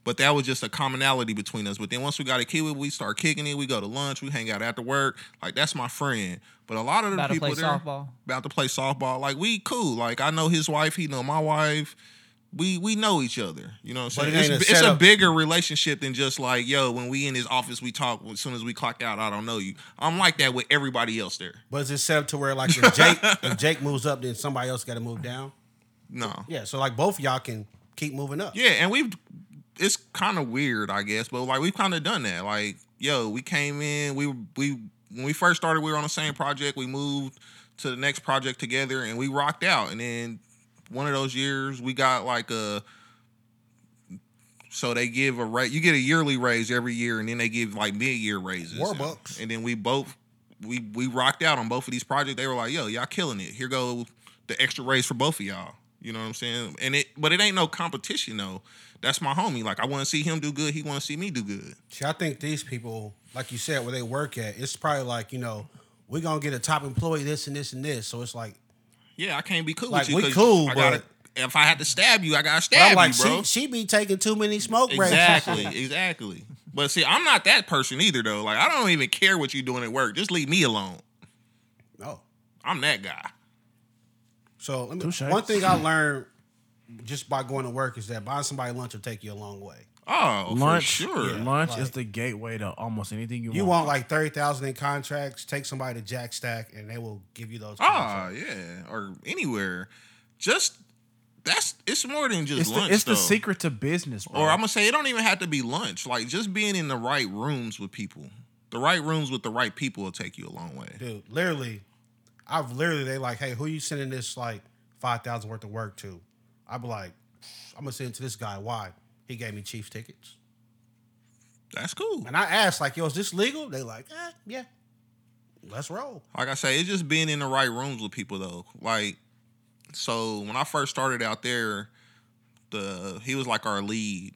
Speaker 1: But that was just a commonality between us. But then once we got at Kiewit, we start kicking it. We go to lunch. We hang out after work. Like that's my friend. But a lot of the
Speaker 3: About to
Speaker 1: people
Speaker 3: play
Speaker 1: there,
Speaker 3: softball.
Speaker 1: about to play softball. Like we cool. Like I know his wife, he know my wife. We we know each other. You know what I'm
Speaker 4: But
Speaker 1: saying?
Speaker 4: it ain't
Speaker 1: it's
Speaker 4: a
Speaker 1: it's a
Speaker 4: setup.
Speaker 1: bigger relationship than just like, yo, when we in his office, we talk. As soon as we clock out, I don't know you. I'm like that with everybody else there.
Speaker 4: But it's set up to where like if Jake if Jake moves up, then somebody else got to move down.
Speaker 1: No.
Speaker 4: Yeah, so like both of y'all can keep moving up.
Speaker 1: Yeah, and we've it's kind of weird, I guess, but like we've kind of done that. Like, yo, we came in, we we when we first started, we were on the same project. We moved to the next project together, and we rocked out. And then one of those years, we got like a so they give a rate. You get a yearly raise every year, and then they give like mid year raises.
Speaker 4: Warbucks.
Speaker 1: and then we both we we rocked out on both of these projects. They were like, "Yo, y'all killing it! Here go the extra raise for both of y'all." You know what I'm saying? And it, but it ain't no competition though. That's my homie. Like I want to see him do good. He want to see me do good.
Speaker 4: See, I think these people, like you said, where they work at, it's probably like you know we're gonna get a top employee this and this and this. So it's like,
Speaker 1: Yeah, I can't be cool
Speaker 4: Like,
Speaker 1: with you.
Speaker 4: we
Speaker 1: 'cause
Speaker 4: cool,
Speaker 1: I gotta, if I had to stab you, I gotta stab
Speaker 4: I'm like,
Speaker 1: you, bro.
Speaker 4: she, she be taking too many smoke breaks.
Speaker 1: Exactly, exactly. But see, I'm not that person either, though. Like, I don't even care what you're doing at work. Just leave me alone.
Speaker 4: oh,
Speaker 1: I'm that guy.
Speaker 4: so let me,
Speaker 2: Touche.
Speaker 4: one thing I learned just by going to work is that buying somebody lunch will take you a long way.
Speaker 1: Oh,
Speaker 2: lunch,
Speaker 1: for sure.
Speaker 2: yeah, lunch
Speaker 4: like-
Speaker 2: is the gateway to almost anything you,
Speaker 4: You
Speaker 2: want.
Speaker 4: want like thirty thousand in contracts. Take somebody to Jack Stack, and they will give you those.
Speaker 1: Ah,
Speaker 4: contracts.
Speaker 1: yeah, or anywhere. Just that's it's more than just
Speaker 2: It's,
Speaker 1: lunch.
Speaker 2: the, it's
Speaker 1: though.
Speaker 2: the secret to business, bro.
Speaker 1: Or I'm gonna say it don't even have to be lunch. Like just being in the right rooms with people. The right rooms with the right people will take you a long way.
Speaker 4: dude. Literally, I've literally they like, hey, who you sending this like five thousand worth of work to? I'd be like, I'm gonna send it to this guy. Why? He gave me Chiefs tickets,
Speaker 1: That's cool.
Speaker 4: and I asked like, yo, is this legal? They like, eh, yeah. Let's roll.
Speaker 1: Like I say, it's just being in the right rooms with people though. Like so when I first started out there, the he was like our lead.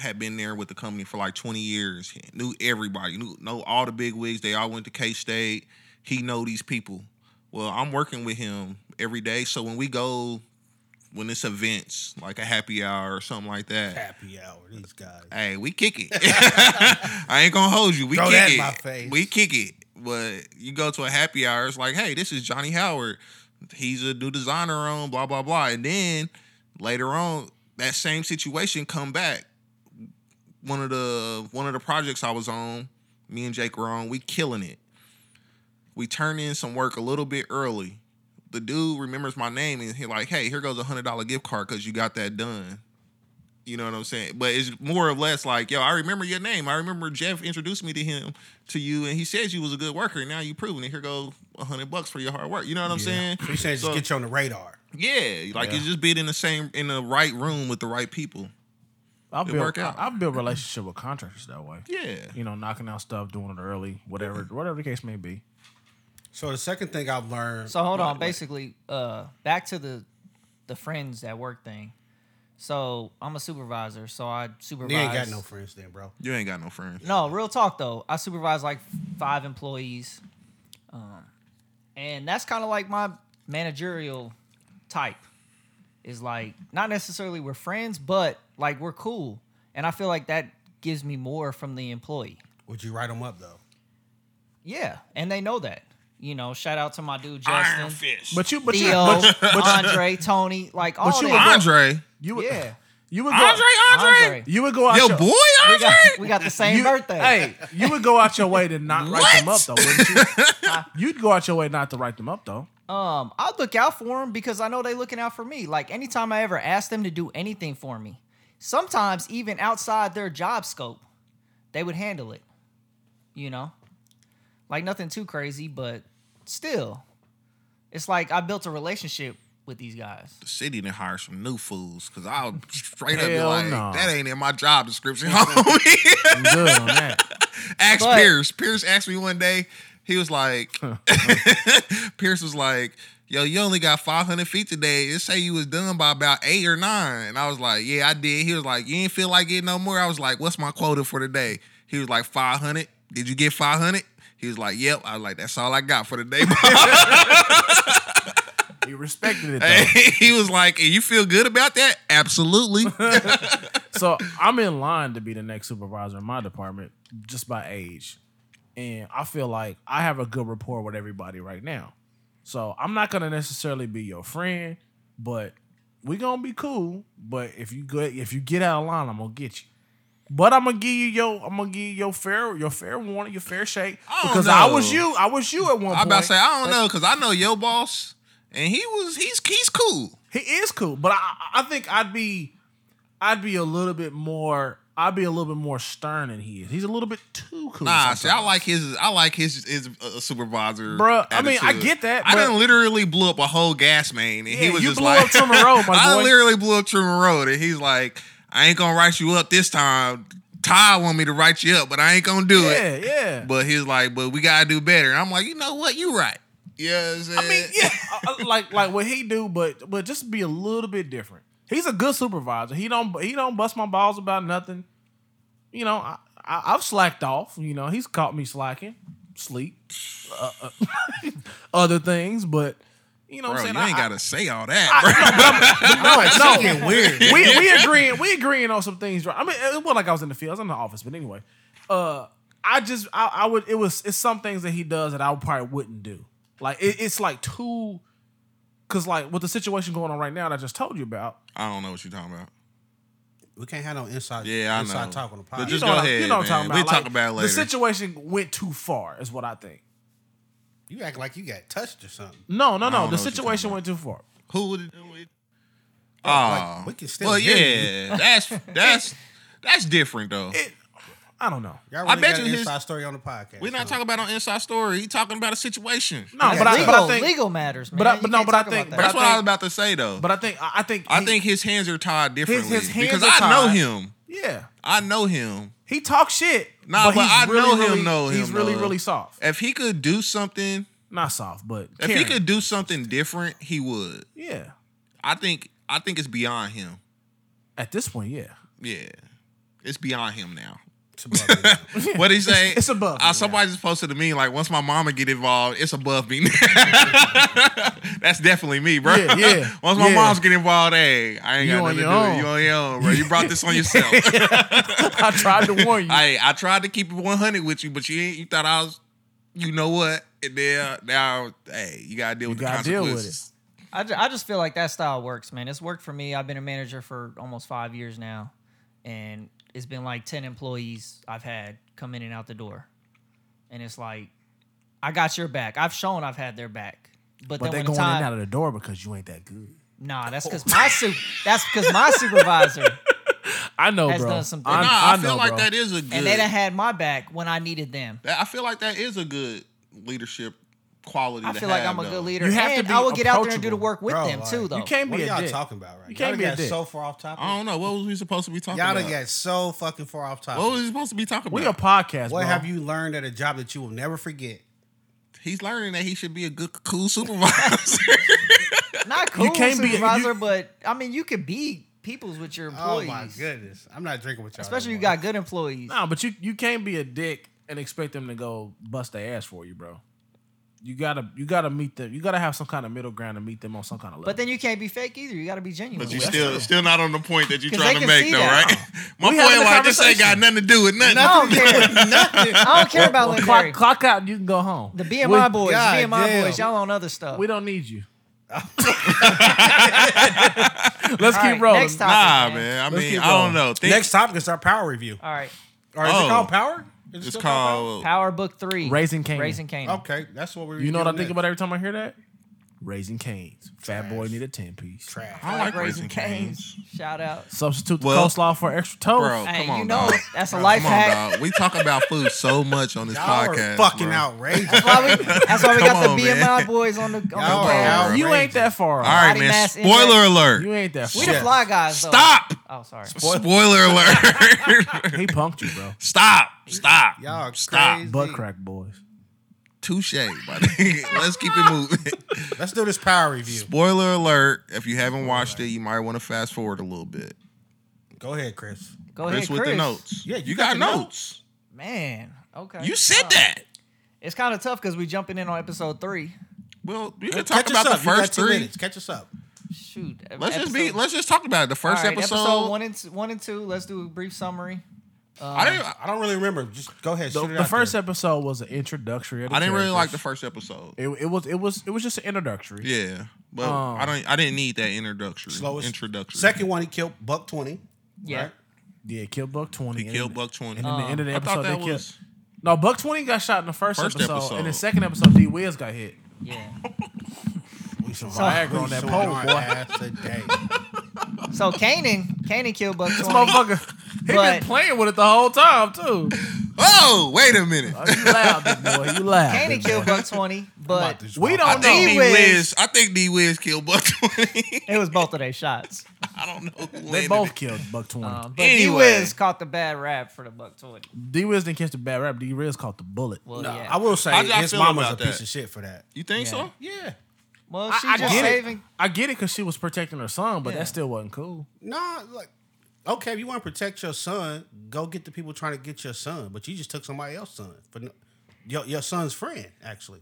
Speaker 1: Had been there with the company for like 20 years. He knew everybody. Knew know all the big wigs. They all went to K State. He know these people. Well, I'm working with him every day. So when we go, when it's events like a happy hour or something like that,
Speaker 4: Happy hour, these guys.
Speaker 1: Hey, we kick it. I ain't gonna hold you. We
Speaker 4: Throw
Speaker 1: kick
Speaker 4: that
Speaker 1: it.
Speaker 4: in my face.
Speaker 1: We kick it. But you go to a happy hour, it's like, hey, this is Johnny Howard. He's a new designer on blah blah blah. And then later on, that same situation come back. One of the one of the projects I was on, me and Jake were on, we killing it. We turn in some work a little bit early. The dude remembers my name and he like, hey, here goes a hundred dollar gift card because you got that done. You know what I'm saying? But it's more or less like, yo, I remember your name. I remember Jeff introduced me to him to you, and he says you was a good worker. And now you proven it. Here go a hundred bucks for your hard work. You know what I'm saying?
Speaker 4: He said, just
Speaker 1: So-
Speaker 4: get you on the radar.
Speaker 1: Yeah, like
Speaker 2: Yeah.
Speaker 1: it's just being in the same in the right room with the right people.
Speaker 2: I build,
Speaker 1: work out.
Speaker 2: I, I build relationship with contractors that way.
Speaker 1: Yeah,
Speaker 2: You know, knocking out stuff, doing it early, whatever, whatever the case may be.
Speaker 4: So the second thing I've learned.
Speaker 3: So hold
Speaker 4: Right,
Speaker 3: on.
Speaker 4: right.
Speaker 3: Basically, uh, back to the the friends at work thing. So I'm a supervisor, so I supervise.
Speaker 4: you ain't got no friends then, bro.
Speaker 1: you ain't got no friends.
Speaker 3: No, real talk though. I supervise like five employees, um, and that's kind of like my managerial type. Is like not necessarily we're friends, but like we're cool, and I feel like that gives me more from the employee.
Speaker 4: Would you write them up though?
Speaker 3: Yeah, and they know that. You know, shout out to my dude Justin,
Speaker 2: But you, but you,
Speaker 3: Theo,
Speaker 2: but,
Speaker 3: Andre, Tony, like all
Speaker 2: you
Speaker 3: them.
Speaker 2: were
Speaker 1: Andre,
Speaker 2: you would,
Speaker 3: Yeah.
Speaker 2: you would go,
Speaker 1: Andre, Andre,
Speaker 3: Andre.
Speaker 2: you would go out
Speaker 1: yo,
Speaker 2: your,
Speaker 1: boy,
Speaker 3: We
Speaker 1: Andre.
Speaker 3: got, we got the same
Speaker 2: you-
Speaker 3: birthday.
Speaker 2: Hey, you would go out your way to not write them up
Speaker 1: What?
Speaker 2: though, wouldn't you? You'd go out your way not to write them up though.
Speaker 3: Um, I'll look out for them because I know they looking out for me. Like anytime I ever ask them to do anything for me, sometimes even outside their job scope, they would handle it. You know, like nothing too crazy, but still, it's like I built a relationship with these guys.
Speaker 1: The city didn't hire some new fools because I'll straight up be
Speaker 2: Hell
Speaker 1: like,
Speaker 2: no.
Speaker 1: that ain't in my job description. homie."
Speaker 2: I'm good on that.
Speaker 1: Ask
Speaker 3: But-
Speaker 1: Pierce. Pierce asked me one day. He was like, Pierce was like, "Yo, you only got 500 feet today. It say you was done by about eight or nine. And I was like, "Yeah, I did." He was like, "You ain't feel like it no more." I was like, "What's my quota for today?" He was like, "500." Did you get 500? He was like, "Yep." I was like, "That's all I got for today."
Speaker 2: You respected it though.
Speaker 1: he was like, "And "You feel good about that?" Absolutely.
Speaker 2: so I'm in line to be the next supervisor in my department just by age. And I feel like I have a good rapport with everybody right now. So I'm not gonna necessarily be your friend, but we gonna be cool. But if you good if you get out of line, I'm gonna get you. But I'm gonna give you your I'm gonna give you your fair your fair warning, your fair shake.
Speaker 1: I don't
Speaker 2: because I
Speaker 1: know.
Speaker 2: was you, I was you at one
Speaker 1: Oh, I'm
Speaker 2: point.
Speaker 1: about to say, "I don't know," because I know your boss, and he was he's he's cool.
Speaker 2: He is cool, but I, I think I'd be, I'd be a little bit more. I'd be a little bit more stern than he is. He's a little bit too cool.
Speaker 1: Nah, see, I
Speaker 2: sometimes.
Speaker 1: like his. I like his his uh, supervisor.
Speaker 2: Bruh, I mean, I
Speaker 1: attitude.
Speaker 2: get that,
Speaker 1: I
Speaker 2: but-
Speaker 1: didn't literally blew up a whole gas main, and he
Speaker 2: Yeah,
Speaker 1: was
Speaker 2: you
Speaker 1: just
Speaker 2: blew
Speaker 1: like,
Speaker 2: up Truman Road, my
Speaker 1: I
Speaker 2: boy.
Speaker 1: literally blew up Truman Road, and he's like, I ain't gonna write you up this time. Ty want me to write you up, but I ain't gonna do it.
Speaker 2: Yeah, yeah.
Speaker 1: But he's like, but we gotta do better. And I'm like, you know what? You right. Yeah, you know what I'm
Speaker 2: I mean,
Speaker 1: saying?
Speaker 2: yeah, I- I like like what he do, but but just be a little bit different. He's a good supervisor. He don't he don't bust my balls about nothing. You know, I, I I've slacked off. You know, he's caught me slacking, sleep, uh, uh, other things, but. You know
Speaker 1: Bro,
Speaker 2: what I'm
Speaker 1: you
Speaker 2: saying?
Speaker 1: ain't
Speaker 2: I- I-
Speaker 1: gotta say all that,
Speaker 4: No, it's fucking weird.
Speaker 2: we we agreeing we agreeing on some things. Right? I mean, it wasn't like I was in the field. I was in the office, but anyway, uh, I just I, I would it was it's some things that he does that I probably wouldn't do. Like it, it's like too, cause like with the situation going on right now that I just told you about.
Speaker 1: bro. I don't know what you're talking about.
Speaker 4: We can't have no inside
Speaker 1: Yeah, I
Speaker 4: inside
Speaker 1: know.
Speaker 4: talk on the
Speaker 1: But
Speaker 4: podcast.
Speaker 1: just
Speaker 2: know
Speaker 1: go
Speaker 2: what I-
Speaker 1: ahead,
Speaker 2: You know what I'm
Speaker 1: man.
Speaker 2: talking
Speaker 1: We
Speaker 2: about.
Speaker 1: talk about it later.
Speaker 2: The situation went too far, is what I think.
Speaker 4: you act like you got touched or something.
Speaker 2: No, no,
Speaker 1: don't know
Speaker 2: no.
Speaker 1: what
Speaker 2: The
Speaker 1: you're
Speaker 2: situation
Speaker 1: talking
Speaker 2: went too far.
Speaker 1: Who would it do it?
Speaker 4: like,
Speaker 1: Oh,
Speaker 4: we can still
Speaker 1: Well,
Speaker 4: hear
Speaker 1: yeah, that's that's that's different though.
Speaker 2: I don't know.
Speaker 4: Y'all
Speaker 1: I
Speaker 4: really
Speaker 1: bet
Speaker 4: got
Speaker 1: you
Speaker 4: an
Speaker 1: his-
Speaker 4: inside story on the podcast.
Speaker 1: We're not
Speaker 4: huh?
Speaker 1: talking about an inside story. He talking about a situation.
Speaker 2: No, but I,
Speaker 3: legal,
Speaker 2: but I think.
Speaker 3: legal matters, man.
Speaker 2: but I-
Speaker 3: You
Speaker 2: but no,
Speaker 3: can't
Speaker 2: but I
Speaker 3: talk about
Speaker 2: think-
Speaker 3: that.
Speaker 2: but
Speaker 1: That's what
Speaker 2: think-
Speaker 1: I was about to say though.
Speaker 2: But I think. I I think.
Speaker 1: I
Speaker 2: he-
Speaker 1: think his hands are tied differently
Speaker 2: his hands
Speaker 1: because
Speaker 2: are
Speaker 1: I know
Speaker 2: tied.
Speaker 1: him.
Speaker 2: Yeah,
Speaker 1: I know him.
Speaker 2: he talks shit.
Speaker 1: Nah, but
Speaker 2: he's
Speaker 1: I
Speaker 2: really,
Speaker 1: know him,
Speaker 2: really-
Speaker 1: know him,
Speaker 2: He's really,
Speaker 1: though.
Speaker 2: really soft.
Speaker 1: If he could do something,
Speaker 2: Not soft, but
Speaker 1: if he
Speaker 2: caring.
Speaker 1: could do something different, he would.
Speaker 2: Yeah.
Speaker 1: I think. I think it's beyond him.
Speaker 2: At this point, yeah.
Speaker 1: Yeah, it's beyond him now.
Speaker 4: It's above me now.
Speaker 1: What did he say?
Speaker 2: It's above
Speaker 1: Uh,
Speaker 2: me
Speaker 1: somebody just posted to me like, once my mama get involved, it's above me. That's definitely me, bro.
Speaker 2: Yeah, yeah,
Speaker 1: once my
Speaker 2: yeah.
Speaker 1: mom's get involved, hey, I ain't
Speaker 2: You
Speaker 1: got nothing
Speaker 2: on
Speaker 1: to do.
Speaker 2: your
Speaker 1: with
Speaker 2: own.
Speaker 1: it. You on your own, bro. You brought this on yourself.
Speaker 2: I tried to warn you.
Speaker 1: I I tried to keep it one hundred with you, but you ain't, you thought I was. You know what? And then now, hey, you gotta deal with the
Speaker 2: gotta deal with it.
Speaker 1: consequences.
Speaker 3: I, ju- I just feel like that style works, man. It's worked for me. I've been a manager for almost five years now, and it's been like 10 employees I've had come in and out the door. And it's like, I got your back. I've shown I've had their back. But,
Speaker 2: but
Speaker 3: then
Speaker 2: they're
Speaker 3: when
Speaker 2: going
Speaker 3: the
Speaker 2: in and out
Speaker 3: time,
Speaker 2: of the door because you ain't that good.
Speaker 3: nah, that's because my su- that's because my supervisor
Speaker 2: I know,
Speaker 3: Has
Speaker 2: bro.
Speaker 3: done some
Speaker 1: Nah,
Speaker 2: I,
Speaker 3: things.
Speaker 1: I,
Speaker 2: I
Speaker 1: feel
Speaker 2: know,
Speaker 1: like
Speaker 2: bro.
Speaker 1: that is a good.
Speaker 3: and they done had my back when I needed them.
Speaker 1: that- I feel like that is a good leadership quality.
Speaker 3: I
Speaker 1: to
Speaker 3: feel like
Speaker 1: have,
Speaker 3: I'm a
Speaker 1: though.
Speaker 3: good leader,
Speaker 2: You have to
Speaker 3: and
Speaker 2: be
Speaker 3: I will get out there and do the
Speaker 2: approachable.
Speaker 3: work with
Speaker 4: Bro,
Speaker 3: them too,
Speaker 4: like,
Speaker 3: though.
Speaker 2: You can't
Speaker 4: What
Speaker 2: be
Speaker 4: are
Speaker 2: a
Speaker 4: y'all
Speaker 2: dick.
Speaker 4: talking about right
Speaker 2: You
Speaker 4: now?
Speaker 2: can't be a
Speaker 4: got
Speaker 2: dick.
Speaker 4: so far off topic.
Speaker 1: I don't know what was we supposed to be talking
Speaker 4: Y'all
Speaker 1: about.
Speaker 4: done got so fucking far off topic.
Speaker 1: What was he supposed to be talking about?
Speaker 2: We a podcast,
Speaker 4: what
Speaker 2: bro.
Speaker 4: have you learned at a job that you will never forget?
Speaker 1: He's learning that he should be a good, cool supervisor.
Speaker 3: Not cool
Speaker 2: can't be- you-
Speaker 3: supervisor, but I mean, you could be peoples with your
Speaker 4: Oh
Speaker 3: employees.
Speaker 4: my goodness! I'm not drinking with y'all.
Speaker 3: Especially
Speaker 4: no
Speaker 3: you
Speaker 4: more.
Speaker 3: got good employees.
Speaker 2: No, but you you can't be a dick and expect them to go bust their ass for you, bro. You gotta you gotta meet them. You gotta have some kind of middle ground to meet them on some kind of level.
Speaker 3: But then you can't be fake either. You got to be genuine.
Speaker 1: but you
Speaker 3: with it.
Speaker 1: still, still not on the point that you're
Speaker 3: 'Cause they
Speaker 1: trying to
Speaker 3: can
Speaker 1: make,
Speaker 3: see
Speaker 1: though,
Speaker 3: that.
Speaker 1: right? My
Speaker 2: We having
Speaker 1: point,
Speaker 2: a
Speaker 1: like, this ain't got nothing
Speaker 2: conversation.
Speaker 1: to do with nothing.
Speaker 3: I don't care.
Speaker 4: nothing.
Speaker 3: I don't care about Lynn
Speaker 2: clock,
Speaker 3: Perry.
Speaker 2: clock out, you can go home.
Speaker 3: The BMI
Speaker 2: we,
Speaker 3: boys,
Speaker 4: God
Speaker 3: BMI
Speaker 4: damn.
Speaker 3: boys, y'all on other stuff.
Speaker 2: we don't need you.
Speaker 3: All
Speaker 2: Let's
Speaker 3: right,
Speaker 2: keep rolling.
Speaker 3: Next topic,
Speaker 1: Nah, man.
Speaker 3: man.
Speaker 1: I
Speaker 4: Let's
Speaker 1: mean,
Speaker 4: keep
Speaker 1: I don't
Speaker 4: going.
Speaker 1: know. Think
Speaker 4: Next topic is our power review.
Speaker 3: All right.
Speaker 4: Or is
Speaker 1: Oh.
Speaker 4: it called power? Is
Speaker 1: it's
Speaker 4: it
Speaker 1: uh,
Speaker 4: still called
Speaker 1: called.
Speaker 3: Power Book 3.
Speaker 2: Raising Canaan.
Speaker 3: Raising Canaan.
Speaker 4: Power? Okay, that's what we're.
Speaker 2: you know what I think
Speaker 4: reviewing
Speaker 2: about every time I hear that? Raising canes. Fat boy need a ten piece.
Speaker 4: next. Trash.
Speaker 1: I like raising canes.
Speaker 3: Shout out.
Speaker 2: Substitute the
Speaker 1: Well-
Speaker 2: coleslaw for extra toast.
Speaker 1: Bro,
Speaker 3: Hey,
Speaker 1: come on,
Speaker 3: you know,
Speaker 1: dog.
Speaker 3: that's a
Speaker 1: Bro,
Speaker 3: life
Speaker 1: come
Speaker 3: hack.
Speaker 1: On, dog. We talk about food so much on this
Speaker 4: Y'all
Speaker 1: podcast.
Speaker 4: are fucking
Speaker 1: bro.
Speaker 4: outrageous.
Speaker 3: Why we- that's why we
Speaker 1: Come
Speaker 3: got
Speaker 1: on,
Speaker 3: the
Speaker 1: man.
Speaker 3: BMI boys on the, on the
Speaker 4: Y'all are
Speaker 3: panel.
Speaker 4: out.
Speaker 2: you ain't that far. off.
Speaker 1: All right,
Speaker 3: Body
Speaker 1: man.
Speaker 3: mass
Speaker 1: Spoiler
Speaker 3: index.
Speaker 1: alert.
Speaker 2: You ain't that
Speaker 3: We
Speaker 2: far.
Speaker 3: the
Speaker 4: Shit.
Speaker 3: fly guys, though.
Speaker 1: Stop.
Speaker 3: Oh, sorry.
Speaker 1: Spoiler alert.
Speaker 2: He punked you, bro.
Speaker 1: Stop. Stop.
Speaker 4: Y'all are
Speaker 1: Stop.
Speaker 4: crazy.
Speaker 2: Butt crack boys.
Speaker 1: Touche, buddy. Let's keep it moving.
Speaker 4: Let's do this power review.
Speaker 1: Spoiler alert, if you haven't watched it, you might want to fast forward a little bit.
Speaker 4: Go ahead, Chris.
Speaker 3: Go
Speaker 1: Chris
Speaker 3: ahead,
Speaker 1: with
Speaker 3: Chris.
Speaker 1: the notes.
Speaker 4: Yeah,
Speaker 1: you,
Speaker 4: you
Speaker 1: got,
Speaker 4: got the
Speaker 1: notes.
Speaker 3: Man. Okay.
Speaker 1: You said that.
Speaker 3: It's kind of tough because we jumping in on episode three.
Speaker 1: Well, we can
Speaker 4: Catch
Speaker 1: talk
Speaker 4: us
Speaker 1: about the
Speaker 4: up. You got
Speaker 1: first
Speaker 4: two
Speaker 1: three.
Speaker 4: minutes. Catch us up.
Speaker 3: Shoot. e-
Speaker 1: Let's just be
Speaker 3: episode-
Speaker 1: let's just talk about it. The first
Speaker 3: All right,
Speaker 1: episode,
Speaker 3: one and two, one and two. Let's do a brief summary.
Speaker 1: I didn't I,
Speaker 4: I don't really remember. Just go ahead.
Speaker 2: The,
Speaker 4: shoot it
Speaker 2: the
Speaker 4: out
Speaker 2: first
Speaker 4: there.
Speaker 2: episode was an introductory. of the
Speaker 1: I didn't really like the
Speaker 2: characters.
Speaker 1: first episode.
Speaker 2: It, it was it was it was just an introductory.
Speaker 1: Yeah. But
Speaker 2: Um,
Speaker 1: I don't I didn't need that introductory.
Speaker 4: Slowest-
Speaker 1: introductory.
Speaker 4: Second one, he killed Buck Twenty.
Speaker 3: Yeah.
Speaker 4: Right?
Speaker 2: Yeah, kill Buck twenty.
Speaker 1: he
Speaker 2: and
Speaker 1: killed
Speaker 2: then-
Speaker 1: Buck 20.
Speaker 2: And then the end of the
Speaker 1: I
Speaker 2: episode,
Speaker 1: thought
Speaker 2: they
Speaker 1: that
Speaker 2: killed.
Speaker 1: was
Speaker 2: No, Buck twenty got shot in the first,
Speaker 1: First
Speaker 2: episode,
Speaker 1: episode.
Speaker 2: and the second episode, D Wiz got hit.
Speaker 3: Yeah.
Speaker 4: We some
Speaker 2: Viagra on that pole, boy.
Speaker 4: today.
Speaker 3: So Kanan, Kanan killed Buck
Speaker 2: This
Speaker 3: 20.
Speaker 2: motherfucker, he
Speaker 3: But-
Speaker 2: been playing with it the whole time too.
Speaker 1: Oh, wait a minute.
Speaker 2: Oh, you loud, big boy. You loud.
Speaker 3: Kanan
Speaker 2: big
Speaker 3: killed
Speaker 2: boy.
Speaker 3: Buck 20, but
Speaker 2: We
Speaker 1: I
Speaker 2: don't
Speaker 1: think
Speaker 2: know.
Speaker 1: D
Speaker 3: D-Wiz.
Speaker 1: Wiz I think D Wiz killed Buck 20.
Speaker 3: it was both of their shots.
Speaker 1: I don't know who landed
Speaker 2: They both
Speaker 1: it.
Speaker 2: killed Buck twenty.
Speaker 3: Uh, but
Speaker 1: Anyway.
Speaker 3: D-Wiz caught the bad rap for the Buck 20.
Speaker 2: D Wiz didn't catch the bad rap. D Wiz caught the bullet.
Speaker 3: Well,
Speaker 4: No,
Speaker 3: yeah.
Speaker 4: I will say
Speaker 1: How'd y'all
Speaker 4: his
Speaker 1: feel
Speaker 4: mama's a
Speaker 1: about that?
Speaker 4: piece of shit for that.
Speaker 1: You think
Speaker 3: Yeah.
Speaker 1: so?
Speaker 4: Yeah.
Speaker 3: well, she
Speaker 2: I, I
Speaker 3: just
Speaker 2: get
Speaker 3: saving.
Speaker 2: it. I get it because she was protecting her son, but
Speaker 3: Yeah.
Speaker 2: that still wasn't cool.
Speaker 4: Nah, like okay, if you want to protect your son, go get the people trying to get your son. But you just took somebody else's son. But no, your your son's friend, actually.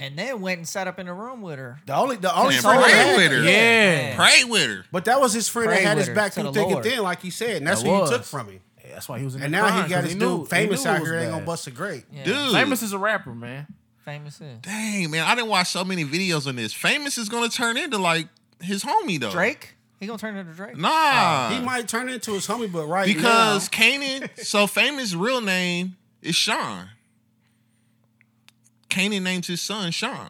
Speaker 3: And then went and sat up in the room with her.
Speaker 4: The only the only
Speaker 1: And
Speaker 4: son
Speaker 1: pray
Speaker 4: he had-
Speaker 1: with her.
Speaker 2: Yeah.
Speaker 1: Pray with her.
Speaker 4: But that was his friend
Speaker 3: Pray
Speaker 4: that had
Speaker 3: with
Speaker 4: his
Speaker 3: her
Speaker 4: back
Speaker 3: to
Speaker 4: through
Speaker 3: the
Speaker 4: thick and
Speaker 3: Lord.
Speaker 4: thin, like he said. And that's
Speaker 2: That
Speaker 4: what
Speaker 2: was.
Speaker 4: he took from him.
Speaker 2: Yeah, That's why he was in
Speaker 4: And
Speaker 2: the
Speaker 4: now
Speaker 2: grind,
Speaker 4: he got
Speaker 2: 'cause
Speaker 4: his
Speaker 2: knew-
Speaker 4: dude famous
Speaker 2: knew it
Speaker 4: out
Speaker 2: was
Speaker 4: here. Ain't gonna
Speaker 2: bad.
Speaker 4: bust a grape.
Speaker 3: Yeah.
Speaker 1: Dude.
Speaker 2: Famous is a rapper, man.
Speaker 3: Famous is.
Speaker 1: Dang, man. I didn't watch so many videos on this. Famous is going to turn into like his homie, though.
Speaker 3: Drake? He gonna turn into Drake.
Speaker 1: Nah.
Speaker 4: Oh, He might turn into his homie, but right
Speaker 1: Uh, because Kanan, so famous real name is Sean. Kanan names his son Sean.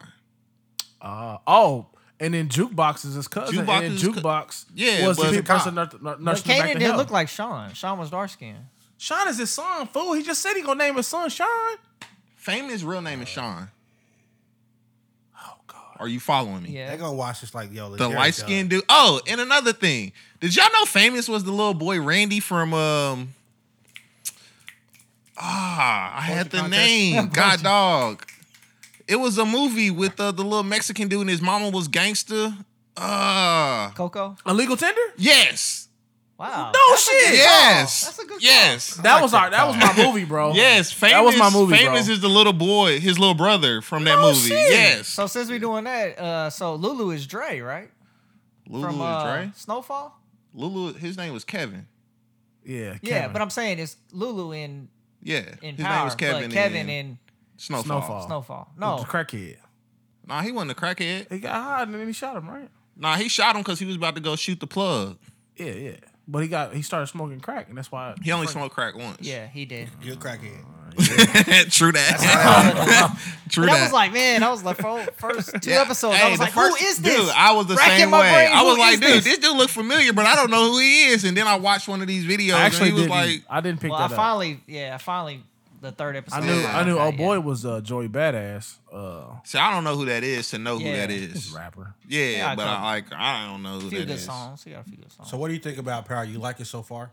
Speaker 2: Uh, oh, and then jukebox is his cousin.
Speaker 1: Jukebox
Speaker 2: and then
Speaker 1: is his cou-
Speaker 2: jukebox
Speaker 1: Yeah,
Speaker 2: was
Speaker 1: was
Speaker 2: the
Speaker 1: a
Speaker 2: big
Speaker 1: cop.
Speaker 2: person nursing nur-
Speaker 3: But
Speaker 2: nursing him back
Speaker 3: Kanan
Speaker 2: to
Speaker 3: didn't
Speaker 2: health.
Speaker 3: look like Sean. Sean was dark skinned.
Speaker 2: Sean is his son, fool. He just said he gonna name his son Sean.
Speaker 1: Famous real name is Sean.
Speaker 2: Oh God.
Speaker 1: Are you following me?
Speaker 4: now, they're
Speaker 3: Yeah.
Speaker 4: gonna watch this like yo.
Speaker 1: The
Speaker 4: Jerry
Speaker 1: light skinned dude. Oh, and another thing. Did y'all know Famous was the little boy Randy from um Ah, I had the
Speaker 4: Contest?
Speaker 1: name. God dog. It was a movie with uh, the little Mexican dude and his mama was gangster. Uh
Speaker 3: Coco.
Speaker 2: Illegal tender?
Speaker 1: yes.
Speaker 3: Wow.
Speaker 2: No
Speaker 3: That's a
Speaker 2: shit.
Speaker 3: good call.
Speaker 1: Yes.
Speaker 3: That's a good call.
Speaker 1: Yes.
Speaker 2: That
Speaker 4: like
Speaker 2: was
Speaker 4: that
Speaker 2: our. That was my movie, bro.
Speaker 1: Yes, famous.
Speaker 2: That was my movie, bro.
Speaker 1: Famous is the little boy, his little brother from that
Speaker 2: No
Speaker 1: movie.
Speaker 2: shit.
Speaker 1: Yes,
Speaker 3: So since we doing that, uh, so Lulu is Dre, right?
Speaker 1: Lulu
Speaker 3: From
Speaker 1: is
Speaker 3: uh,
Speaker 1: right.
Speaker 3: Snowfall.
Speaker 1: Lulu, his name was Kevin.
Speaker 2: Yeah.
Speaker 3: Yeah, but
Speaker 2: I'm
Speaker 3: I'm saying it's Lulu in
Speaker 1: Yeah,
Speaker 3: in
Speaker 1: his
Speaker 3: Power,
Speaker 1: name was Kevin.
Speaker 3: but Kevin
Speaker 1: in,
Speaker 3: in
Speaker 1: Snowfall.
Speaker 2: Snowfall.
Speaker 3: Snowfall. No,
Speaker 2: the crackhead.
Speaker 1: Nah, he wasn't a crackhead.
Speaker 2: He got high and then he shot him, right?
Speaker 1: Nah, he shot him because he was about to go shoot the plug.
Speaker 2: Yeah, yeah. But he got he started smoking crack, and that's why
Speaker 1: He only smoked crack once.
Speaker 3: yeah, he did.
Speaker 4: You're a crackhead.
Speaker 1: True that. True
Speaker 3: But I was like, man, I was like, for first two
Speaker 1: Yeah.
Speaker 3: episodes,
Speaker 1: Hey,
Speaker 3: I was
Speaker 1: the
Speaker 3: like,
Speaker 1: first-
Speaker 3: who is this?
Speaker 1: Dude, I was the
Speaker 3: Racking
Speaker 1: same
Speaker 3: my
Speaker 1: way.
Speaker 3: brain,
Speaker 1: I
Speaker 3: who
Speaker 1: was like,
Speaker 3: is
Speaker 1: dude,
Speaker 3: this?
Speaker 1: this dude look familiar, but I don't know who he is. And then I watched one of these videos,
Speaker 2: I actually
Speaker 1: and he was
Speaker 2: didn't.
Speaker 1: like,
Speaker 2: I didn't pick
Speaker 3: well, I
Speaker 2: that up.
Speaker 3: finally, yeah, I finally, the third episode.
Speaker 2: I knew I
Speaker 3: finally
Speaker 2: knew.
Speaker 3: got
Speaker 2: Oh
Speaker 3: it,
Speaker 2: boy,
Speaker 3: yeah.
Speaker 2: was uh, Joey Badass, uh,
Speaker 1: "See, I don't know who that is to know who
Speaker 3: Yeah.
Speaker 1: that
Speaker 2: he's
Speaker 1: is."
Speaker 2: a rapper.
Speaker 1: Yeah,
Speaker 3: Yeah, I
Speaker 1: but I
Speaker 3: know.
Speaker 1: like, I don't know who
Speaker 3: few
Speaker 1: that
Speaker 3: good
Speaker 1: is.
Speaker 3: songs. He got a few good songs.
Speaker 4: So what do you think about Power? You like it so far?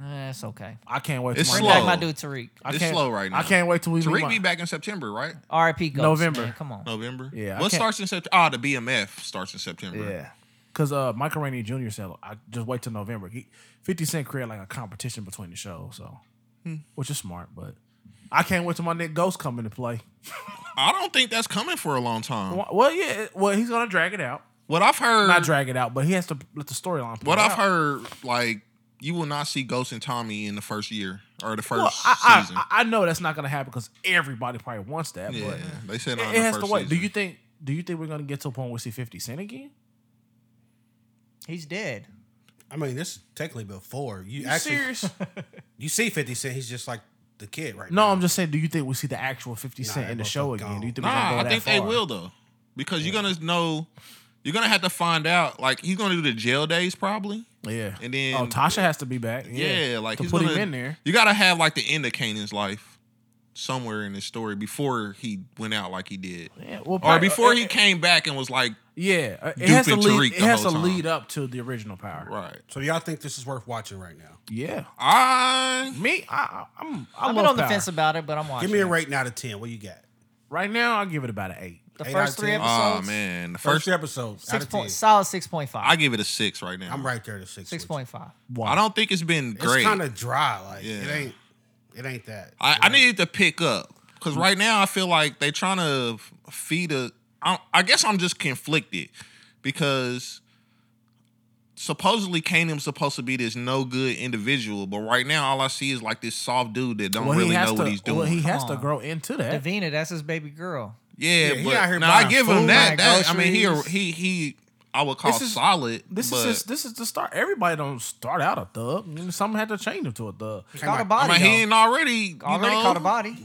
Speaker 3: Eh, it's okay.
Speaker 2: I can't wait.
Speaker 1: It's
Speaker 2: till my-
Speaker 3: Bring back
Speaker 1: Slow.
Speaker 3: my dude Tariq.
Speaker 2: I
Speaker 1: It's
Speaker 2: can't-
Speaker 1: slow right now.
Speaker 2: I can't wait till we meet
Speaker 1: Tariq
Speaker 2: my-
Speaker 1: be back in September, right?
Speaker 3: R.I.P. Ghost.
Speaker 2: November.
Speaker 3: man, come on.
Speaker 1: November.
Speaker 2: Yeah, I
Speaker 1: What
Speaker 2: can't-
Speaker 1: starts in September? Ah, the BMF starts in September.
Speaker 2: Yeah. Cause uh, Michael Rainey Jr. said, "Look, "I just wait till November." He, Fifty Cent created like a competition between the shows, so
Speaker 1: Hmm.
Speaker 2: which is smart. But I can't wait till my Nick Ghost come into play.
Speaker 1: I don't think that's coming for a long time.
Speaker 2: Wh- Well, yeah, it- well he's gonna drag it out,
Speaker 1: What I've heard,
Speaker 2: not drag it out, but he has to let the storyline. play
Speaker 1: what I've
Speaker 2: out.
Speaker 1: heard, like you will not see Ghost and Tommy in the first year or the first
Speaker 2: Well, I,
Speaker 1: season.
Speaker 2: I, I I know that's not gonna happen because everybody probably wants that,
Speaker 1: yeah,
Speaker 2: but it,
Speaker 1: they said
Speaker 2: it
Speaker 1: on the
Speaker 2: has
Speaker 1: first
Speaker 2: to wait.
Speaker 1: season.
Speaker 2: Do you think? Do you think we're gonna get to a point where we see Fifty Cent again?
Speaker 3: He's dead.
Speaker 4: I mean, this is technically before you,
Speaker 2: You
Speaker 4: actually
Speaker 2: serious?
Speaker 4: you see Fifty Cent. He's just like the kid right
Speaker 2: no,
Speaker 4: now.
Speaker 2: I'm just saying. Do you think we see the actual Fifty
Speaker 4: Nah,
Speaker 2: Cent
Speaker 4: that
Speaker 2: in the
Speaker 4: motherfucker
Speaker 2: show again?
Speaker 4: gone.
Speaker 2: Do you think? we
Speaker 1: Nah,
Speaker 2: gonna go
Speaker 1: I think
Speaker 2: that
Speaker 1: they
Speaker 2: far?
Speaker 1: will though, because you're gonna know, you're gonna have to find out. Like he's gonna do the jail days probably.
Speaker 2: Yeah.
Speaker 1: And then-
Speaker 2: oh, Tasha has to be back.
Speaker 1: Yeah,
Speaker 2: Yeah,
Speaker 1: like
Speaker 2: to
Speaker 1: he's
Speaker 2: put
Speaker 1: gonna,
Speaker 2: him in there.
Speaker 1: You gotta have like the end of Kanan's life somewhere in his story before he went out like he did.
Speaker 2: Yeah, well,
Speaker 1: Or
Speaker 2: probably-
Speaker 1: before he
Speaker 2: it-
Speaker 1: came back and was like,
Speaker 2: Yeah, uh, it has to
Speaker 1: duping
Speaker 2: lead.
Speaker 1: Tariq
Speaker 2: It
Speaker 1: the
Speaker 2: has to
Speaker 1: whole time.
Speaker 2: lead up to the original power.
Speaker 1: right.
Speaker 4: So y'all think this is worth watching right now?
Speaker 2: Yeah.
Speaker 1: I
Speaker 2: Me, I, I- I'm. I love
Speaker 3: I've been on the
Speaker 2: Power.
Speaker 3: fence about it, but I'm watching.
Speaker 4: Give me a
Speaker 3: it.
Speaker 4: rate out of ten. What you got?
Speaker 2: Right now, I give it about an eight.
Speaker 3: The
Speaker 4: Eight out of
Speaker 3: first three
Speaker 4: ten.
Speaker 1: oh
Speaker 3: episodes.
Speaker 1: man, the
Speaker 4: First
Speaker 1: first
Speaker 4: three episodes
Speaker 3: Six
Speaker 4: out of ten.
Speaker 3: point, solid six point five.
Speaker 1: I give it a six right now.
Speaker 4: I'm right there to six.
Speaker 3: six
Speaker 4: with you.
Speaker 3: point five.
Speaker 2: Why?
Speaker 1: I don't think it's been great.
Speaker 4: It's kind of dry. Like it
Speaker 1: Yeah.
Speaker 4: ain't. It ain't that.
Speaker 1: I, I needed to pick up because right now I feel like they trying to feed a. I, I guess I'm just conflicted because supposedly Kanan's supposed to be this no good individual, but right now all I see is like this soft dude that don't
Speaker 2: Well,
Speaker 1: really
Speaker 2: he has
Speaker 1: know
Speaker 2: to.
Speaker 1: what he's doing.
Speaker 2: Well, he has to
Speaker 3: on.
Speaker 2: grow into that.
Speaker 3: Davina, that's his baby girl.
Speaker 1: yeah,
Speaker 4: Yeah, he out
Speaker 1: but
Speaker 4: here
Speaker 1: now I
Speaker 4: buying
Speaker 1: give him
Speaker 4: food,
Speaker 1: that.
Speaker 3: buying
Speaker 1: that I mean, he a-
Speaker 3: groceries.
Speaker 1: he he. I would call
Speaker 2: This is-
Speaker 1: solid.
Speaker 2: This
Speaker 1: but,
Speaker 2: is just, this is the start. Everybody don't start out a thug. You know, Some had to change him to a thug.
Speaker 3: Caught a
Speaker 1: I
Speaker 3: body.
Speaker 1: mean, he
Speaker 3: though.
Speaker 1: ain't already you
Speaker 3: Already
Speaker 1: know,
Speaker 3: caught a body.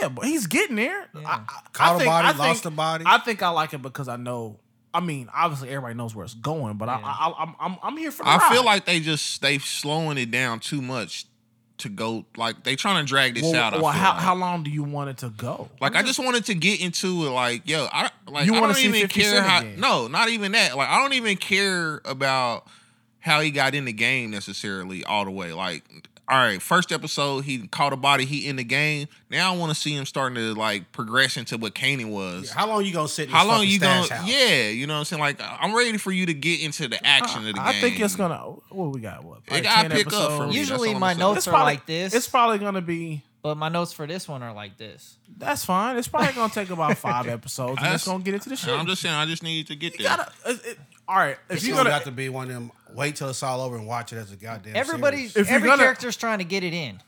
Speaker 2: Yeah, but he's getting there. I- I, I
Speaker 4: Caught a
Speaker 2: think-
Speaker 4: body,
Speaker 2: I think-
Speaker 4: lost a body.
Speaker 2: I think I like it because I know. I mean, obviously everybody knows where it's going, but I,
Speaker 3: Yeah.
Speaker 2: I, I, I'm, I'm, I'm here for. The
Speaker 1: I feel
Speaker 2: ride.
Speaker 1: like they just they slowing it down too much to go like they trying to drag this
Speaker 2: Well,
Speaker 1: out. I
Speaker 2: well,
Speaker 1: feel
Speaker 2: how,
Speaker 1: like.
Speaker 2: how long do you want it to go?
Speaker 1: like I just wanted to get into it. Like yo, I like
Speaker 2: You
Speaker 1: I
Speaker 2: wanna
Speaker 1: don't
Speaker 2: see
Speaker 1: even
Speaker 2: 50
Speaker 1: care
Speaker 2: Cent
Speaker 1: how.
Speaker 2: again.
Speaker 1: No, not even that. Like I don't even care about how he got in the game necessarily all the way. Like all right, first episode he caught a body, he in the game. Now I want to see him starting to like progress into what Kanan was.
Speaker 4: How long you gonna sit? In
Speaker 1: How
Speaker 4: this
Speaker 1: long
Speaker 4: fucking
Speaker 1: you
Speaker 4: stash
Speaker 1: gonna?
Speaker 4: house?
Speaker 1: Yeah, you know what I'm saying. Like I'm ready for you to get into the action of the game.
Speaker 2: I think it's gonna. What we got? What? probably
Speaker 1: gotta pick up from
Speaker 2: episodes?
Speaker 1: you. that's
Speaker 3: Usually
Speaker 1: all I'm
Speaker 3: my
Speaker 1: saying.
Speaker 3: notes
Speaker 2: It's
Speaker 3: are
Speaker 2: probably
Speaker 3: like this,
Speaker 2: It's probably gonna be.
Speaker 3: but my notes for this one are like this.
Speaker 2: That's fine. It's probably gonna take about five episodes, and it's
Speaker 1: That's-
Speaker 2: gonna get into the shit.
Speaker 1: I'm just saying, I just needed to get
Speaker 2: you
Speaker 1: there.
Speaker 2: gotta. It, it, all right, if
Speaker 4: It's
Speaker 2: you're
Speaker 4: gonna
Speaker 2: gonna,
Speaker 4: have to be one of them. Wait till it's all over and watch it as a goddamn.
Speaker 3: Everybody,
Speaker 4: series.
Speaker 2: If you're
Speaker 3: every
Speaker 2: gonna-
Speaker 3: character's trying to get it in.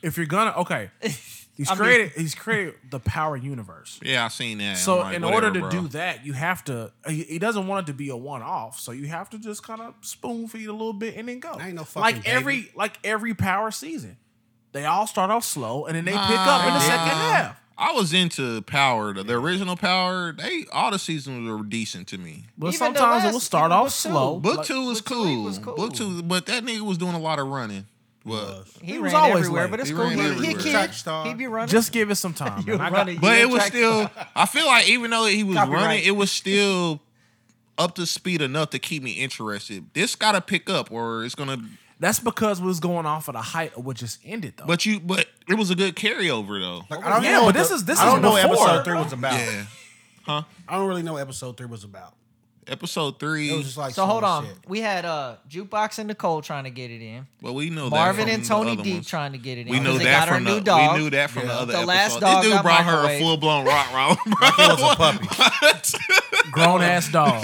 Speaker 2: if you're gonna okay, he's
Speaker 3: I mean-
Speaker 2: created he's created the power universe.
Speaker 1: Yeah, I seen that.
Speaker 2: So
Speaker 1: I'm like,
Speaker 2: in
Speaker 1: whatever,
Speaker 2: order to
Speaker 1: bro.
Speaker 2: do that, you have to. He, he doesn't want it to be a one off, so you have to just kind of spoon feed a little bit and then go.
Speaker 4: Ain't no fucking
Speaker 2: like
Speaker 4: baby.
Speaker 2: every like every power season, they all start off slow and then they pick up in the
Speaker 1: Nah.
Speaker 2: second half.
Speaker 1: I was into Power, the, the original Power. They all the seasons were decent to me.
Speaker 2: But
Speaker 3: Even the
Speaker 2: sometimes it
Speaker 3: last-
Speaker 2: will start
Speaker 3: even
Speaker 2: off
Speaker 3: book two.
Speaker 2: slow.
Speaker 1: Book
Speaker 2: Like,
Speaker 1: two was
Speaker 3: book three
Speaker 1: cool.
Speaker 3: was cool.
Speaker 1: Book two, but that nigga was doing a lot of running. Well,
Speaker 3: He,
Speaker 2: He was
Speaker 3: ran
Speaker 2: always
Speaker 3: everywhere,
Speaker 2: late.
Speaker 3: but it's
Speaker 1: He
Speaker 3: cool.
Speaker 1: ran
Speaker 3: He, he,
Speaker 1: everywhere.
Speaker 4: Track
Speaker 3: can,
Speaker 4: star.
Speaker 3: he be running.
Speaker 2: Just give it some time.
Speaker 3: you
Speaker 2: man. I got-
Speaker 3: running.
Speaker 1: but
Speaker 3: you
Speaker 1: it was
Speaker 3: track-
Speaker 1: still. I feel like even though he was
Speaker 3: Copyright.
Speaker 1: running, it was still up to speed enough to keep me interested. This got to pick up, or it's gonna.
Speaker 2: that's because we was going off of the height of what just ended though.
Speaker 1: But you, but it was a good carryover though.
Speaker 4: Like, uh, I don't
Speaker 2: Yeah,
Speaker 4: know
Speaker 2: but
Speaker 4: what
Speaker 2: this
Speaker 4: the-
Speaker 2: is- this
Speaker 4: I
Speaker 2: is
Speaker 4: don't know what
Speaker 2: before.
Speaker 4: episode three was about.
Speaker 1: Yeah.
Speaker 4: I don't really know what episode three was about.
Speaker 1: Episode three.
Speaker 4: It was just like
Speaker 3: So
Speaker 4: some
Speaker 3: hold on.
Speaker 4: shit.
Speaker 3: We had uh jukebox and Nicole trying to get it in.
Speaker 1: well, we know
Speaker 3: Marvin
Speaker 1: that
Speaker 3: and
Speaker 1: from the
Speaker 3: Tony
Speaker 1: other
Speaker 3: D
Speaker 1: ones.
Speaker 3: trying to get it in.
Speaker 1: We knew
Speaker 3: they
Speaker 1: that
Speaker 3: got
Speaker 1: from
Speaker 3: her
Speaker 1: the.
Speaker 3: new dog.
Speaker 1: We knew that from the
Speaker 4: Yeah.
Speaker 1: other
Speaker 3: The
Speaker 1: episode.
Speaker 3: last dog
Speaker 1: this dude
Speaker 3: got
Speaker 1: brought her a
Speaker 3: microwaved.
Speaker 1: full blown rock round. bro.
Speaker 4: It was a puppy.
Speaker 2: Grown ass dog.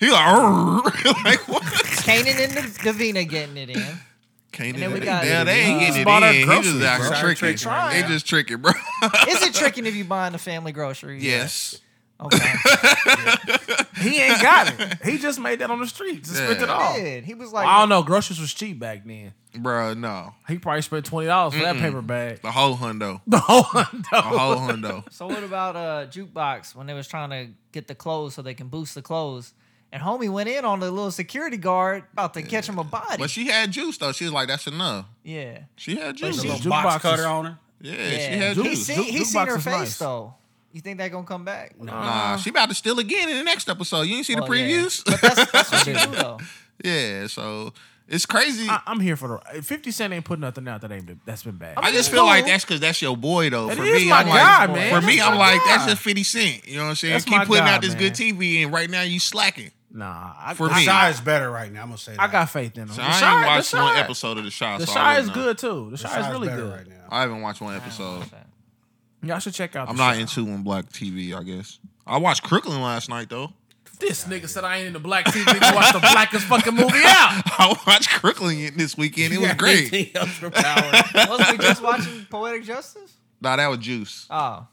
Speaker 1: he like, "Arr." like what?
Speaker 3: Kanan and Davina getting it in.
Speaker 1: Can't
Speaker 3: then we
Speaker 1: they,
Speaker 3: got-
Speaker 1: yeah, they ain't getting
Speaker 2: He just
Speaker 1: it
Speaker 2: bought her
Speaker 1: in. He
Speaker 2: groceries,
Speaker 1: just out
Speaker 4: bro.
Speaker 1: here tricking.
Speaker 4: Tricking right
Speaker 1: They
Speaker 4: now.
Speaker 1: just tricking, bro.
Speaker 3: Is it tricking if you buying the family groceries?
Speaker 1: yes.
Speaker 3: Okay.
Speaker 2: He ain't got it. He just made that on the street. Just spent it
Speaker 1: Yeah.
Speaker 2: all.
Speaker 3: Did. Oh, He was like,
Speaker 2: I don't know. Groceries was cheap back then.
Speaker 1: Bro, no.
Speaker 2: He probably spent twenty dollars for that paper bag.
Speaker 1: The whole hundo.
Speaker 2: The whole
Speaker 1: The whole hundo.
Speaker 3: So what about uh jukebox when they was trying to get the clothes so they can boost the clothes? And homie went in on the little security guard about to catch him a body.
Speaker 1: But she had juice though. She was like, that's enough.
Speaker 3: yeah.
Speaker 1: She had
Speaker 4: There's
Speaker 1: juice.
Speaker 4: a
Speaker 1: Yeah,
Speaker 2: Jukebox
Speaker 4: little box
Speaker 2: is-
Speaker 4: cutter on her.
Speaker 1: she
Speaker 3: yeah.
Speaker 1: had
Speaker 3: he
Speaker 1: juice.
Speaker 2: see-
Speaker 3: seen he
Speaker 2: Jukebox
Speaker 3: seen her
Speaker 2: is
Speaker 3: face
Speaker 2: nice.
Speaker 3: though. You think that gonna come back? No.
Speaker 1: Nah, she about to steal again in the next episode. You ain't
Speaker 3: Oh,
Speaker 1: see the previews?
Speaker 3: But that's, that's what you do though.
Speaker 1: yeah, so it's crazy.
Speaker 2: I,
Speaker 1: I,
Speaker 2: I'm here for the Fifty Cent ain't put nothing out that ain't that's been bad.
Speaker 1: just
Speaker 3: it's
Speaker 1: feel like
Speaker 3: cool.
Speaker 1: that's because that's your boy though.
Speaker 2: That
Speaker 1: for
Speaker 2: is
Speaker 1: me,
Speaker 2: my
Speaker 1: I'm
Speaker 2: guy,
Speaker 1: like,
Speaker 2: man.
Speaker 1: for
Speaker 2: That's
Speaker 1: me, I'm
Speaker 2: my
Speaker 1: like,
Speaker 2: guy.
Speaker 1: that's just 50 Cent. You know what I'm saying?
Speaker 2: That's
Speaker 1: Keep
Speaker 2: my
Speaker 1: putting
Speaker 2: guy,
Speaker 1: out this good
Speaker 2: man.
Speaker 1: TV, and right now you slacking.
Speaker 2: Nah, I,
Speaker 1: For
Speaker 2: I,
Speaker 1: me.
Speaker 4: Shy is better right now. I'm gonna say that.
Speaker 2: I got faith in him.
Speaker 1: So
Speaker 2: The
Speaker 1: I ain't
Speaker 2: Shy- the
Speaker 1: watched one
Speaker 2: Shy-
Speaker 1: episode of The Shy.
Speaker 2: The
Speaker 1: so I
Speaker 2: Shy
Speaker 1: wouldn't
Speaker 2: is
Speaker 1: know.
Speaker 2: good too. The Shy
Speaker 4: Shy's
Speaker 2: is really
Speaker 4: better
Speaker 2: good.
Speaker 4: right now.
Speaker 1: I haven't watched one episode.
Speaker 2: Y'all should check out.
Speaker 1: I'm
Speaker 2: the
Speaker 1: not
Speaker 2: Shy.
Speaker 1: into on black TV, I guess. I watched Crooklyn last night though.
Speaker 2: This nigga said I ain't into black TV. to watch the blackest fucking movie out.
Speaker 1: I watched Crooklyn this weekend. It was great.
Speaker 4: Anything else for power?
Speaker 3: Wasn't we just watching Poetic Justice?
Speaker 1: Nah, that was juice.
Speaker 3: Oh.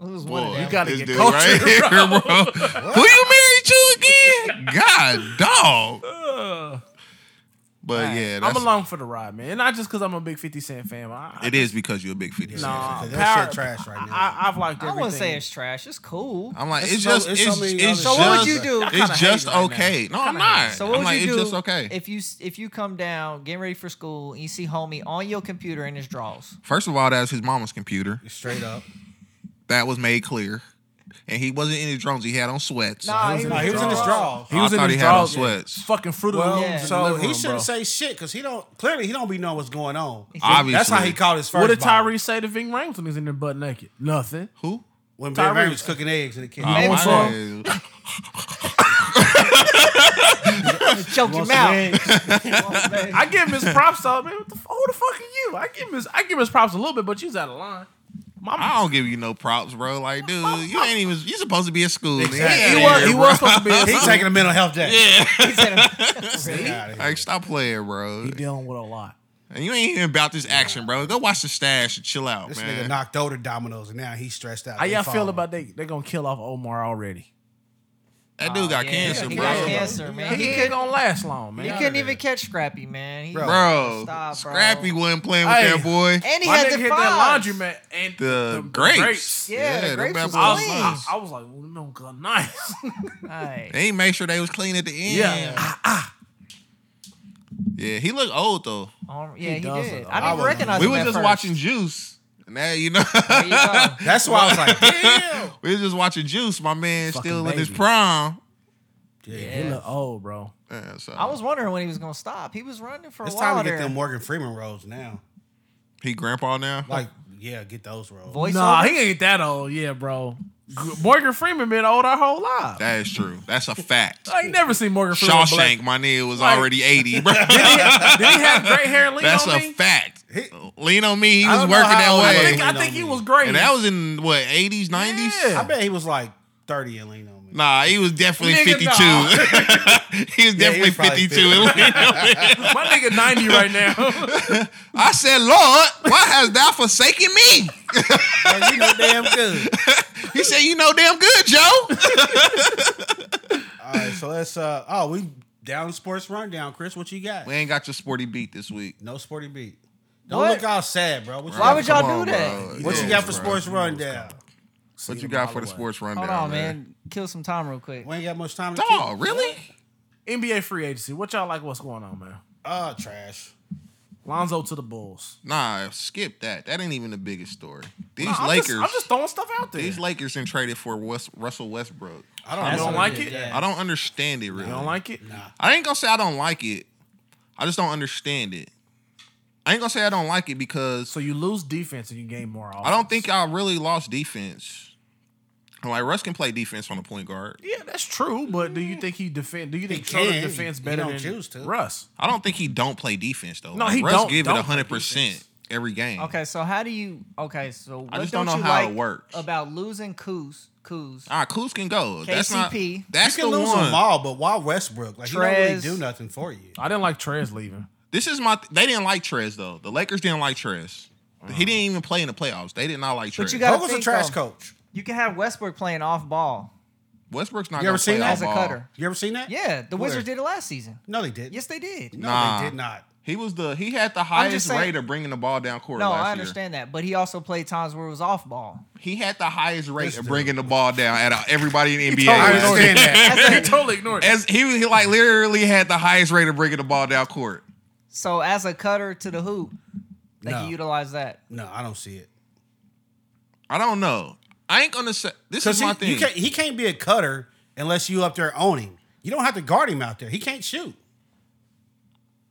Speaker 3: It was one of
Speaker 1: Boy,
Speaker 3: them.
Speaker 2: You gotta
Speaker 1: this
Speaker 2: get
Speaker 1: dude
Speaker 2: cultured,
Speaker 1: right here, bro. Who you married to again? God, dog.
Speaker 2: Ugh.
Speaker 1: But yeah,
Speaker 2: I'm
Speaker 1: that's,
Speaker 2: along for the ride, man. And not just because I'm a big Fifty Cent fan. I,
Speaker 1: it is because you're a big 50 Cent.
Speaker 2: Nah,
Speaker 4: That shit
Speaker 2: power,
Speaker 4: trash right now.
Speaker 2: I, have liked
Speaker 3: I
Speaker 2: everything.
Speaker 3: wouldn't say it's trash. It's cool.
Speaker 1: I'm like,
Speaker 4: It's
Speaker 1: it's,
Speaker 4: so-
Speaker 1: just,
Speaker 4: it's
Speaker 1: it's,
Speaker 4: so
Speaker 1: it's,
Speaker 4: many
Speaker 1: just,
Speaker 4: other So what
Speaker 3: would you do? I
Speaker 2: kinda
Speaker 1: It's just
Speaker 2: hate it right now.
Speaker 1: okay. No, I'm
Speaker 2: kinda hate
Speaker 1: not.
Speaker 2: it.
Speaker 3: So what
Speaker 1: I'm
Speaker 3: would
Speaker 1: like,
Speaker 3: you
Speaker 1: it's
Speaker 3: do
Speaker 1: just okay.
Speaker 3: if you s- if you come down getting ready for school and you see homie on your computer in his drawers?
Speaker 1: First of all, that was his mama's computer.
Speaker 4: Straight up.
Speaker 1: That was made clear. And he wasn't in his drones. He had on sweats.
Speaker 3: Nah,
Speaker 4: No, he was in his draw.
Speaker 2: He
Speaker 1: I
Speaker 2: was in
Speaker 1: thought
Speaker 2: his
Speaker 1: he had on
Speaker 2: drawers.
Speaker 1: sweats.
Speaker 2: Fucking fruit of the
Speaker 4: Well,
Speaker 2: Looms
Speaker 3: Yeah.
Speaker 2: in the
Speaker 4: so
Speaker 2: living
Speaker 4: he
Speaker 2: room,
Speaker 4: shouldn't
Speaker 2: bro.
Speaker 4: say shit because he don't. Clearly, he don't be knowing what's going on.
Speaker 1: Obviously.
Speaker 4: That's how he caught his first.
Speaker 2: What did
Speaker 4: bottle.
Speaker 2: Tyrese say to Ving Rhames when he's in there butt naked? Nothing.
Speaker 1: Who?
Speaker 4: When
Speaker 2: Tyrese-
Speaker 4: Tyrese was cooking eggs in the kitchen.
Speaker 1: I
Speaker 3: Maybe
Speaker 1: want
Speaker 2: so.
Speaker 1: some.
Speaker 3: choke
Speaker 4: Want
Speaker 3: him
Speaker 4: some
Speaker 3: out.
Speaker 4: eggs?
Speaker 2: I give him his props though, man. What the, f- who the fuck are you? I give him his I give him his props a little bit, but she's out of line. My,
Speaker 1: I don't give you no props, bro. Like, dude, you ain't even. You supposed to be at school. nigga. Yeah,
Speaker 4: Exactly.
Speaker 2: he was, he
Speaker 1: bro.
Speaker 2: was supposed to be. A,
Speaker 4: He's taking a mental health day.
Speaker 3: He said,
Speaker 4: Get outta here.
Speaker 1: Like, stop playing, bro.
Speaker 2: he dealing with a lot.
Speaker 1: And you ain't even about this action, bro. Go watch the stash and chill out,
Speaker 4: This
Speaker 1: man.
Speaker 4: nigga knocked over dominoes and now he's stressed out.
Speaker 2: How
Speaker 4: They
Speaker 2: y'all feel
Speaker 4: falling.
Speaker 2: about they? They gonna kill off Omar already.
Speaker 1: that dude got
Speaker 3: Oh, yeah,
Speaker 1: cancer,
Speaker 3: he
Speaker 1: bro.
Speaker 3: got cancer, man.
Speaker 2: He,
Speaker 3: He,
Speaker 2: ain't
Speaker 3: could,
Speaker 2: gonna last long, man.
Speaker 3: he couldn't even catch Scrappy, man. He,
Speaker 1: Bro,
Speaker 3: Stop, bro.
Speaker 1: Scrappy wasn't playing with
Speaker 2: Hey.
Speaker 1: that boy.
Speaker 3: And he
Speaker 2: My
Speaker 3: had
Speaker 2: nigga
Speaker 3: the
Speaker 2: hit
Speaker 3: fives.
Speaker 2: that laundromat and
Speaker 1: The, grapes.
Speaker 3: Yeah, the
Speaker 1: them
Speaker 3: grapes
Speaker 1: bad
Speaker 3: was
Speaker 1: boys
Speaker 2: I
Speaker 1: was
Speaker 2: was,
Speaker 3: clean.
Speaker 1: nice.
Speaker 2: I, I was like, well, no, God, nice.
Speaker 3: Aight.
Speaker 1: They made sure they was clean at the end.
Speaker 2: Yeah. Ah,
Speaker 1: Yeah, he looked old though.
Speaker 3: Um, yeah, he,
Speaker 2: does
Speaker 3: did.
Speaker 2: it.
Speaker 3: I
Speaker 2: I
Speaker 3: didn't
Speaker 4: was-
Speaker 3: recognize
Speaker 1: we
Speaker 3: him
Speaker 1: was
Speaker 3: at
Speaker 1: just
Speaker 3: first.
Speaker 1: watching Juice. Now you know.
Speaker 3: There you go.
Speaker 4: That's why I was like, damn.
Speaker 1: we was just watching Juice. My man
Speaker 2: Fucking
Speaker 1: still in his
Speaker 2: baby.
Speaker 1: prime.
Speaker 4: Yeah.
Speaker 2: He look old, bro.
Speaker 1: Yeah, so
Speaker 3: I was wondering when he was gonna stop. He was running for a
Speaker 4: It's
Speaker 3: while
Speaker 4: time to get
Speaker 3: there.
Speaker 4: them Morgan Freeman rolls now.
Speaker 1: he grandpa now.
Speaker 4: Like, yeah, get those rolls.
Speaker 3: Voiceover.
Speaker 2: Nah, he ain't that old. Yeah, bro. G- Morgan Freeman been old our whole life.
Speaker 1: that is true. That's a fact.
Speaker 2: I ain't never seen Morgan Freeman.
Speaker 1: Shawshank, my nigga was
Speaker 2: Like-
Speaker 1: already eighty, bro.
Speaker 2: Black. Did he have gray hair and lean
Speaker 1: That's
Speaker 2: on
Speaker 1: a
Speaker 2: me?
Speaker 1: fact.
Speaker 4: He-
Speaker 1: Lean on me. He
Speaker 4: I
Speaker 1: was
Speaker 4: don't
Speaker 1: working
Speaker 4: know how old
Speaker 1: that
Speaker 4: he
Speaker 1: way.
Speaker 2: I
Speaker 4: was.
Speaker 2: think, I
Speaker 4: Lean on
Speaker 2: think he
Speaker 4: me.
Speaker 2: was great.
Speaker 1: And that was in what, 80s, 90s?
Speaker 2: Yeah.
Speaker 4: I bet he was like 30 and lean on me. man.
Speaker 1: Nah, he was definitely
Speaker 2: Nigga,
Speaker 1: 52. he
Speaker 5: Yeah, he
Speaker 1: was definitely
Speaker 5: was probably
Speaker 1: 52.
Speaker 5: 50.
Speaker 2: My nigga 90 right now.
Speaker 1: I said, Lord, why hast thou forsaken me?
Speaker 4: Like, you know damn good.
Speaker 1: He said, You know damn good, Joe.
Speaker 4: All right, so let's. Uh, oh, we down sports rundown, Chris. What you got?
Speaker 1: we ain't got your sporty beat this week.
Speaker 4: No sporty beat. Don't
Speaker 3: What?
Speaker 4: look all sad, bro. What you
Speaker 3: Why
Speaker 4: got,
Speaker 3: would
Speaker 1: Come
Speaker 3: y'all
Speaker 1: on,
Speaker 3: do
Speaker 1: bro.
Speaker 3: that?
Speaker 4: what you
Speaker 1: Yeah,
Speaker 4: got for
Speaker 1: bro.
Speaker 4: sports rundown?
Speaker 1: What you got for the sports rundown?
Speaker 3: Hold on, man. Kill some time real quick.
Speaker 4: We ain't got much time. To
Speaker 1: Oh,
Speaker 4: keep.
Speaker 1: really?
Speaker 2: NBA free agency. What y'all like? What's going on, man?
Speaker 4: Oh, trash.
Speaker 2: Lonzo to the Bulls.
Speaker 1: Nah, skip that. That ain't even the biggest story. These
Speaker 2: Nah, I'm
Speaker 1: Lakers,
Speaker 2: Just, I'm just throwing stuff out there.
Speaker 1: these Lakers, and traded for West, Russell Westbrook.
Speaker 4: I don't.
Speaker 2: You don't
Speaker 4: know.
Speaker 2: like it?
Speaker 4: Yeah.
Speaker 1: I don't understand it really.
Speaker 2: you don't like it?
Speaker 1: I ain't gonna say I don't like it. I just don't understand it. I ain't gonna say I don't like it because
Speaker 2: So you lose defense and you gain more offense.
Speaker 1: I don't think I really lost defense. I'm Like Russ can play defense on the point guard.
Speaker 2: Yeah, that's true. But do you think he defend? Do you think
Speaker 4: can.
Speaker 2: Turner defends
Speaker 4: He
Speaker 2: better
Speaker 4: don't
Speaker 2: than
Speaker 4: choose to.
Speaker 2: Russ?
Speaker 1: I don't think he don't play defense though.
Speaker 2: No,
Speaker 1: Like,
Speaker 2: he
Speaker 1: Russ
Speaker 2: don't-
Speaker 1: give
Speaker 2: don't
Speaker 1: it
Speaker 2: play
Speaker 1: hundred percent
Speaker 2: defense.
Speaker 1: every game.
Speaker 3: Okay, so how do you? Okay, so what
Speaker 1: just
Speaker 3: don't,
Speaker 1: don't know
Speaker 3: you
Speaker 1: how it
Speaker 3: like
Speaker 1: works.
Speaker 3: about losing Kuz, Kuz,
Speaker 1: All right, Kuz can go. That's not.
Speaker 3: KCP.
Speaker 1: That's
Speaker 4: You can
Speaker 1: the
Speaker 4: lose
Speaker 1: one.
Speaker 4: them all, but why Westbrook? Like, he don't really
Speaker 3: Trez.
Speaker 4: do nothing for you.
Speaker 2: I didn't like Trez leaving.
Speaker 1: This is my. They didn't like Trez though. The Lakers didn't like Trez. He didn't even play in the playoffs. They did not like Trez.
Speaker 3: Uh-huh. But you gotta
Speaker 4: Vogel's a
Speaker 3: think, um,
Speaker 4: trash
Speaker 3: though.
Speaker 4: coach.
Speaker 3: You can have Westbrook playing off ball
Speaker 1: Westbrook's not.
Speaker 4: You
Speaker 1: gonna
Speaker 4: ever seen
Speaker 1: play
Speaker 4: that?
Speaker 1: off
Speaker 3: as a
Speaker 1: ball.
Speaker 3: cutter.
Speaker 4: You ever seen that?
Speaker 3: Yeah, the
Speaker 4: Where?
Speaker 3: Wizards did it last season.
Speaker 4: No, they didn't.
Speaker 3: Yes, they did.
Speaker 4: No,
Speaker 1: Nah.
Speaker 4: they did not.
Speaker 1: He was the. He had the
Speaker 3: I'm
Speaker 1: highest
Speaker 3: just saying-
Speaker 1: rate of bringing the ball down court.
Speaker 3: No,
Speaker 1: last
Speaker 3: I
Speaker 1: Year.
Speaker 3: understand that, but he also played times where it was off ball.
Speaker 1: He had the highest rate
Speaker 4: This
Speaker 1: of
Speaker 4: dude.
Speaker 1: bringing the ball down out of everybody in the NBA.
Speaker 4: I
Speaker 1: last year.
Speaker 4: understand that.
Speaker 3: As
Speaker 2: He
Speaker 3: a-
Speaker 2: totally ignored it.
Speaker 1: As he, was- he like literally had the highest rate of bringing the ball down court.
Speaker 3: so as a cutter to the hoop, they
Speaker 4: No.
Speaker 3: can utilize that.
Speaker 4: No, I don't see it.
Speaker 1: I don't know. I ain't gonna say this
Speaker 4: Because
Speaker 1: is
Speaker 4: he,
Speaker 1: my
Speaker 4: you
Speaker 1: thing.
Speaker 4: can't, he can't be a cutter unless you up there own him. You don't have to guard him out there. He can't shoot.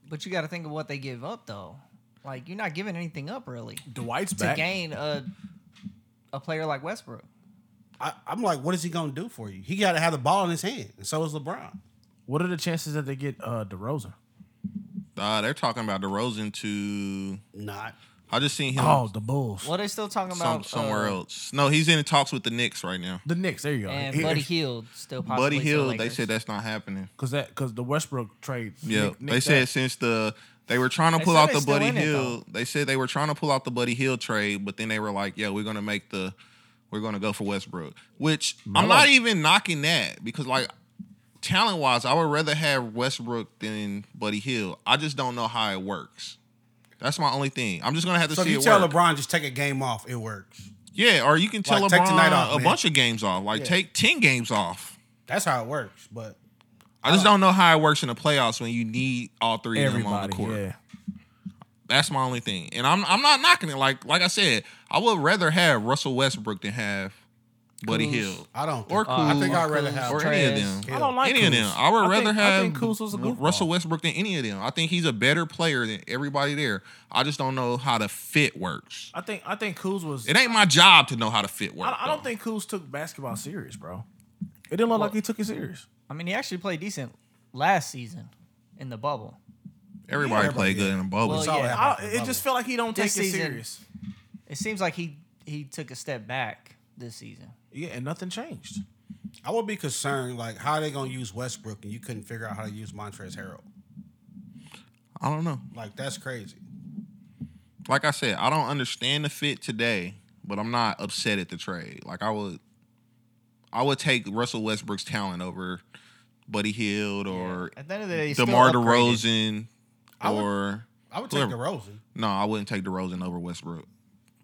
Speaker 3: But you got to think of what they give up though. Like you're not giving anything up really
Speaker 2: Dwight's
Speaker 3: to
Speaker 2: back.
Speaker 3: gain a a player like Westbrook.
Speaker 4: I, I'm like, what is he going to do for you? He got to have the ball in his hand, and so is LeBron.
Speaker 2: What are the chances that they get uh DeRozan?
Speaker 1: Uh, they're talking about DeRozan to.
Speaker 4: Not.
Speaker 1: I just seen him
Speaker 2: Oh, the Bulls.
Speaker 3: Well, they still talking
Speaker 1: some,
Speaker 3: about
Speaker 1: somewhere
Speaker 3: uh,
Speaker 1: else. No, he's in talks with the Knicks right now.
Speaker 2: The Knicks. There you go.
Speaker 3: And Buddy Hield still possibly
Speaker 1: Buddy
Speaker 3: to
Speaker 1: Hill, they
Speaker 3: Lakers.
Speaker 1: said that's not happening.
Speaker 2: because that because the Westbrook trade.
Speaker 1: Yeah,
Speaker 2: Nick- Nick
Speaker 1: they said
Speaker 2: that.
Speaker 1: since the they were trying to
Speaker 3: They
Speaker 1: pull
Speaker 3: said
Speaker 1: out
Speaker 3: they
Speaker 1: the
Speaker 3: still
Speaker 1: Buddy
Speaker 3: in it,
Speaker 1: Hill. they said they were trying to pull out the Buddy Hill trade, but then they were like, "Yo, we're gonna make the, we're gonna go for Westbrook." Which I'm not even knocking that because like talent wise, I would rather have Westbrook than Buddy Hill. I just don't know how it works. That's my only thing. I'm just gonna have to
Speaker 4: So if
Speaker 1: see
Speaker 4: you
Speaker 1: it
Speaker 4: tell
Speaker 1: work.
Speaker 4: LeBron, just take a game off, it works.
Speaker 1: yeah, or you can tell
Speaker 4: Like,
Speaker 1: LeBron
Speaker 4: take tonight off,
Speaker 1: a
Speaker 4: man.
Speaker 1: bunch of games off. Like take ten games off.
Speaker 4: That's how it works. But
Speaker 1: I
Speaker 4: Uh,
Speaker 1: just don't know how it works in the playoffs when you need all three of them on the
Speaker 2: everybody.
Speaker 1: court.
Speaker 2: Yeah.
Speaker 1: That's my only thing. And I'm I'm not knocking it. Like like I said, I would rather have Russell Westbrook than have Buddy
Speaker 3: Kuz.
Speaker 1: Hill.
Speaker 4: I don't.
Speaker 1: Or
Speaker 4: Think, I
Speaker 1: Kuz.
Speaker 4: think I'd rather
Speaker 3: Kuz.
Speaker 4: have.
Speaker 1: Or any of them.
Speaker 4: Trez.
Speaker 2: I don't like
Speaker 1: any of them.
Speaker 2: Kuz.
Speaker 1: I would rather
Speaker 2: think,
Speaker 1: have
Speaker 2: I think Kuz was a goofball.
Speaker 1: Russell Westbrook than any of them. I think he's a better player than everybody there. I just don't know how the fit works.
Speaker 2: I think I think Kuz was.
Speaker 1: It ain't my job to know how the fit works.
Speaker 2: I, I don't think Kuz took basketball serious, bro. It didn't look like he took it serious.
Speaker 3: I mean, he actually played decent last season in the bubble.
Speaker 1: everybody
Speaker 4: Yeah,
Speaker 1: played
Speaker 4: everybody
Speaker 1: good in the bubble.
Speaker 3: Well,
Speaker 4: That's all
Speaker 3: yeah,
Speaker 4: that
Speaker 2: I,
Speaker 4: happens.
Speaker 2: it just felt like he don't take
Speaker 3: This
Speaker 2: it
Speaker 3: season-
Speaker 2: serious.
Speaker 3: It seems like he he took a step back this season.
Speaker 2: Yeah, and nothing changed.
Speaker 4: I would be concerned, like, how are they going to use Westbrook and you couldn't figure out how to use Montrezl Harrell?
Speaker 1: I don't know.
Speaker 4: Like, that's crazy.
Speaker 1: Like I said, I don't understand the fit today, but I'm not upset at the trade. Like I would I would take Russell Westbrook's talent over Buddy Hill or
Speaker 3: At the end of the day, he's still
Speaker 1: DeMar
Speaker 3: upgraded.
Speaker 1: DeRozan
Speaker 4: would-
Speaker 1: or
Speaker 4: I would take
Speaker 1: Whoever.
Speaker 4: DeRozan.
Speaker 1: no, I wouldn't take DeRozan over Westbrook.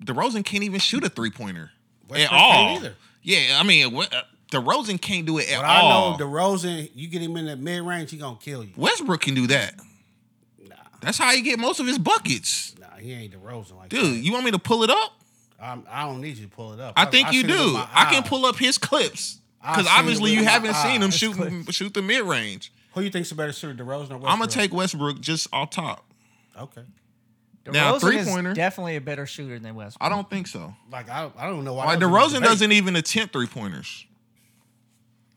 Speaker 1: DeRozan can't even shoot a three pointer at
Speaker 4: Westbrook
Speaker 1: all.
Speaker 4: can't either.
Speaker 1: Yeah, I mean, what- uh, DeRozan can't do it at
Speaker 4: But
Speaker 1: all.
Speaker 4: I know DeRozan, you get him in the mid range, he going to kill you.
Speaker 1: Westbrook can do that. That's how he get most of his buckets.
Speaker 4: Nah, he ain't DeRozan like
Speaker 1: Dude, you want me to pull it up?
Speaker 4: that. I'm, I don't need you to pull it up.
Speaker 1: I think you
Speaker 4: seen it with
Speaker 1: do.
Speaker 4: my
Speaker 1: I can
Speaker 4: eyes.
Speaker 1: pull up his clips
Speaker 4: I've
Speaker 1: because
Speaker 4: seen it
Speaker 1: obviously
Speaker 4: with
Speaker 1: you
Speaker 4: my
Speaker 1: haven't seen him
Speaker 4: eyes.
Speaker 1: shoot shoot the mid range.
Speaker 4: Who you think's a better shooter, DeRozan or Westbrook?
Speaker 1: I'm gonna take Westbrook just off top.
Speaker 4: Okay.
Speaker 3: DeRozan
Speaker 1: Now,
Speaker 3: is
Speaker 1: three-pointer.
Speaker 3: definitely a better shooter than Westbrook.
Speaker 1: I don't think so.
Speaker 4: Like I, I don't know why.
Speaker 1: Like
Speaker 4: that was
Speaker 1: DeRozan
Speaker 4: a debate.
Speaker 1: doesn't even attempt three pointers.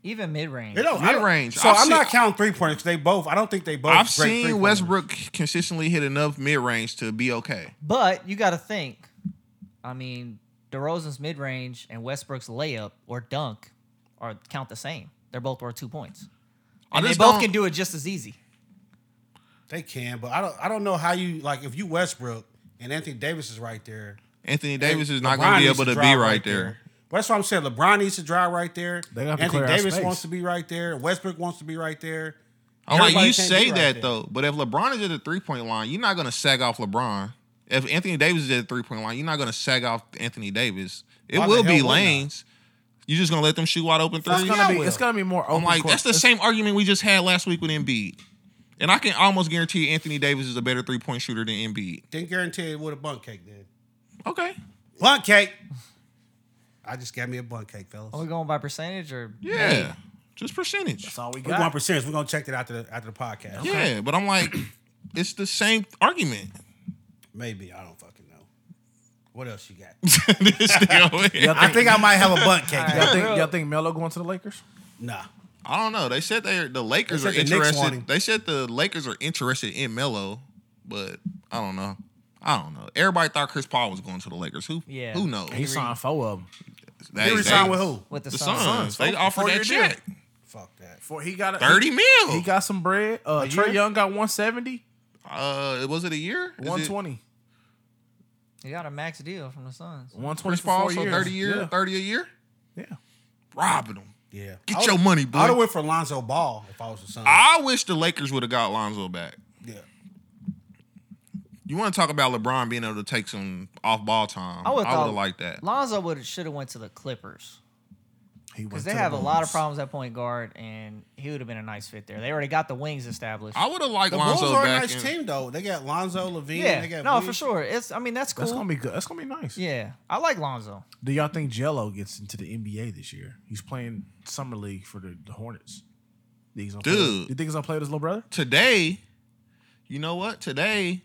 Speaker 3: Even mid range.
Speaker 4: It don't- I don't-
Speaker 1: Mid-range.
Speaker 4: So
Speaker 1: I've
Speaker 4: i am
Speaker 1: seen-
Speaker 4: not counting three pointers. 'cause They both. I don't think they both.
Speaker 1: I've
Speaker 4: great three-pointers.
Speaker 1: seen Westbrook consistently hit enough mid range to be okay.
Speaker 3: But you got to think. I mean, DeRozan's mid range and Westbrook's layup or dunk are count the same. They're both worth two points.
Speaker 1: I
Speaker 3: And they
Speaker 1: just
Speaker 3: both
Speaker 1: Oh, don't-
Speaker 3: can do it just as easy.
Speaker 4: They can, but I don't. I don't know how you like if you Westbrook and Anthony Davis is right there.
Speaker 1: Anthony Davis is not
Speaker 4: LeBron
Speaker 1: going to be
Speaker 4: needs
Speaker 1: able to be
Speaker 4: drive
Speaker 1: right, there.
Speaker 4: But that's what I'm saying. LeBron needs to drive right there.
Speaker 2: They gotta
Speaker 4: Anthony
Speaker 2: clear out
Speaker 4: Davis
Speaker 2: space.
Speaker 4: wants to be right there. Westbrook wants to be right there.
Speaker 1: I'm like,
Speaker 4: Everybody
Speaker 1: you
Speaker 4: can't
Speaker 1: say
Speaker 4: be right
Speaker 1: that
Speaker 4: there.
Speaker 1: though, but if LeBron is at the three point line, you're not going to sag off LeBron. If Anthony Davis is at the three point line, you're not going to sag off Anthony Davis. It
Speaker 4: Why the
Speaker 1: will
Speaker 4: hell
Speaker 1: be
Speaker 4: would I?
Speaker 1: lanes. You're just going to let them shoot wide open
Speaker 2: It's
Speaker 1: threes.
Speaker 2: gonna be
Speaker 4: will.
Speaker 2: it's gonna be more open.
Speaker 1: I'm like,
Speaker 2: court.
Speaker 1: that's the
Speaker 2: It's-
Speaker 1: same argument we just had last week with Embiid. And I can almost guarantee Anthony Davis is a better three point shooter than Embiid.
Speaker 4: Didn't guarantee it with a bunk cake then.
Speaker 1: Okay.
Speaker 4: Bunk cake. I just got me a bunk cake, fellas.
Speaker 2: Oh,
Speaker 3: Are we going by percentage or
Speaker 1: Yeah. Just percentage.
Speaker 2: That's all we
Speaker 4: We're going
Speaker 2: got.
Speaker 4: for serious. We're gonna check that after the after the podcast.
Speaker 1: Yeah, but I'm like, it's the same argument.
Speaker 4: Maybe I don't fucking know. What else you got?
Speaker 1: This nigga-
Speaker 4: I think I might have a bunk cake.
Speaker 2: Y'all think y'all think Melo going to the Lakers?
Speaker 4: Nah.
Speaker 1: I don't know. They said they are the Lakers
Speaker 4: They
Speaker 1: are
Speaker 4: said the Knicks want him.
Speaker 1: interested. They said the Lakers are interested in Melo, but I don't know. I don't know. Everybody thought Chris Paul was going to the Lakers. Who?
Speaker 3: Yeah.
Speaker 1: Who knows?
Speaker 2: He signed four of them.
Speaker 1: They-
Speaker 4: You
Speaker 1: they-
Speaker 4: resigned with who?
Speaker 3: with the,
Speaker 1: The
Speaker 3: Suns?
Speaker 1: Suns. They
Speaker 2: Four-
Speaker 1: offered
Speaker 2: four-year
Speaker 1: that
Speaker 2: deal.
Speaker 1: check.
Speaker 4: Fuck that.
Speaker 2: For he got a,
Speaker 1: Thirty mil.
Speaker 2: He got some bread. Uh,
Speaker 4: A
Speaker 2: Trey
Speaker 4: year?
Speaker 2: Young got 170,
Speaker 1: uh, was it a year? Is it-
Speaker 2: 120,
Speaker 3: You got a max deal from the Suns.
Speaker 2: 120
Speaker 1: Chris
Speaker 2: for
Speaker 1: Paul,
Speaker 2: four
Speaker 1: so
Speaker 2: years.
Speaker 1: thirty year,
Speaker 2: Yeah.
Speaker 1: thirty a year,
Speaker 2: yeah.
Speaker 1: robbing them.
Speaker 4: Yeah.
Speaker 1: Get
Speaker 4: I
Speaker 1: your
Speaker 4: would've-
Speaker 1: money,
Speaker 4: I would have
Speaker 1: boy. Ah.
Speaker 4: went for Lonzo Ball if I was the son.
Speaker 1: I wish the Lakers would have got Lonzo back.
Speaker 4: yeah.
Speaker 1: You want to talk about LeBron being able to take some off ball time?
Speaker 3: I
Speaker 1: I would
Speaker 3: would've
Speaker 1: have
Speaker 3: thought-
Speaker 1: liked that.
Speaker 3: Lonzo would should have went to the Clippers
Speaker 2: He went
Speaker 3: because
Speaker 2: to
Speaker 3: they
Speaker 2: the
Speaker 3: have a lot of
Speaker 2: Bulls.
Speaker 3: problems at point guard, and he would have been a nice fit there. They already got the wings established.
Speaker 1: I would have liked
Speaker 4: The
Speaker 1: Lonzo
Speaker 4: Bulls are a
Speaker 1: back.
Speaker 4: nice
Speaker 1: in-
Speaker 4: team though. They got Lonzo Levine.
Speaker 3: yeah,
Speaker 4: They got
Speaker 3: no,
Speaker 4: Vucevic.
Speaker 3: for sure. It's I mean that's cool.
Speaker 2: That's gonna be good. That's gonna be nice.
Speaker 3: yeah, I like Lonzo.
Speaker 2: Do y'all think Jello gets into the NBA this year? He's playing summer league for the, the Hornets. Think he's gonna play
Speaker 1: Dude.
Speaker 2: with- you think he's gonna play with his little brother?
Speaker 1: Today, you know what? Today,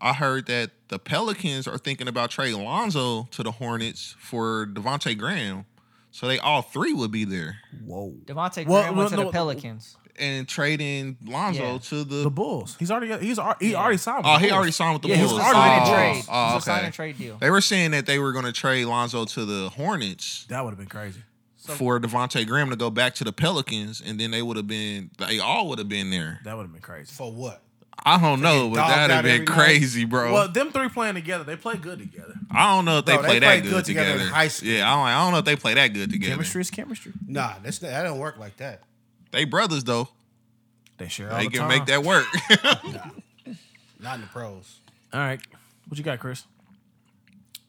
Speaker 1: I heard that the Pelicans are thinking about trading Lonzo to the Hornets for Devontae Graham. So they all three would be there
Speaker 2: Whoa.
Speaker 3: Devontae
Speaker 2: Well, well,
Speaker 3: Graham went to
Speaker 2: no,
Speaker 3: the Pelicans.
Speaker 1: and trading Lonzo
Speaker 3: Yeah.
Speaker 1: to the.
Speaker 2: The Bulls. He's already he's al- he already signed. With
Speaker 1: oh,
Speaker 2: the
Speaker 1: he
Speaker 2: Bulls.
Speaker 1: already signed with the
Speaker 2: Yeah, he
Speaker 1: Bulls.
Speaker 2: was
Speaker 3: It was a
Speaker 2: already
Speaker 3: sign
Speaker 1: oh,
Speaker 3: and trade.
Speaker 1: oh,
Speaker 3: It was a sign
Speaker 1: okay.
Speaker 3: and trade deal.
Speaker 1: They were saying that they were going to trade Lonzo to the Hornets
Speaker 2: That would have been crazy.
Speaker 1: for Devontae Graham to go back to the Pelicans, and then they would have been. They all would have been there.
Speaker 2: That would have been crazy.
Speaker 4: For what?
Speaker 1: I don't know, but
Speaker 4: dogged
Speaker 1: that'd have
Speaker 4: out
Speaker 1: been
Speaker 4: every night.
Speaker 1: crazy, bro.
Speaker 2: Well, them three playing together, they play good together.
Speaker 1: I don't know if they
Speaker 4: Bro, they
Speaker 1: play that
Speaker 4: played
Speaker 1: good, together.
Speaker 4: in high school.
Speaker 1: Yeah, I don't, I don't know if they play that good together.
Speaker 2: Chemistry is chemistry.
Speaker 4: Nah, that's that don't work like that.
Speaker 1: They brothers though.
Speaker 2: They share. all
Speaker 1: They
Speaker 2: the
Speaker 1: can
Speaker 2: time.
Speaker 1: make that work.
Speaker 4: Not in the pros.
Speaker 2: All right. What you got, Chris?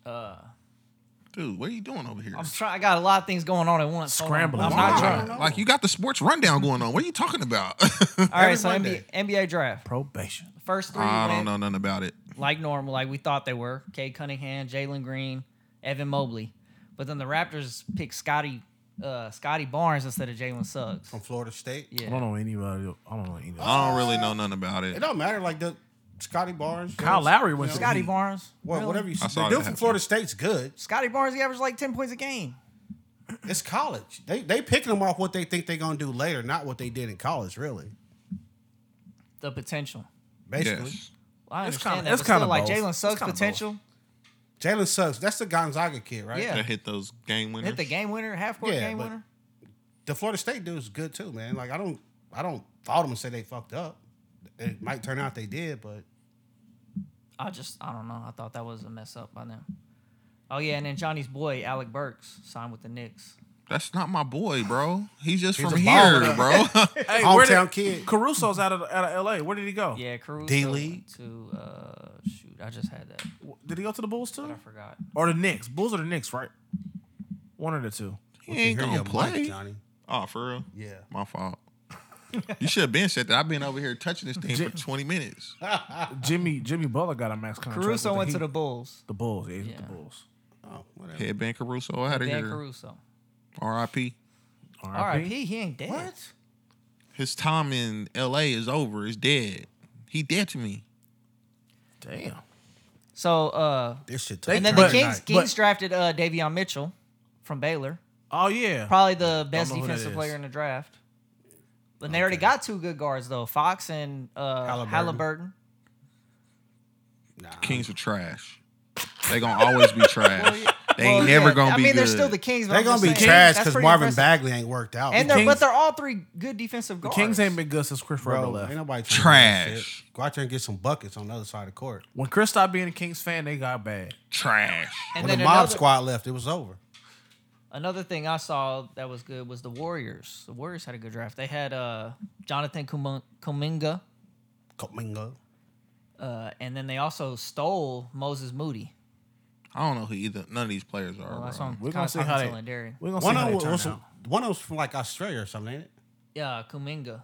Speaker 3: Uh,
Speaker 1: Dude, what are you doing over here?
Speaker 3: I'm trying. I got a lot of things going on at once. Hold on.
Speaker 2: Scrambling.
Speaker 3: I'm
Speaker 2: Wow.
Speaker 3: not
Speaker 1: Wow.
Speaker 3: trying.
Speaker 4: trying.
Speaker 1: Like you got the sports rundown going on. What are you talking about?
Speaker 3: All right, so
Speaker 4: Every
Speaker 3: NBA, NBA draft.
Speaker 2: Probation.
Speaker 3: First three
Speaker 1: I don't
Speaker 3: went
Speaker 1: know nothing about it.
Speaker 3: like normal, like we thought they were. Kay Cunningham, Jalen Green, Evan Mobley. But then the Raptors picked Scotty uh, Scotty Barnes instead of Jalen Suggs.
Speaker 4: From Florida State.
Speaker 2: I don't
Speaker 3: Yeah.
Speaker 2: know anybody. I don't know anybody.
Speaker 4: Oh,
Speaker 1: I don't really know nothing about
Speaker 4: It
Speaker 1: it.
Speaker 4: don't matter. Like the Scotty Barnes.
Speaker 2: Kyle
Speaker 4: those-
Speaker 2: Lowry went to
Speaker 3: Scotty Barnes.
Speaker 4: Well,
Speaker 3: really?
Speaker 4: whatever you
Speaker 1: I saw
Speaker 4: the
Speaker 1: it
Speaker 4: dude from
Speaker 1: happen.
Speaker 4: Florida State's good.
Speaker 3: Scotty Barnes, he averaged like 10 points a game.
Speaker 4: It's college. They they picking them off what they think they're gonna do later, not what they did in college, really.
Speaker 3: The potential.
Speaker 4: Basically.
Speaker 1: Yes.
Speaker 3: Well, I
Speaker 2: It's
Speaker 3: understand
Speaker 2: kinda-
Speaker 3: that.
Speaker 2: it's
Speaker 3: It's kind
Speaker 2: kinda
Speaker 3: of like
Speaker 2: both.
Speaker 3: Jalen
Speaker 2: It's
Speaker 3: Suggs'
Speaker 2: kinda
Speaker 3: potential.
Speaker 4: Jalen Suggs, that's the Gonzaga kid, right?
Speaker 3: Yeah.
Speaker 1: That hit those game winners.
Speaker 3: Hit the game winner, half court
Speaker 4: Yeah,
Speaker 3: game
Speaker 4: but-
Speaker 3: winner.
Speaker 4: The Florida State dude's good too, man. Like I don't I don't fault them and say they fucked up. It might turn out they did, but
Speaker 3: I just, I don't know. I thought that was a mess up by them. Oh, yeah. And then Johnny's boy, Alec Burks, signed with the Knicks.
Speaker 1: That's not my boy, bro. He's just
Speaker 4: He's
Speaker 1: from
Speaker 4: a
Speaker 1: here,
Speaker 4: baller.
Speaker 1: bro.
Speaker 2: Hey, where did-
Speaker 4: hometown kid.
Speaker 2: Caruso's out of out of LA. Where did he go?
Speaker 3: Yeah, Caruso.
Speaker 4: D-League.
Speaker 3: went To, uh, shoot, I just had that.
Speaker 2: Did he go to the Bulls
Speaker 3: But
Speaker 2: too?
Speaker 3: I forgot.
Speaker 2: Or the Knicks? Bulls or the Knicks, right? One or the two.
Speaker 1: he ain't
Speaker 4: Hear your
Speaker 1: gonna
Speaker 4: mic,
Speaker 1: play.
Speaker 4: Johnny.
Speaker 1: Oh, for real?
Speaker 4: Yeah.
Speaker 1: My fault. you should have been said that. I've been over here touching this thing for
Speaker 2: Jim-
Speaker 1: 20 minutes.
Speaker 2: Jimmy Jimmy Butler got a max contract.
Speaker 3: Caruso
Speaker 2: with
Speaker 3: went to
Speaker 2: Heat.
Speaker 3: the Bulls.
Speaker 2: the Bulls. Yeah, he's with
Speaker 3: Yeah.
Speaker 2: the Bulls.
Speaker 4: Oh, whatever.
Speaker 1: Headband Caruso out of
Speaker 3: Dan
Speaker 1: here.
Speaker 3: Caruso.
Speaker 1: R.I.P.
Speaker 3: RIP, he ain't dead.
Speaker 4: What?
Speaker 1: His time in L.A. is over. It's dead. He dead to me.
Speaker 2: Damn.
Speaker 3: So, uh,
Speaker 4: This shit
Speaker 2: They-
Speaker 4: took
Speaker 3: and then
Speaker 2: But-
Speaker 3: the Kings,
Speaker 2: but-
Speaker 3: Kings drafted uh, Davion Mitchell from Baylor.
Speaker 2: Oh yeah.
Speaker 3: Probably the best
Speaker 2: know who that
Speaker 3: defensive
Speaker 2: is.
Speaker 3: player in the draft. But they already got two good guards, though Fox and uh,
Speaker 4: Halliburton.
Speaker 3: Halliburton.
Speaker 4: Nah.
Speaker 1: Kings are trash. They gonna always be trash. They ain't never gonna
Speaker 3: I
Speaker 1: be
Speaker 3: mean, they're
Speaker 1: good.
Speaker 3: still the Kings. but
Speaker 4: They're
Speaker 3: I'm
Speaker 4: gonna
Speaker 3: just
Speaker 4: be
Speaker 3: saying,
Speaker 4: trash
Speaker 3: that's
Speaker 4: because
Speaker 3: pretty
Speaker 4: Marvin
Speaker 3: impressive.
Speaker 4: Bagley ain't worked out.
Speaker 3: And they're,
Speaker 2: Kings-
Speaker 3: but they're all three good defensive guards.
Speaker 2: Kings ain't been good since Chris Webber
Speaker 4: bro,
Speaker 2: left.
Speaker 4: ain't nobody trying to do that
Speaker 1: Trash.
Speaker 4: shit. Go out there and get some buckets on the other side of the court.
Speaker 2: When Chris stopped being a Kings fan, they got bad.
Speaker 1: trash.
Speaker 3: And
Speaker 4: when
Speaker 3: then
Speaker 4: the mob
Speaker 3: another,
Speaker 4: squad left, it was over.
Speaker 3: another thing I saw that was good was the Warriors. The Warriors had a good draft. They had uh, Jonathan Kumin- Kuminga,
Speaker 4: Kaminga.
Speaker 3: uh, and then they also stole Moses Moody.
Speaker 1: I don't know who either none of these players are.
Speaker 3: Well, that's
Speaker 1: bro.
Speaker 3: what I'm
Speaker 2: We're
Speaker 3: kind
Speaker 2: gonna
Speaker 3: of
Speaker 2: see how
Speaker 3: talking
Speaker 2: they.
Speaker 3: to Landry.
Speaker 2: We're gonna see
Speaker 4: One
Speaker 2: how
Speaker 4: of
Speaker 2: they
Speaker 4: them
Speaker 2: turn
Speaker 4: was
Speaker 2: out.
Speaker 4: one of them's from like Australia or something, ain't it?
Speaker 3: Yeah, Kuminga.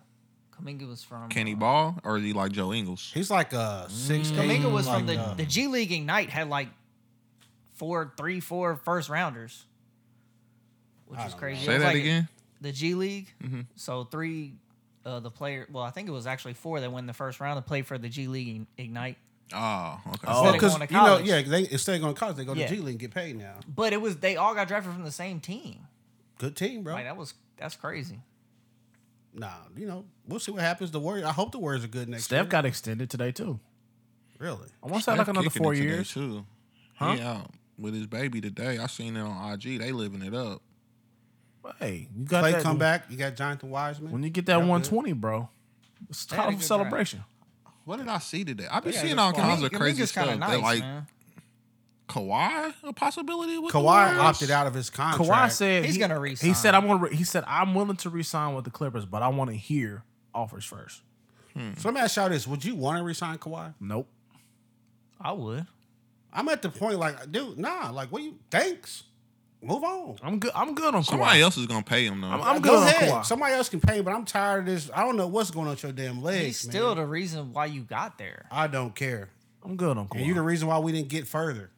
Speaker 3: Kuminga was from.
Speaker 1: Can he
Speaker 3: uh,
Speaker 1: ball or is he like Joe Ingles?
Speaker 4: He's like uh six.
Speaker 3: Kuminga Mm. was
Speaker 4: like,
Speaker 3: from the,
Speaker 4: uh,
Speaker 3: the G League Ignite had like four, three, four first rounders, which is crazy. It
Speaker 1: Say
Speaker 3: was
Speaker 1: that
Speaker 3: like
Speaker 1: again.
Speaker 3: The G League.
Speaker 4: Mm-hmm.
Speaker 3: So three, uh, the player. Well, I think it was actually four that win the first round and played for the G League Ignite.
Speaker 1: Oh, okay.
Speaker 2: Oh.
Speaker 4: well,
Speaker 3: instead of
Speaker 4: 'cause,
Speaker 3: going to
Speaker 4: you know,
Speaker 3: college.
Speaker 4: yeah, they instead of going to college, they go to
Speaker 3: Yeah.
Speaker 4: G League and get paid now.
Speaker 3: But it was they all got drafted from the same team.
Speaker 4: Good team, bro.
Speaker 3: Like that was that's crazy.
Speaker 4: Nah, you know, we'll see what happens. The Warriors. I hope the Warriors are good next.
Speaker 2: Steph
Speaker 4: year.
Speaker 2: got extended today too.
Speaker 4: really.
Speaker 2: I want to say like
Speaker 1: Steph
Speaker 2: another
Speaker 1: kicking
Speaker 2: four
Speaker 1: it today,
Speaker 2: years.
Speaker 1: too. He out with his baby today. I seen it on IG. They living it up.
Speaker 2: Hey, you got
Speaker 4: Clay
Speaker 2: that
Speaker 4: come back. You got Jonathan Wiseman.
Speaker 2: when you get that
Speaker 4: Y'all good?
Speaker 2: one twenty, bro. It's
Speaker 3: had a
Speaker 2: kind of
Speaker 3: good
Speaker 2: a
Speaker 3: drive.
Speaker 2: celebration.
Speaker 1: What did I see today? I've been
Speaker 4: Yeah,
Speaker 1: seeing
Speaker 4: that's
Speaker 1: all
Speaker 4: fine.
Speaker 1: kinds
Speaker 3: Kumin-
Speaker 1: of crazy
Speaker 3: Kuminga's kinda
Speaker 1: stuff. that like
Speaker 3: man.
Speaker 1: Kawhi, a possibility with the
Speaker 4: Kawhi
Speaker 1: Warriors?
Speaker 4: opted out of his contract.
Speaker 2: Kawhi said
Speaker 3: He's
Speaker 2: he-
Speaker 3: gonna
Speaker 2: He
Speaker 3: re-sign.
Speaker 2: said I'm gonna. Re- he said I'm willing to resign with the Clippers, but I want to hear offers first.
Speaker 4: So let me ask y'all this: Would you want to resign Kawhi?
Speaker 2: Nope.
Speaker 3: I would.
Speaker 4: I'm at the point like, dude, nah. Like, what you? Thanks. Move on.
Speaker 2: I'm good. I'm good on
Speaker 1: Somebody
Speaker 2: Kawhi.
Speaker 1: else is gonna pay him though.
Speaker 2: I'm- I'm-
Speaker 4: Go
Speaker 2: good on
Speaker 4: ahead.
Speaker 2: Kawhi.
Speaker 4: Somebody else can pay, but I'm tired of this. I don't know what's going on with your damn legs.
Speaker 3: He's still
Speaker 4: man.
Speaker 3: the reason why you got there.
Speaker 4: I don't care.
Speaker 2: I'm good on
Speaker 4: And you're the
Speaker 2: Kawhi.
Speaker 4: reason why we didn't get further.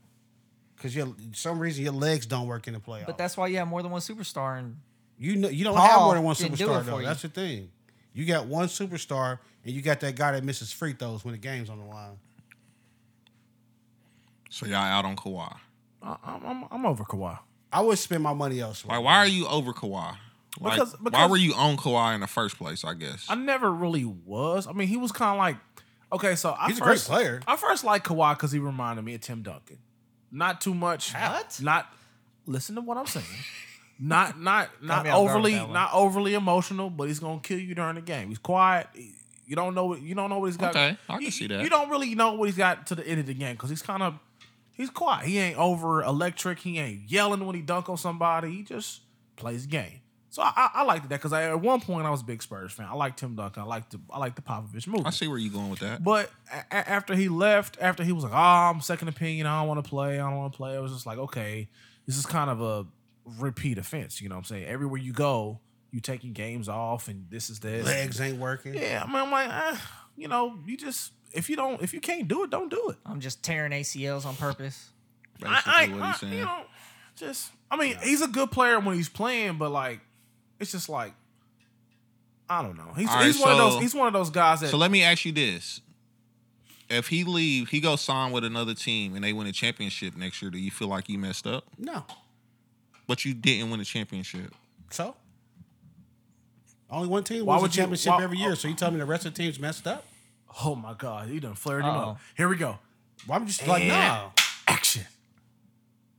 Speaker 4: Because you some reason your legs don't work in the playoffs.
Speaker 3: But that's why you have more than one superstar and
Speaker 4: you know you don't
Speaker 3: Paul
Speaker 4: have more than one
Speaker 3: didn't do it
Speaker 4: superstar
Speaker 3: for
Speaker 4: though.
Speaker 3: you.
Speaker 4: That's the thing. You got one superstar and you got that guy that misses free throws when the game's on the line.
Speaker 1: so y'all out on Kawhi.
Speaker 2: I- I'm, I'm, I'm over Kawhi.
Speaker 4: I would spend my money elsewhere.
Speaker 1: Like, why are you over Kawhi? Like,
Speaker 2: Because-
Speaker 1: why
Speaker 2: because-
Speaker 1: were you on Kawhi in the first place? I guess.
Speaker 2: I never really was. I mean, he was kind of like, okay, so I
Speaker 4: He's a great
Speaker 2: first,
Speaker 4: player.
Speaker 2: I first liked Kawhi because he reminded me of Tim Duncan. Not too much.
Speaker 3: What?
Speaker 2: Not. Listen to what I'm saying. not not not
Speaker 3: me off guard with
Speaker 2: overly
Speaker 3: that one.
Speaker 2: not overly emotional, but he's gonna kill you during the game. He's quiet. He- You don't know what you don't know what he's got.
Speaker 1: Okay, I can
Speaker 2: you,
Speaker 1: see that.
Speaker 2: You don't really know what he's got to the end of the game because he's kind of he's quiet. He ain't over electric. He ain't yelling when he dunk on somebody. He just plays the game. So I, I, I liked that because at one point I was a big Spurs fan. I liked Tim Duncan. I liked the I liked the Popovich move.
Speaker 1: I see where you going with that.
Speaker 2: But a- a- after he left, after he was like, "Oh, I'm second opinion. I don't want to play. I don't want to play." I was just like, "Okay, this is kind of a repeat offense." You know what I'm saying? Everywhere you go, you taking games off, and this is this.
Speaker 4: legs ain't working?
Speaker 2: Yeah, I mean, I'm like, eh, you know, you just if you don't if you can't do it, don't do it.
Speaker 3: I'm just tearing ACLs on purpose.
Speaker 1: Basically,
Speaker 2: I, I,
Speaker 1: what he's
Speaker 2: I-
Speaker 1: saying.
Speaker 2: you know, just I mean, he's a good player when he's playing, but like, it's just like. I don't know. He's,
Speaker 1: All right,
Speaker 2: he's one of
Speaker 1: so-
Speaker 2: those. He's one of those guys that
Speaker 1: so let me ask you this: If he leave, he goes sign with another team, and they win a championship next year. Do you feel like you messed up?
Speaker 4: No.
Speaker 1: But you didn't win a championship.
Speaker 4: So only one team
Speaker 2: Why
Speaker 4: wins the
Speaker 2: would you-
Speaker 4: championship
Speaker 2: why-
Speaker 4: every year. So you tell me the rest of the team's messed up?
Speaker 2: Oh my God, he done flared him
Speaker 3: Uh-oh.
Speaker 2: up. Here we go.
Speaker 4: Why would you just like
Speaker 2: Yeah.
Speaker 4: no?
Speaker 2: Action.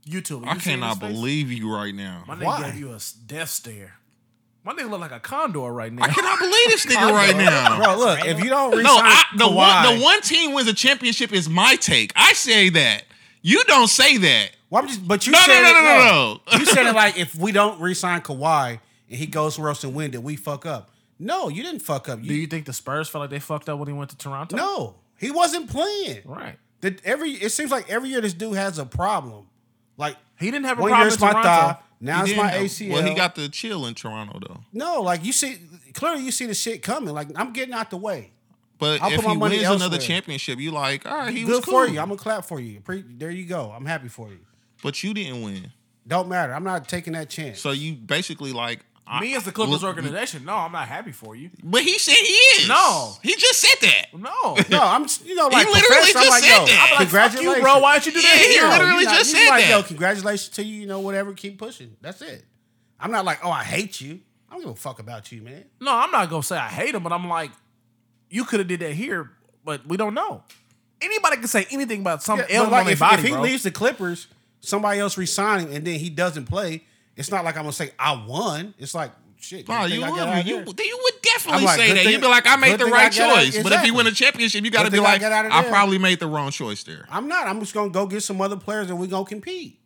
Speaker 2: YouTube.
Speaker 1: I cannot believe you right now.
Speaker 2: My
Speaker 1: I
Speaker 2: nigga
Speaker 4: Why?
Speaker 2: gave you a s- death stare. My nigga look like a condor right now.
Speaker 1: cannot believe this nigga right now.
Speaker 4: Bro, look, if you don't resign
Speaker 1: No, I, the
Speaker 4: Kawhi,
Speaker 1: one the one team wins a championship is my take. I say that. You don't say that.
Speaker 4: Why would you, but you
Speaker 1: No, no,
Speaker 4: said
Speaker 1: no,
Speaker 4: it,
Speaker 1: no, no, no.
Speaker 4: you said it like if we don't re-sign Kawhi and he goes somewhere else and win, did we fuck up? No, you didn't fuck up.
Speaker 2: Do
Speaker 4: You,
Speaker 2: you think the Spurs felt like they fucked up when he went to Toronto?
Speaker 4: no, he wasn't playing.
Speaker 2: Right.
Speaker 4: That every it seems like every year this dude has a problem. Like
Speaker 2: He didn't have a
Speaker 4: one year
Speaker 2: problem
Speaker 4: it's
Speaker 2: in
Speaker 4: my
Speaker 2: Toronto.
Speaker 4: thigh, now
Speaker 1: He
Speaker 4: it's my
Speaker 1: didn't-
Speaker 4: ACL.
Speaker 1: Well, he got the chill in Toronto though.
Speaker 4: no, like you see clearly you see the shit coming. Like I'm getting out the way.
Speaker 1: But
Speaker 4: I'll
Speaker 1: if
Speaker 4: put my
Speaker 1: he
Speaker 4: money
Speaker 1: wins another
Speaker 4: elsewhere.
Speaker 1: championship, you like, all right, he
Speaker 4: Good
Speaker 1: was cool.
Speaker 4: for you. I'm gonna clap for you. Pre- there you go. I'm happy for you.
Speaker 1: but you didn't win,
Speaker 4: Don't matter. I'm not taking that chance.
Speaker 1: so you basically like I-
Speaker 2: Me as the Clippers
Speaker 1: Look,
Speaker 2: organization, no, I'm not happy for you.
Speaker 1: But he said he is.
Speaker 2: No.
Speaker 1: he just said that.
Speaker 2: No.
Speaker 4: no, I'm s- you know like
Speaker 1: literally
Speaker 4: professor, I'm
Speaker 1: just
Speaker 4: like,
Speaker 1: said that. I'm
Speaker 4: yo,
Speaker 2: Like, fuck
Speaker 4: Congratulations,
Speaker 2: you, bro. Why did you do
Speaker 1: Yeah,
Speaker 2: that
Speaker 1: he
Speaker 2: here?
Speaker 4: No,
Speaker 1: literally
Speaker 4: you not-
Speaker 1: just
Speaker 4: you
Speaker 1: said
Speaker 4: like,
Speaker 1: that.
Speaker 4: Yo, congratulations to you. You know, whatever. Keep pushing. That's it. I'm not like, oh, I hate you. I don't give a fuck about you, man.
Speaker 2: No, I'm not gonna say I hate him, but I'm like, you could have did that here, but we don't know. Anybody can say anything about some
Speaker 4: Yeah, but
Speaker 2: ailment on
Speaker 4: like,
Speaker 2: their
Speaker 4: if,
Speaker 2: body,
Speaker 4: if he
Speaker 2: bro.
Speaker 4: leaves the Clippers, somebody else resign him and then he doesn't play, it's not like I'm gonna say I won. It's like shit.
Speaker 1: No,
Speaker 4: good
Speaker 1: you
Speaker 4: thing I
Speaker 1: would.
Speaker 4: got out of
Speaker 1: You,
Speaker 4: there.
Speaker 1: would- you would definitely
Speaker 4: I'm like,
Speaker 1: say
Speaker 4: good
Speaker 1: that.
Speaker 4: thing-
Speaker 1: You'd be like, I made
Speaker 4: good
Speaker 1: the
Speaker 4: thing I
Speaker 1: right
Speaker 4: got out-
Speaker 1: choice. But if
Speaker 4: Exactly.
Speaker 1: you win a championship, you got to
Speaker 4: Good
Speaker 1: be
Speaker 4: thing I
Speaker 1: like,
Speaker 4: got out of
Speaker 1: I
Speaker 4: there.
Speaker 1: probably made the wrong choice there.
Speaker 4: I'm not. I'm just gonna go get some other players and we gonna compete.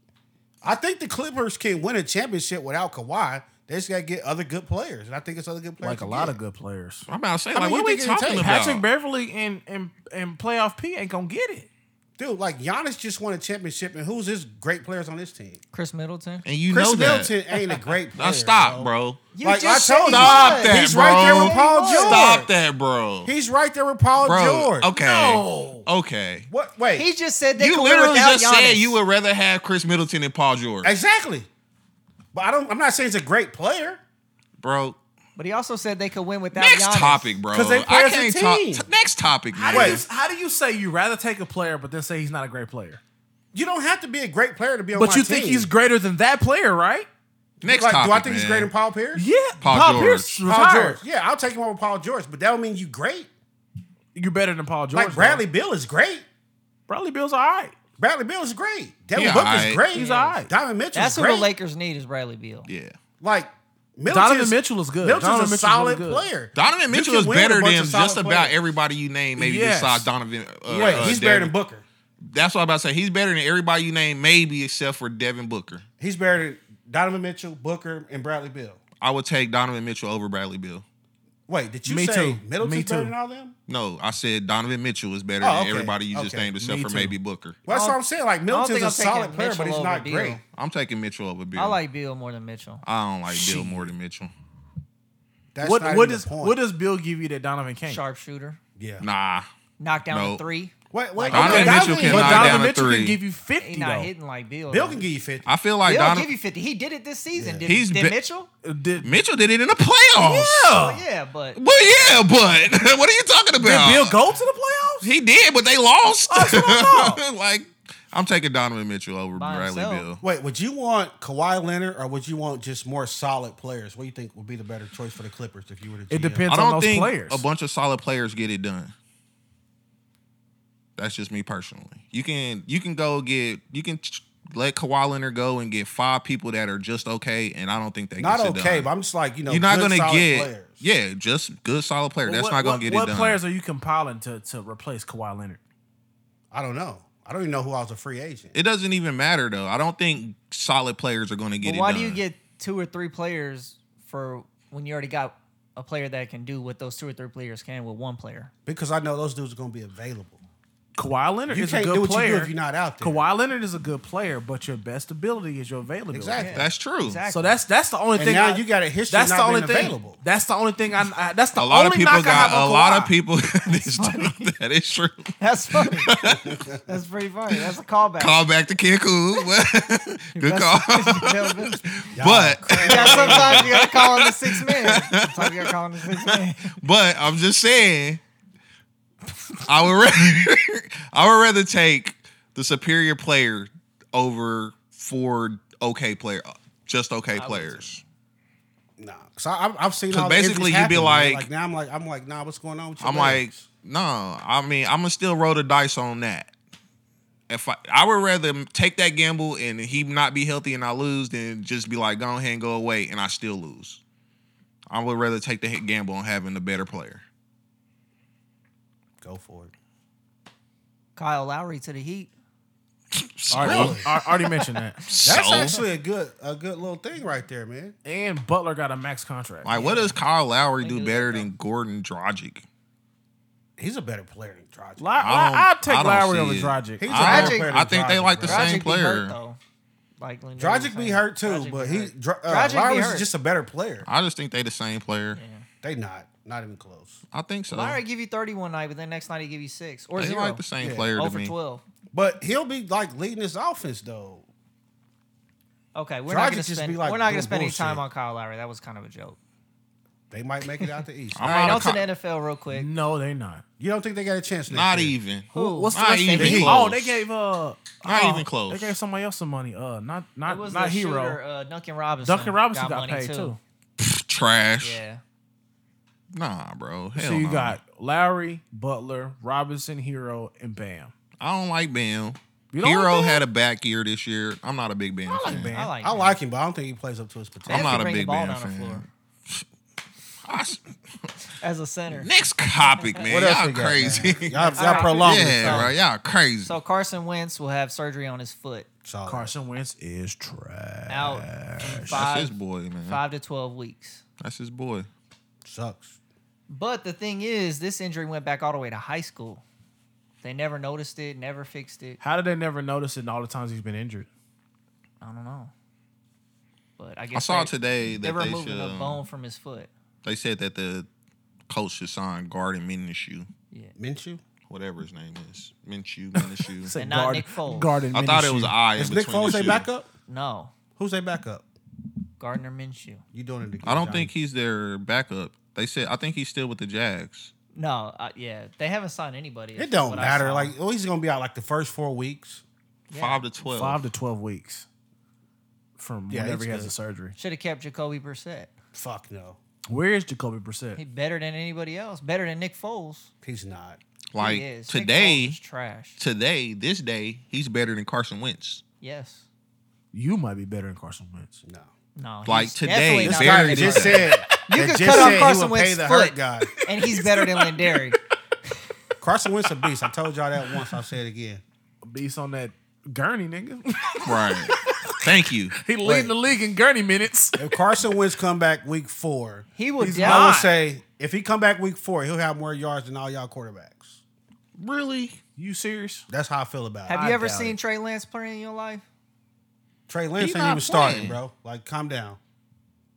Speaker 4: I think the Clippers can win a championship without Kawhi. They just gotta get other good players, and I think it's other good players.
Speaker 2: Like a
Speaker 4: to
Speaker 2: lot
Speaker 4: get.
Speaker 2: of good players.
Speaker 1: I'm about to say,
Speaker 4: How
Speaker 1: like, what
Speaker 4: many
Speaker 1: are we
Speaker 4: you think it
Speaker 1: talking
Speaker 4: take?
Speaker 1: about?
Speaker 2: Patrick Beverly and and and playoff P ain't gonna get it.
Speaker 4: dude. Like Giannis just won a championship, and who's his great players on his team?
Speaker 3: Chris Middleton.
Speaker 1: and you
Speaker 4: Chris
Speaker 1: know that.
Speaker 4: Middleton ain't a great player.
Speaker 1: now stop, bro.
Speaker 3: You
Speaker 4: Like I
Speaker 3: just said he
Speaker 4: told you,
Speaker 1: Stop
Speaker 3: was.
Speaker 1: that,
Speaker 4: He's
Speaker 1: bro.
Speaker 4: right there with Paul George.
Speaker 1: Stop that, bro.
Speaker 4: He's right there with Paul
Speaker 1: bro,
Speaker 4: George.
Speaker 1: okay,
Speaker 2: No.
Speaker 1: okay.
Speaker 4: What? Wait.
Speaker 3: He just said they
Speaker 1: You
Speaker 3: could
Speaker 1: literally
Speaker 3: win without
Speaker 1: just said
Speaker 3: Giannis.
Speaker 1: you would rather have Chris Middleton and Paul George,
Speaker 4: exactly. But I don't. I'm not saying he's a great player.
Speaker 1: bro.
Speaker 3: But he also said they could win without
Speaker 1: Next
Speaker 3: Giannis.
Speaker 1: topic, bro.
Speaker 4: 'Cause they play
Speaker 1: I
Speaker 4: as a
Speaker 1: can't
Speaker 4: team.
Speaker 1: talk. Next topic,
Speaker 2: How
Speaker 1: man.
Speaker 2: do, you,
Speaker 4: Wait.
Speaker 2: how do you say you rather take a player but then say he's not a great player?
Speaker 4: You don't have to be a great player to be on
Speaker 2: But
Speaker 4: my
Speaker 2: you think
Speaker 4: team.
Speaker 2: he's greater than that player, right?
Speaker 1: Next
Speaker 4: Like,
Speaker 1: topic,
Speaker 4: do I think
Speaker 1: man.
Speaker 4: he's greater than Paul Pierce?
Speaker 2: Yeah,
Speaker 1: Paul George.
Speaker 2: Pierce
Speaker 4: Paul
Speaker 2: retired.
Speaker 4: George. Yeah, I'll take him over Paul George, but that don't mean you great.
Speaker 2: You're better than Paul George.
Speaker 4: Like
Speaker 2: though.
Speaker 4: Bradley Bill is great.
Speaker 2: Bradley Bill's all right.
Speaker 4: Bradley Bill is great. Devin
Speaker 1: Yeah,
Speaker 4: Booker
Speaker 1: alright.
Speaker 4: is great.
Speaker 2: He's alright.
Speaker 4: Diamond Mitchell
Speaker 3: That's
Speaker 4: is
Speaker 3: what
Speaker 4: great.
Speaker 3: the Lakers need is Bradley Beal.
Speaker 1: Yeah,
Speaker 4: like Middleton's,
Speaker 2: Donovan Mitchell is good.
Speaker 4: Middleton's
Speaker 2: Donovan
Speaker 4: a
Speaker 2: Mitchell's
Speaker 4: solid
Speaker 2: really good.
Speaker 4: player.
Speaker 1: Donovan
Speaker 4: You
Speaker 1: Mitchell
Speaker 4: can
Speaker 1: is
Speaker 4: win with a
Speaker 1: better
Speaker 4: bunch
Speaker 1: than
Speaker 4: of solid
Speaker 1: just about
Speaker 4: players.
Speaker 1: everybody you name. Maybe
Speaker 2: Yes.
Speaker 1: besides Donovan. Uh,
Speaker 4: Wait,
Speaker 1: uh,
Speaker 4: he's better
Speaker 1: Devin.
Speaker 4: than Booker.
Speaker 1: That's what I'm about to say. He's better than everybody you name, maybe except for Devin Booker.
Speaker 4: He's better than Donovan Mitchell, Booker, and Bradley Bill.
Speaker 1: I would take Donovan Mitchell over Bradley Bill.
Speaker 4: Wait, did you
Speaker 2: Me
Speaker 4: say
Speaker 2: too.
Speaker 4: Middleton's
Speaker 2: Me
Speaker 4: better
Speaker 2: too.
Speaker 4: than all them?
Speaker 1: No, I said Donovan Mitchell is better
Speaker 4: Oh,
Speaker 1: than
Speaker 4: okay.
Speaker 1: everybody you just
Speaker 4: Okay.
Speaker 1: named, except
Speaker 2: Me
Speaker 1: for
Speaker 2: too.
Speaker 1: maybe Booker.
Speaker 4: Well, that's
Speaker 3: I
Speaker 4: what I'm saying. Like Middleton's
Speaker 3: think
Speaker 4: a
Speaker 3: I'm taking
Speaker 4: solid player, but he's
Speaker 3: Mitchell
Speaker 4: not
Speaker 3: over Beal.
Speaker 4: great.
Speaker 1: I'm taking Mitchell over Bill.
Speaker 3: I like Beal more than Mitchell.
Speaker 1: I don't like Bill more than Mitchell.
Speaker 4: That's
Speaker 2: what
Speaker 4: not
Speaker 2: what
Speaker 4: even
Speaker 2: does
Speaker 4: the point.
Speaker 2: what does Bill give you that Donovan can't?
Speaker 3: Sharpshooter.
Speaker 4: yeah.
Speaker 1: Nah,
Speaker 3: Knock down
Speaker 1: No.
Speaker 3: a three.
Speaker 4: Wait, wait,
Speaker 1: Donovan
Speaker 4: okay,
Speaker 1: Mitchell
Speaker 2: But
Speaker 1: can knock
Speaker 2: Donovan
Speaker 1: down a
Speaker 2: Mitchell
Speaker 1: three.
Speaker 2: can give you
Speaker 3: He
Speaker 2: fifty
Speaker 3: not
Speaker 2: though.
Speaker 3: hitting like Bill.
Speaker 4: Bill
Speaker 3: though.
Speaker 4: can give you 50.
Speaker 1: I feel like
Speaker 3: Bill
Speaker 1: Donovan
Speaker 3: give you fifty. He did it this season. Did,
Speaker 1: He's
Speaker 3: did
Speaker 1: be-
Speaker 3: Mitchell?
Speaker 2: Uh, Did,
Speaker 1: Mitchell did it in the playoffs.
Speaker 2: yeah.
Speaker 3: Oh yeah, but
Speaker 1: Well, yeah, but what are you talking about?
Speaker 2: Did Bill go to the playoffs?
Speaker 1: He did, but they lost.
Speaker 2: That's what I thought.
Speaker 1: like I'm taking Donovan Mitchell over
Speaker 3: By
Speaker 1: Bradley
Speaker 3: himself.
Speaker 1: Bill.
Speaker 4: Wait, would you want Kawhi Leonard or would you want just more solid players? What do you think would be the better choice for the Clippers if you were to?
Speaker 2: It depends
Speaker 1: I
Speaker 2: on
Speaker 1: don't
Speaker 2: those
Speaker 1: think
Speaker 2: players.
Speaker 1: a bunch of solid players get it done. That's just me personally. You can you can go get you can ch- let Kawhi Leonard go and get five people that are just okay, and I don't think they
Speaker 4: Not
Speaker 1: gets it
Speaker 4: okay,
Speaker 1: done.
Speaker 4: but I'm just like you know,
Speaker 1: You're not
Speaker 4: good,
Speaker 1: gonna
Speaker 4: solid
Speaker 1: get
Speaker 4: players.
Speaker 1: yeah, just good solid player.
Speaker 2: Well,
Speaker 1: That's
Speaker 2: what-
Speaker 1: not gonna
Speaker 2: what-
Speaker 1: get
Speaker 2: what
Speaker 1: it done.
Speaker 2: players are you compiling to to replace Kawhi Leonard?
Speaker 4: I don't know. I don't even know who I was a free agent.
Speaker 1: it doesn't even matter though. I don't think solid players are gonna get
Speaker 3: but
Speaker 1: it
Speaker 3: why
Speaker 1: done.
Speaker 3: do you get two or three players for when you already got a player that can do what those two or three players can with one player?
Speaker 4: because I know those dudes are going to be available.
Speaker 2: Kawhi Leonard
Speaker 4: You
Speaker 2: is
Speaker 4: can't
Speaker 2: a good
Speaker 4: do what
Speaker 2: player.
Speaker 4: you do if you're not out there.
Speaker 2: Kawhi Leonard is a good player, but your best ability is your availability.
Speaker 4: Exactly.
Speaker 1: That's true.
Speaker 3: Exactly.
Speaker 2: So that's that's the only
Speaker 4: And
Speaker 2: thing.
Speaker 4: now
Speaker 2: I-
Speaker 4: you got a history
Speaker 2: That's
Speaker 4: of
Speaker 2: the
Speaker 4: not
Speaker 2: only
Speaker 4: being
Speaker 2: thing.
Speaker 4: available.
Speaker 2: That's the only thing. I, I that's
Speaker 1: a
Speaker 2: the
Speaker 1: lot of
Speaker 2: only
Speaker 1: people
Speaker 2: knock I have
Speaker 1: got
Speaker 2: on
Speaker 1: a lot
Speaker 2: Kawhi.
Speaker 1: of people. It's true. that is true.
Speaker 3: That's funny. that's pretty funny. That's a callback.
Speaker 1: Call back to Cancun. Good call. but
Speaker 3: yeah, sometimes you gotta call in the six men. Sometimes you gotta call in the six men.
Speaker 1: but I'm just saying, I would rather, I would rather take the superior player over four okay player, just okay players.
Speaker 4: Nah, because I've, I've seen.
Speaker 1: 'Cause
Speaker 4: all the injuries
Speaker 1: basically you'd be
Speaker 4: happen, man.
Speaker 1: like-
Speaker 4: now I'm like, I'm like, nah, what's going on with you?
Speaker 1: I'm like, no. I mean, I'm gonna still roll the dice on that. If I, I would rather take that gamble and he not be healthy and I lose than just be like, go ahead and go away and I still lose. I would rather take the hit gamble on having the better player.
Speaker 4: go for it.
Speaker 3: Kyle Lowry to the Heat.
Speaker 2: I already,
Speaker 4: Really?
Speaker 2: I already mentioned that.
Speaker 4: That's
Speaker 1: So?
Speaker 4: actually a good, a good little thing right there, man.
Speaker 2: And Butler got a max contract.
Speaker 1: Like, what does Kyle Lowry
Speaker 3: They
Speaker 1: do
Speaker 3: do
Speaker 1: better
Speaker 3: that,
Speaker 1: than Gordon Dragic?
Speaker 4: He's a better player than Dragic.
Speaker 2: Li- Li-
Speaker 1: I don't-
Speaker 2: I'll
Speaker 1: I
Speaker 2: take
Speaker 1: don't
Speaker 2: Lowry
Speaker 1: see
Speaker 2: over
Speaker 1: it.
Speaker 2: Dragic.
Speaker 4: He's a
Speaker 1: I,
Speaker 4: better
Speaker 3: Dragic-
Speaker 4: player than
Speaker 1: I think they
Speaker 4: Dragic,
Speaker 1: like the
Speaker 4: bro.
Speaker 1: same
Speaker 3: Dragic Be
Speaker 1: player.
Speaker 3: hurt, though. Like Lindell was
Speaker 4: Dragic be
Speaker 3: saying.
Speaker 4: hurt too,
Speaker 3: Dragic
Speaker 4: but
Speaker 3: be
Speaker 4: he
Speaker 3: hurt.
Speaker 4: Dra- uh,
Speaker 3: Dragic be
Speaker 4: Lowry's
Speaker 3: hurt.
Speaker 4: just a better player.
Speaker 1: I just think they the same player.
Speaker 4: They not, not even close.
Speaker 1: I think so.
Speaker 3: Lowry give you thirty one night, but then next night he give you six or
Speaker 1: they
Speaker 3: zero.
Speaker 1: like the same
Speaker 4: Yeah.
Speaker 1: player to
Speaker 3: Over
Speaker 1: me.
Speaker 3: twelve.
Speaker 4: But he'll be like leading his offense though.
Speaker 3: Okay, we're
Speaker 4: Dragic
Speaker 3: not gonna
Speaker 4: just
Speaker 3: spend.
Speaker 4: be, like,
Speaker 3: we're not
Speaker 4: doing
Speaker 3: gonna spend any time on
Speaker 4: bullshit.
Speaker 3: Kyle Lowry. That was kind of a joke.
Speaker 4: They might make it out the East.
Speaker 1: I'm
Speaker 3: All right,
Speaker 1: not,
Speaker 3: on
Speaker 1: a
Speaker 3: to
Speaker 1: co-
Speaker 3: the NFL real quick.
Speaker 2: No, they not.
Speaker 4: You don't think they got a chance? Next
Speaker 1: not
Speaker 4: year?
Speaker 1: even.
Speaker 3: Who?
Speaker 2: What's the
Speaker 1: Not
Speaker 2: rest of
Speaker 1: even
Speaker 2: the Heat?
Speaker 1: close.
Speaker 2: Oh, they gave uh
Speaker 1: Not
Speaker 2: oh,
Speaker 1: even close.
Speaker 2: They gave somebody else some money. Uh, not
Speaker 3: Who
Speaker 2: not
Speaker 3: was
Speaker 2: not
Speaker 3: the
Speaker 2: hero.
Speaker 3: Shooter, uh, Duncan Robinson.
Speaker 2: Duncan Robinson got,
Speaker 3: money
Speaker 2: paid too.
Speaker 1: Trash.
Speaker 3: Yeah.
Speaker 1: Nah, bro. Hell
Speaker 2: so you
Speaker 1: no.
Speaker 2: got Lowry, Butler, Robinson, Hero, and Bam.
Speaker 1: I don't like Bam.
Speaker 2: You don't
Speaker 1: Hero
Speaker 2: like
Speaker 1: had a back year this year. I'm not a big Ben
Speaker 2: I like
Speaker 1: fan.
Speaker 2: Ben.
Speaker 3: I like.
Speaker 4: I
Speaker 3: him.
Speaker 4: like him, but I don't think he plays up to his potential.
Speaker 1: I'm
Speaker 3: Bev
Speaker 1: not
Speaker 3: can
Speaker 1: a
Speaker 3: bring the
Speaker 1: big
Speaker 3: ball
Speaker 1: Ben
Speaker 3: down the
Speaker 1: fan.
Speaker 3: floor
Speaker 1: I s-
Speaker 3: as a center.
Speaker 1: Next topic, man.
Speaker 4: What else
Speaker 1: y'all
Speaker 4: we got,
Speaker 1: crazy.
Speaker 4: Y'all, y'all
Speaker 3: Alright.
Speaker 4: prolong this.
Speaker 1: yeah, bro. Y'all crazy.
Speaker 3: So Carson Wentz will have surgery on his foot,
Speaker 4: So,
Speaker 2: Carson Wentz is trash.
Speaker 3: out in
Speaker 1: That's his
Speaker 3: five,
Speaker 1: boy, man.
Speaker 3: five to twelve weeks.
Speaker 1: That's his boy.
Speaker 4: sucks.
Speaker 3: But the thing is, this injury went back all the way to high school. They never noticed it, never fixed it.
Speaker 2: How did they never notice it? in All the times he's been injured.
Speaker 3: I don't know. But I guess
Speaker 1: I saw
Speaker 3: they,
Speaker 1: today
Speaker 3: they
Speaker 1: that
Speaker 3: were
Speaker 1: they
Speaker 3: moving
Speaker 1: should. um,
Speaker 3: a bone from his foot.
Speaker 1: They said that the coach should sign Garden Minshew,
Speaker 3: Yeah.
Speaker 4: Minshew?
Speaker 1: whatever his name is, Minshew, Minshew.
Speaker 2: Said
Speaker 3: And not
Speaker 2: guard-
Speaker 3: Nick Foles.
Speaker 2: Garden.
Speaker 1: I thought it was
Speaker 2: Minshew.
Speaker 1: an I in
Speaker 4: Is
Speaker 1: between
Speaker 4: Nick Foles
Speaker 1: the
Speaker 4: their
Speaker 1: shoe.
Speaker 4: backup?
Speaker 3: No,
Speaker 4: Who's their backup?
Speaker 3: Gardner Minshew.
Speaker 4: You doing it again?
Speaker 1: I don't
Speaker 4: Johnny.
Speaker 1: think he's their backup. They said I think he's still with the Jags.
Speaker 3: No, uh, yeah, they haven't signed anybody.
Speaker 4: it don't
Speaker 3: what I
Speaker 4: matter.
Speaker 3: saw.
Speaker 4: Like, oh, he's gonna be out like the first four weeks.
Speaker 3: Yeah.
Speaker 1: Five to twelve.
Speaker 2: five to twelve weeks from
Speaker 4: Yeah,
Speaker 2: whenever
Speaker 4: he's
Speaker 2: he has
Speaker 4: good.
Speaker 2: a surgery.
Speaker 3: should have kept Jacoby Brissett.
Speaker 4: Fuck no,
Speaker 2: Where is Jacoby Brissett?
Speaker 3: He better than anybody else. Better than Nick Foles.
Speaker 4: he's not.
Speaker 1: like
Speaker 3: he is. Nick Foles
Speaker 1: today,
Speaker 3: is trash.
Speaker 1: today, this day, he's better than Carson Wentz.
Speaker 3: Yes.
Speaker 2: you might be better than Carson Wentz.
Speaker 4: No.
Speaker 3: No.
Speaker 1: Like
Speaker 3: he's
Speaker 1: today,
Speaker 3: definitely not
Speaker 1: very
Speaker 3: better than
Speaker 1: just
Speaker 3: Lindari.
Speaker 1: said-
Speaker 3: You
Speaker 4: they
Speaker 3: could
Speaker 4: just
Speaker 3: cut
Speaker 4: said
Speaker 3: off
Speaker 4: he
Speaker 3: Carson
Speaker 4: would pay
Speaker 3: Wentz's
Speaker 4: the
Speaker 3: foot,
Speaker 4: hurt guy.
Speaker 3: and he's better than Lindari.
Speaker 4: Carson Wentz a beast. I told y'all that once. I'll say it again.
Speaker 2: Beast on that gurney, nigga.
Speaker 1: Right. Thank you.
Speaker 2: he leading the league in gurney minutes.
Speaker 4: If Carson Wentz come back week four,
Speaker 3: He will
Speaker 4: he's- I would
Speaker 3: die.
Speaker 4: say if he come back week four, he'll have more yards than all y'all quarterbacks.
Speaker 1: Really?
Speaker 2: You serious?
Speaker 4: That's how I feel about it.
Speaker 3: Have you
Speaker 2: I
Speaker 3: ever
Speaker 2: doubt
Speaker 3: seen
Speaker 2: it.
Speaker 3: Trey Lance play in your life?
Speaker 4: Trey Lance
Speaker 1: He
Speaker 4: ain't
Speaker 1: not
Speaker 4: even starting,
Speaker 1: playing.
Speaker 4: bro. Like, calm down.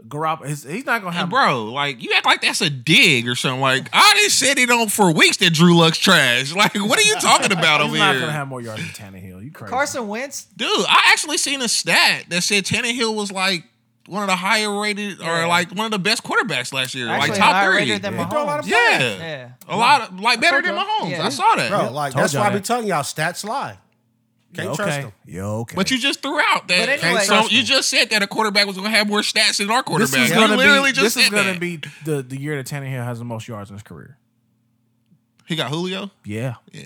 Speaker 2: Garopp, he's, he's not gonna
Speaker 1: And
Speaker 2: have.
Speaker 1: bro, like you act like that's a dig or something. Like I didn't said it on for weeks that Drew Luck's trash. Like what are you talking about
Speaker 2: he's
Speaker 1: over
Speaker 2: not
Speaker 1: here?
Speaker 2: gonna have more yards than Tannehill. You crazy?
Speaker 3: Carson Wentz,
Speaker 1: Dude, I actually seen a stat that said Tannehill was like one of the higher rated
Speaker 3: Yeah.
Speaker 1: or like one of the best quarterbacks last year,
Speaker 3: actually
Speaker 1: like top
Speaker 3: higher
Speaker 1: three.
Speaker 3: rated than
Speaker 2: Yeah.
Speaker 4: He throw a lot
Speaker 3: Mahomes.
Speaker 4: of
Speaker 1: yeah.
Speaker 4: players.
Speaker 3: Yeah.
Speaker 1: a lot of like better than
Speaker 3: y'all.
Speaker 1: Mahomes.
Speaker 3: Yeah.
Speaker 1: I saw that.
Speaker 4: Bro, like
Speaker 2: told
Speaker 4: that's
Speaker 2: y'all
Speaker 4: why I be
Speaker 2: that.
Speaker 4: telling y'all stats lie. Can't
Speaker 2: You okay.
Speaker 4: trust them.
Speaker 2: You okay?
Speaker 1: But you just threw out that.
Speaker 3: But anyway-
Speaker 1: so you just said that a quarterback was going to have more stats than our
Speaker 2: this
Speaker 1: quarterback.
Speaker 2: is
Speaker 1: You
Speaker 2: gonna
Speaker 1: literally
Speaker 2: be
Speaker 1: just
Speaker 2: this is
Speaker 1: said
Speaker 2: gonna
Speaker 1: that.
Speaker 2: be the the year that Tannehill has the most yards in his career.
Speaker 1: He got Julio.
Speaker 2: Yeah.
Speaker 1: Yeah.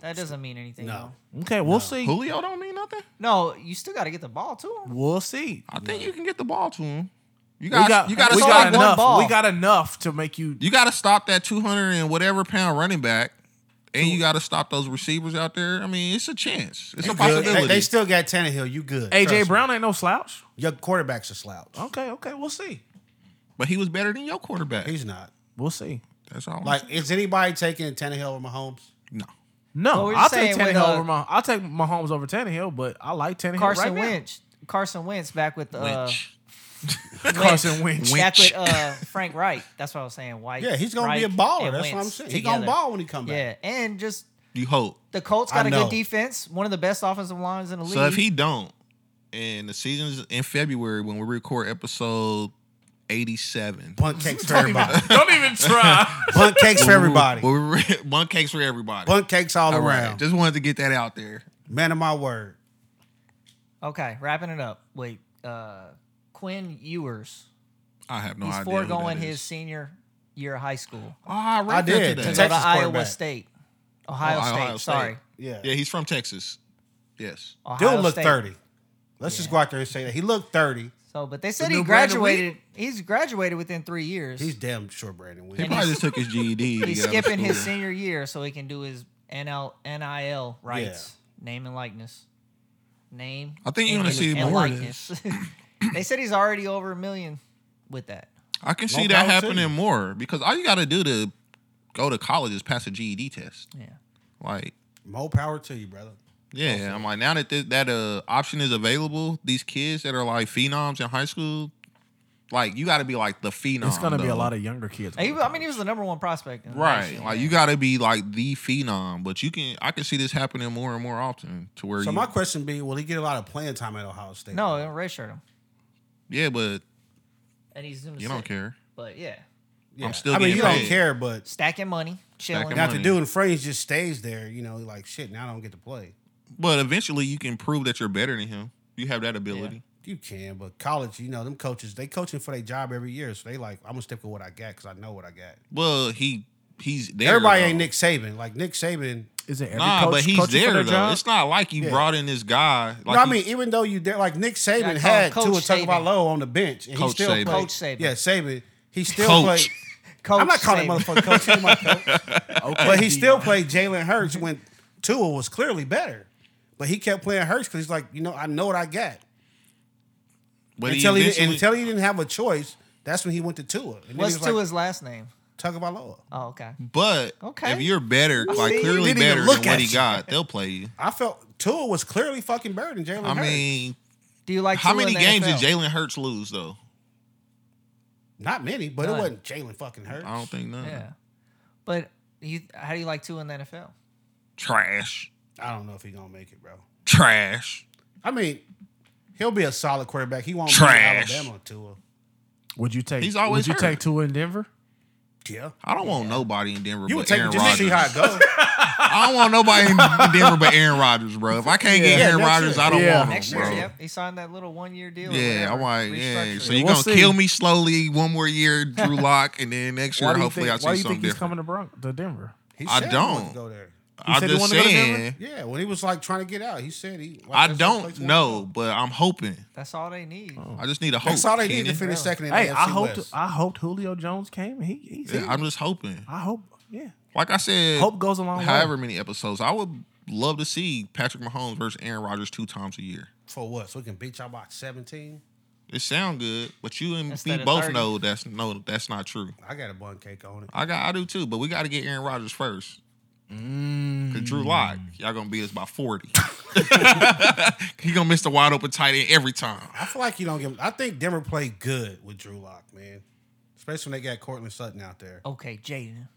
Speaker 3: That doesn't mean anything.
Speaker 4: No.
Speaker 3: though.
Speaker 2: Okay, we'll see.
Speaker 1: Mm. Julio don't mean nothing.
Speaker 3: No, you still got to get the ball to him.
Speaker 2: We'll see.
Speaker 1: I think you can get the ball to him. You
Speaker 2: We
Speaker 1: got,
Speaker 2: got,
Speaker 1: you got to
Speaker 2: we
Speaker 1: stop
Speaker 2: got
Speaker 1: that-
Speaker 3: one
Speaker 2: enough.
Speaker 3: ball.
Speaker 2: We got enough to make you.
Speaker 1: you got to stop that two hundred and whatever pound running back, and you got to stop those receivers out there. I mean, it's a chance. It's a
Speaker 4: Good.
Speaker 1: possibility.
Speaker 4: They, they still got Tannehill. You good? Trust me.
Speaker 2: AJ Brown ain't no slouch.
Speaker 4: Your quarterback's a slouch.
Speaker 3: Oh.
Speaker 2: Okay, okay, we'll see.
Speaker 1: but he was better than your quarterback.
Speaker 4: He's not.
Speaker 2: We'll see.
Speaker 1: That's all. I'm
Speaker 4: Like,
Speaker 1: saying.
Speaker 4: is anybody taking Tannehill over Mahomes?
Speaker 1: no.
Speaker 2: No,
Speaker 3: we're
Speaker 2: I'll
Speaker 3: saying
Speaker 2: take
Speaker 3: with,
Speaker 2: Tannehill
Speaker 3: uh,
Speaker 2: over my. I'll take Mahomes over Tannehill, but I like Tannehill right
Speaker 3: Carson
Speaker 2: now.
Speaker 3: Wentz. Carson Wentz back with uh,
Speaker 1: Lynch.
Speaker 2: Carson Wentz.
Speaker 3: back
Speaker 1: Winch.
Speaker 3: with uh, Frank Wright. That's what I was saying. White.
Speaker 4: Yeah, he's gonna be a
Speaker 3: Reich,
Speaker 4: baller.
Speaker 3: and
Speaker 4: That's what I'm
Speaker 3: Wentz
Speaker 4: saying. He's gonna
Speaker 3: together.
Speaker 4: ball when he come back.
Speaker 3: Yeah, and just
Speaker 1: You hope.
Speaker 3: the Colts
Speaker 4: I
Speaker 3: got a
Speaker 4: know.
Speaker 3: good defense. One of the best offensive lines in the league.
Speaker 1: So if he don't, and the season's in February when we record episode eighty-seven,
Speaker 4: Bunt cakes for everybody.
Speaker 2: Don't even try.
Speaker 4: Bunt cakes for everybody.
Speaker 1: We're, we're, bun cakes for everybody.
Speaker 4: Bunt cakes all,
Speaker 1: All right,
Speaker 4: around.
Speaker 1: Just wanted to get that out there.
Speaker 4: Man of my word.
Speaker 3: okay, wrapping it up. Wait, uh, Quinn Ewers.
Speaker 1: I have no
Speaker 3: he's
Speaker 1: idea. who
Speaker 3: foregoing
Speaker 1: that
Speaker 3: his
Speaker 1: is.
Speaker 3: senior year of high school
Speaker 1: Oh, I, read
Speaker 4: I
Speaker 1: that
Speaker 4: did.
Speaker 1: today.
Speaker 3: to go to
Speaker 4: Texas
Speaker 3: Iowa
Speaker 4: quarterback.
Speaker 3: State, Ohio,
Speaker 1: Oh,
Speaker 3: State,
Speaker 1: Ohio State.
Speaker 3: Sorry,
Speaker 4: Yeah.
Speaker 1: Yeah, he's from Texas. Yes.
Speaker 3: Ohio
Speaker 4: Dude looked
Speaker 3: State.
Speaker 4: 30. Let's just go out there and say that. He looked 30.
Speaker 3: So, but they said
Speaker 2: The
Speaker 3: he
Speaker 2: new Brandon
Speaker 3: graduated. He's graduated within three years.
Speaker 4: He's damn sure Brandon
Speaker 1: He
Speaker 4: Williams.
Speaker 1: probably just took his GED. to
Speaker 3: He's
Speaker 1: get out of
Speaker 3: skipping his
Speaker 1: school.
Speaker 3: senior year so he can do his NL, NIL rights, name and likeness. Name.
Speaker 1: I think you're gonna
Speaker 3: and-
Speaker 1: see
Speaker 3: and
Speaker 1: more of
Speaker 3: they said he's already over a million with that.
Speaker 1: I can
Speaker 4: No
Speaker 1: see that
Speaker 4: power to you.
Speaker 1: happening more because all you got to do to go to college is pass a GED test.
Speaker 3: Yeah.
Speaker 1: Like,
Speaker 4: More power to you, brother.
Speaker 1: yeah, I'm like now that th- that uh, option is available, these kids that are like phenoms in high school, like you got to be like the phenom.
Speaker 2: It's gonna be a
Speaker 1: though.
Speaker 2: lot of younger kids.
Speaker 3: And he- I mean, he was the number one prospect. In the
Speaker 1: Right,
Speaker 3: nation,
Speaker 1: like
Speaker 3: yeah.
Speaker 1: you got to be like the phenom, but you can I can see this happening more and more often to where
Speaker 4: So
Speaker 1: you,
Speaker 4: my question be, will he get a lot of playing time at Ohio State?
Speaker 3: No, they redshirt him,
Speaker 1: yeah, but
Speaker 3: and he's doing.
Speaker 1: you don't care.
Speaker 3: But yeah,
Speaker 4: Yeah.
Speaker 1: I'm still
Speaker 4: I mean,
Speaker 1: getting
Speaker 4: you
Speaker 1: paid.
Speaker 4: don't care, but
Speaker 3: stacking money, chilling.
Speaker 1: Stacking
Speaker 4: now
Speaker 1: money.
Speaker 4: the dude in Fringe just stays there. You know, like shit. Now I don't get to play.
Speaker 1: But eventually, you can prove that you're better than him. You have that ability.
Speaker 4: You can, but college, you know, them coaches, they coaching for their job every year. So they like, I'm gonna stick with what I got because I know what I got.
Speaker 1: Well, he he's there.
Speaker 4: Everybody
Speaker 1: though.
Speaker 4: ain't Nick Saban. Like Nick Saban,
Speaker 2: Is it every
Speaker 1: Nah,
Speaker 2: coach?
Speaker 1: but he's
Speaker 2: coach
Speaker 1: there
Speaker 2: their
Speaker 1: though.
Speaker 2: job?
Speaker 1: It's not like you
Speaker 4: Yeah.
Speaker 1: brought in this guy. Like
Speaker 4: no, I
Speaker 1: you-
Speaker 4: mean, even though you did, like Nick Saban
Speaker 3: call
Speaker 4: had
Speaker 3: Coach
Speaker 4: Tua
Speaker 3: Saban.
Speaker 4: Tagovailoa on the bench, and
Speaker 1: Coach
Speaker 4: he still
Speaker 1: Saban.
Speaker 4: played.
Speaker 3: Coach Saban.
Speaker 4: Yeah, Saban. He still
Speaker 1: Coach.
Speaker 4: played.
Speaker 3: Coach
Speaker 4: I'm not calling
Speaker 3: Saban.
Speaker 4: motherfucker coach. He my coach.
Speaker 2: Okay,
Speaker 4: But he
Speaker 2: D.
Speaker 4: still played Jalen Hurts when Tua was clearly better. But he kept playing Hurts because he's like, you know, I know what I got.
Speaker 1: but
Speaker 4: until, he,
Speaker 1: eventually-
Speaker 4: until he didn't have a choice, that's when he went to Tua. And then
Speaker 3: What's
Speaker 4: he was
Speaker 3: to
Speaker 4: like,
Speaker 3: his last name?
Speaker 4: Tagovailoa.
Speaker 3: Oh, okay.
Speaker 1: but
Speaker 3: Okay.
Speaker 1: if you're better, like
Speaker 3: see,
Speaker 1: clearly
Speaker 4: didn't even
Speaker 1: better
Speaker 4: look
Speaker 1: than what
Speaker 4: at
Speaker 1: he
Speaker 4: you.
Speaker 1: got, they'll play you.
Speaker 4: I felt Tua was clearly fucking better than Jalen
Speaker 1: I
Speaker 4: Hurts.
Speaker 1: mean,
Speaker 3: Do you like
Speaker 1: how
Speaker 3: Tua in
Speaker 1: many
Speaker 3: the
Speaker 1: games
Speaker 3: NFL?
Speaker 1: did Jalen Hurts lose though?
Speaker 4: not many, but
Speaker 3: None.
Speaker 4: it wasn't Jalen fucking Hurts.
Speaker 1: I don't think none.
Speaker 3: Yeah, but you, how do you like two in the NFL?
Speaker 1: Trash,
Speaker 4: I don't know if he gonna make it, bro.
Speaker 1: trash.
Speaker 4: I mean, he'll be a solid quarterback. He won't
Speaker 1: Trash.
Speaker 4: be Alabama Tua.
Speaker 2: Would you take?
Speaker 1: He's always
Speaker 2: Would you
Speaker 1: hurt.
Speaker 2: take Tua in Denver?
Speaker 4: Yeah.
Speaker 1: I don't want nobody in Denver
Speaker 4: You would
Speaker 1: but
Speaker 4: take
Speaker 1: Aaron
Speaker 4: it just to
Speaker 1: Rodgers.
Speaker 4: see how it goes.
Speaker 1: I don't want nobody in Denver but Aaron Rodgers, bro. If I can't get
Speaker 4: Yeah,
Speaker 1: Aaron
Speaker 4: next
Speaker 1: Rodgers,
Speaker 4: year.
Speaker 1: I don't
Speaker 2: Yeah.
Speaker 1: want him,
Speaker 3: Next year,
Speaker 1: Oh, bro.
Speaker 3: yep, he signed that little one year deal. or
Speaker 1: Yeah, I'm
Speaker 3: whatever,
Speaker 1: like, yeah.
Speaker 3: restructuring.
Speaker 1: So you're
Speaker 2: We'll
Speaker 1: gonna
Speaker 2: see.
Speaker 1: kill me slowly one more year, Drew Lock, and then next year
Speaker 2: do you
Speaker 1: hopefully I
Speaker 2: think- Why do
Speaker 1: see
Speaker 2: you think
Speaker 1: something
Speaker 2: he's
Speaker 1: different.
Speaker 2: coming to, Bron- to Denver?
Speaker 4: He
Speaker 1: I
Speaker 4: said he wanted to
Speaker 1: don't.
Speaker 4: go there.
Speaker 2: He
Speaker 1: I'm
Speaker 2: said he
Speaker 1: just
Speaker 2: wanted to go to Denver?
Speaker 1: saying.
Speaker 4: Yeah, when he was like trying to get out, he said he. like,
Speaker 1: I don't
Speaker 4: that's the place he wanted
Speaker 1: know,
Speaker 4: to go.
Speaker 1: but I'm hoping.
Speaker 3: That's all they need.
Speaker 1: I just need a hope.
Speaker 4: That's all they need to
Speaker 1: Kenan.
Speaker 4: finish second in
Speaker 2: Hey,
Speaker 4: the
Speaker 2: I
Speaker 4: AFC
Speaker 2: hoped.
Speaker 4: West.
Speaker 2: I hoped Julio Jones came. He, he's
Speaker 1: Yeah,
Speaker 2: here.
Speaker 1: I'm just hoping.
Speaker 2: I hope. Yeah.
Speaker 1: Like I said,
Speaker 2: Hope goes a long way.
Speaker 1: however many episodes, I would love to see Patrick Mahomes versus Aaron Rodgers two times a year.
Speaker 4: For what? So we can beat y'all by 17?
Speaker 1: It sound good, but you and
Speaker 3: Instead
Speaker 1: me
Speaker 3: of
Speaker 1: both
Speaker 3: 30.
Speaker 1: know that's no, that's not true.
Speaker 4: I got a bun cake on it.
Speaker 1: I got, I do too, but we got to get Aaron Rodgers first. Cause Drew Lock, y'all gonna beat us by forty. he gonna miss the wide open tight end every time.
Speaker 4: I feel like you don't give. I think Denver played good with Drew Lock, man. Especially when they got Cortland Sutton out there.
Speaker 3: Okay, Jaden.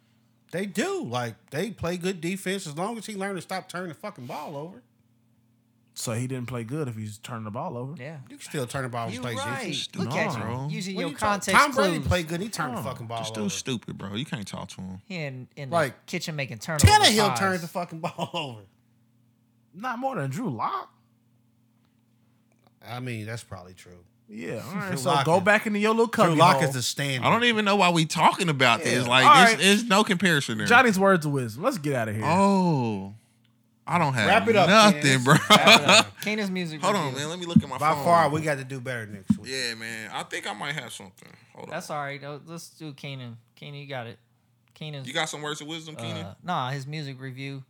Speaker 4: They do. Like, they play good defense as long as he learned to stop turning the fucking ball over.
Speaker 2: So he didn't play good if he's turning the ball over.
Speaker 3: Yeah,
Speaker 4: You can still turn the ball and
Speaker 3: you
Speaker 4: play
Speaker 3: right.
Speaker 4: defense.
Speaker 3: Look
Speaker 2: No,
Speaker 3: at you
Speaker 1: bro.
Speaker 3: using
Speaker 4: What
Speaker 3: your
Speaker 4: you talk-
Speaker 3: context
Speaker 4: Tom
Speaker 3: clues.
Speaker 4: Brady played good. He turned the fucking ball
Speaker 1: This
Speaker 4: over.
Speaker 1: dude's stupid, bro. You can't talk to him.
Speaker 3: He in, in
Speaker 4: Like,
Speaker 3: the kitchen making turnovers.
Speaker 4: Tannehill
Speaker 3: pies.
Speaker 4: turned the fucking ball over.
Speaker 2: Not more than Drew Lock.
Speaker 4: I mean, that's probably true.
Speaker 2: Yeah. All right.
Speaker 4: Drew
Speaker 2: so
Speaker 4: Lock
Speaker 2: go
Speaker 4: is-
Speaker 2: back into your little cubby
Speaker 4: Drew Lock
Speaker 2: hole.
Speaker 4: is the standard.
Speaker 1: I don't even know why we talking about this. Like,
Speaker 2: All
Speaker 1: there's
Speaker 2: right.
Speaker 1: there's no comparison there.
Speaker 2: Johnny's words of wisdom. Let's get out of here.
Speaker 1: Oh, I don't have
Speaker 4: Wrap it up,
Speaker 1: nothing,
Speaker 4: Ken.
Speaker 1: bro.
Speaker 4: Wrap it up.
Speaker 3: Keenan's music.
Speaker 1: Hold
Speaker 3: review.
Speaker 1: on, man. Let me look at my
Speaker 4: By
Speaker 1: phone.
Speaker 4: far, we got to do better next week.
Speaker 1: Yeah, man. I think I might have something. Hold
Speaker 3: That's
Speaker 1: on.
Speaker 3: all right. though. Let's do Keenan. Keenan, you got it. Keenan's.
Speaker 1: You got some words of wisdom, Keenan?
Speaker 3: Uh, nah, his music review.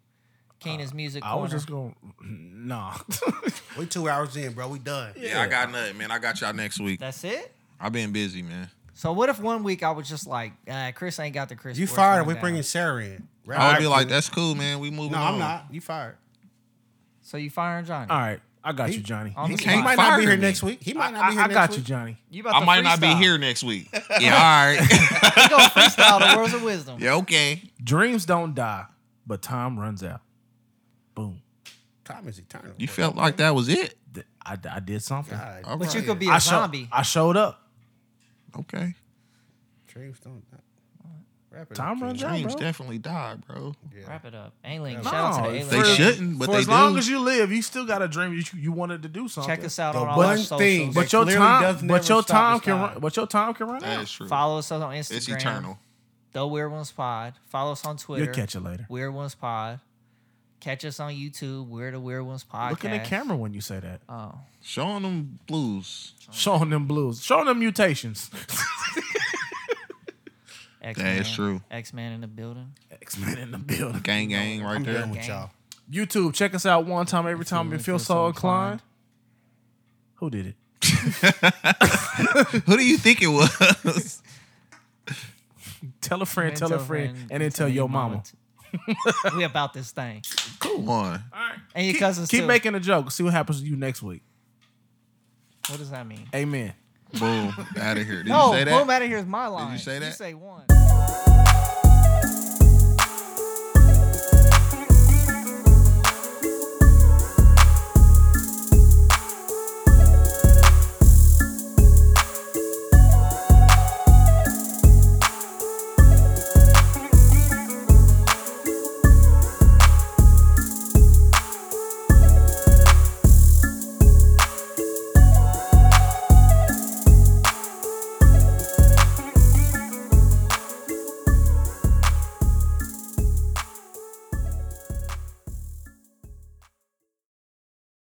Speaker 3: Keenan's
Speaker 4: Uh,
Speaker 3: music.
Speaker 2: I was
Speaker 3: corner.
Speaker 2: just going. Nah.
Speaker 4: We two hours in, bro. We done.
Speaker 1: yeah. I got nothing, man. I got y'all next week.
Speaker 3: That's it.
Speaker 1: I've been busy, man.
Speaker 3: So what if one week I was just like, uh, Chris ain't got the Chris.
Speaker 4: You
Speaker 3: Sports
Speaker 4: fired. We
Speaker 3: rundown.
Speaker 4: bringing Sarah in. Right?
Speaker 1: I would be like, that's cool, man. We moving
Speaker 4: No,
Speaker 1: on.
Speaker 4: I'm not. You fired.
Speaker 3: So you firing Johnny?
Speaker 2: All right. I got you, Johnny.
Speaker 3: On
Speaker 4: He,
Speaker 3: the
Speaker 4: he
Speaker 3: spot.
Speaker 1: can't
Speaker 4: might not
Speaker 1: fire
Speaker 4: be here
Speaker 1: me.
Speaker 4: next week. He
Speaker 2: I,
Speaker 4: might not be here
Speaker 2: I, I
Speaker 4: next
Speaker 2: got
Speaker 4: week.
Speaker 2: you, Johnny.
Speaker 3: You about
Speaker 1: I
Speaker 3: to
Speaker 1: might not be
Speaker 3: freestyle.
Speaker 1: here next week. Yeah, all right.
Speaker 3: You gonna freestyle the words of wisdom.
Speaker 1: yeah, okay.
Speaker 2: Dreams don't die, but time runs out. Boom.
Speaker 4: Time is eternal.
Speaker 1: You
Speaker 4: bro.
Speaker 1: felt like that was it.
Speaker 2: Th- I, I did something.
Speaker 4: God,
Speaker 1: All
Speaker 3: But you
Speaker 1: right.
Speaker 3: could be a
Speaker 2: I, show-
Speaker 3: zombie.
Speaker 2: I showed up.
Speaker 1: okay.
Speaker 4: dreams don't. die. Wrap it
Speaker 2: Time
Speaker 4: up,
Speaker 2: runs
Speaker 4: Ken.
Speaker 2: out,
Speaker 1: Dreams
Speaker 2: bro.
Speaker 1: definitely die, bro.
Speaker 4: Yeah.
Speaker 3: Wrap it up. Ailing.
Speaker 4: No,
Speaker 3: shout out to the
Speaker 2: if
Speaker 3: Ailing.
Speaker 1: They
Speaker 2: for-
Speaker 1: shouldn't, but
Speaker 2: for
Speaker 1: they
Speaker 2: as long
Speaker 1: do.
Speaker 2: as you live, you still got a dream you you wanted to do something.
Speaker 3: Check us out
Speaker 4: The
Speaker 3: on all
Speaker 4: one
Speaker 3: our
Speaker 4: thing
Speaker 3: socials.
Speaker 4: that
Speaker 2: But your
Speaker 4: Clearly
Speaker 2: time,
Speaker 4: doesn't
Speaker 2: but
Speaker 4: ever
Speaker 2: your
Speaker 4: stop
Speaker 2: time
Speaker 4: its
Speaker 2: can
Speaker 4: time.
Speaker 2: run. But your time can run
Speaker 1: That
Speaker 2: out.
Speaker 1: is true.
Speaker 3: Follow us on Instagram.
Speaker 1: It's eternal.
Speaker 3: The Weird Ones Pod. Follow us on Twitter.
Speaker 2: You'll catch it later.
Speaker 3: Weird Ones Pod. Catch us on YouTube. We're the Weird Ones Podcast.
Speaker 2: Look in the camera when you say that.
Speaker 3: Oh,
Speaker 1: Showing them blues.
Speaker 2: Showing them blues. Showing them mutations.
Speaker 3: X
Speaker 1: That is true.
Speaker 3: X Man in the building.
Speaker 2: X Men in the building.
Speaker 1: Gang, gang, right
Speaker 4: I'm
Speaker 1: there.
Speaker 4: done with
Speaker 3: Gang.
Speaker 4: y'all.
Speaker 2: YouTube, check us out one time every time you
Speaker 3: really
Speaker 2: feel so inclined. Who did it?
Speaker 1: Who do you think it was?
Speaker 2: Tell a friend,
Speaker 3: Man,
Speaker 2: tell a friend, and then tell your mama.
Speaker 3: t- we about this thing.
Speaker 1: Come on.
Speaker 2: All right.
Speaker 3: And your
Speaker 2: keep,
Speaker 3: cousins
Speaker 2: Keep
Speaker 3: too.
Speaker 2: making a joke. See what happens to you next week.
Speaker 3: What does that mean?
Speaker 2: Amen.
Speaker 1: Boom. Out of here. Did
Speaker 3: No,
Speaker 1: you say that?
Speaker 3: boom out of here is my line.
Speaker 1: say
Speaker 3: You
Speaker 1: that?
Speaker 3: say one.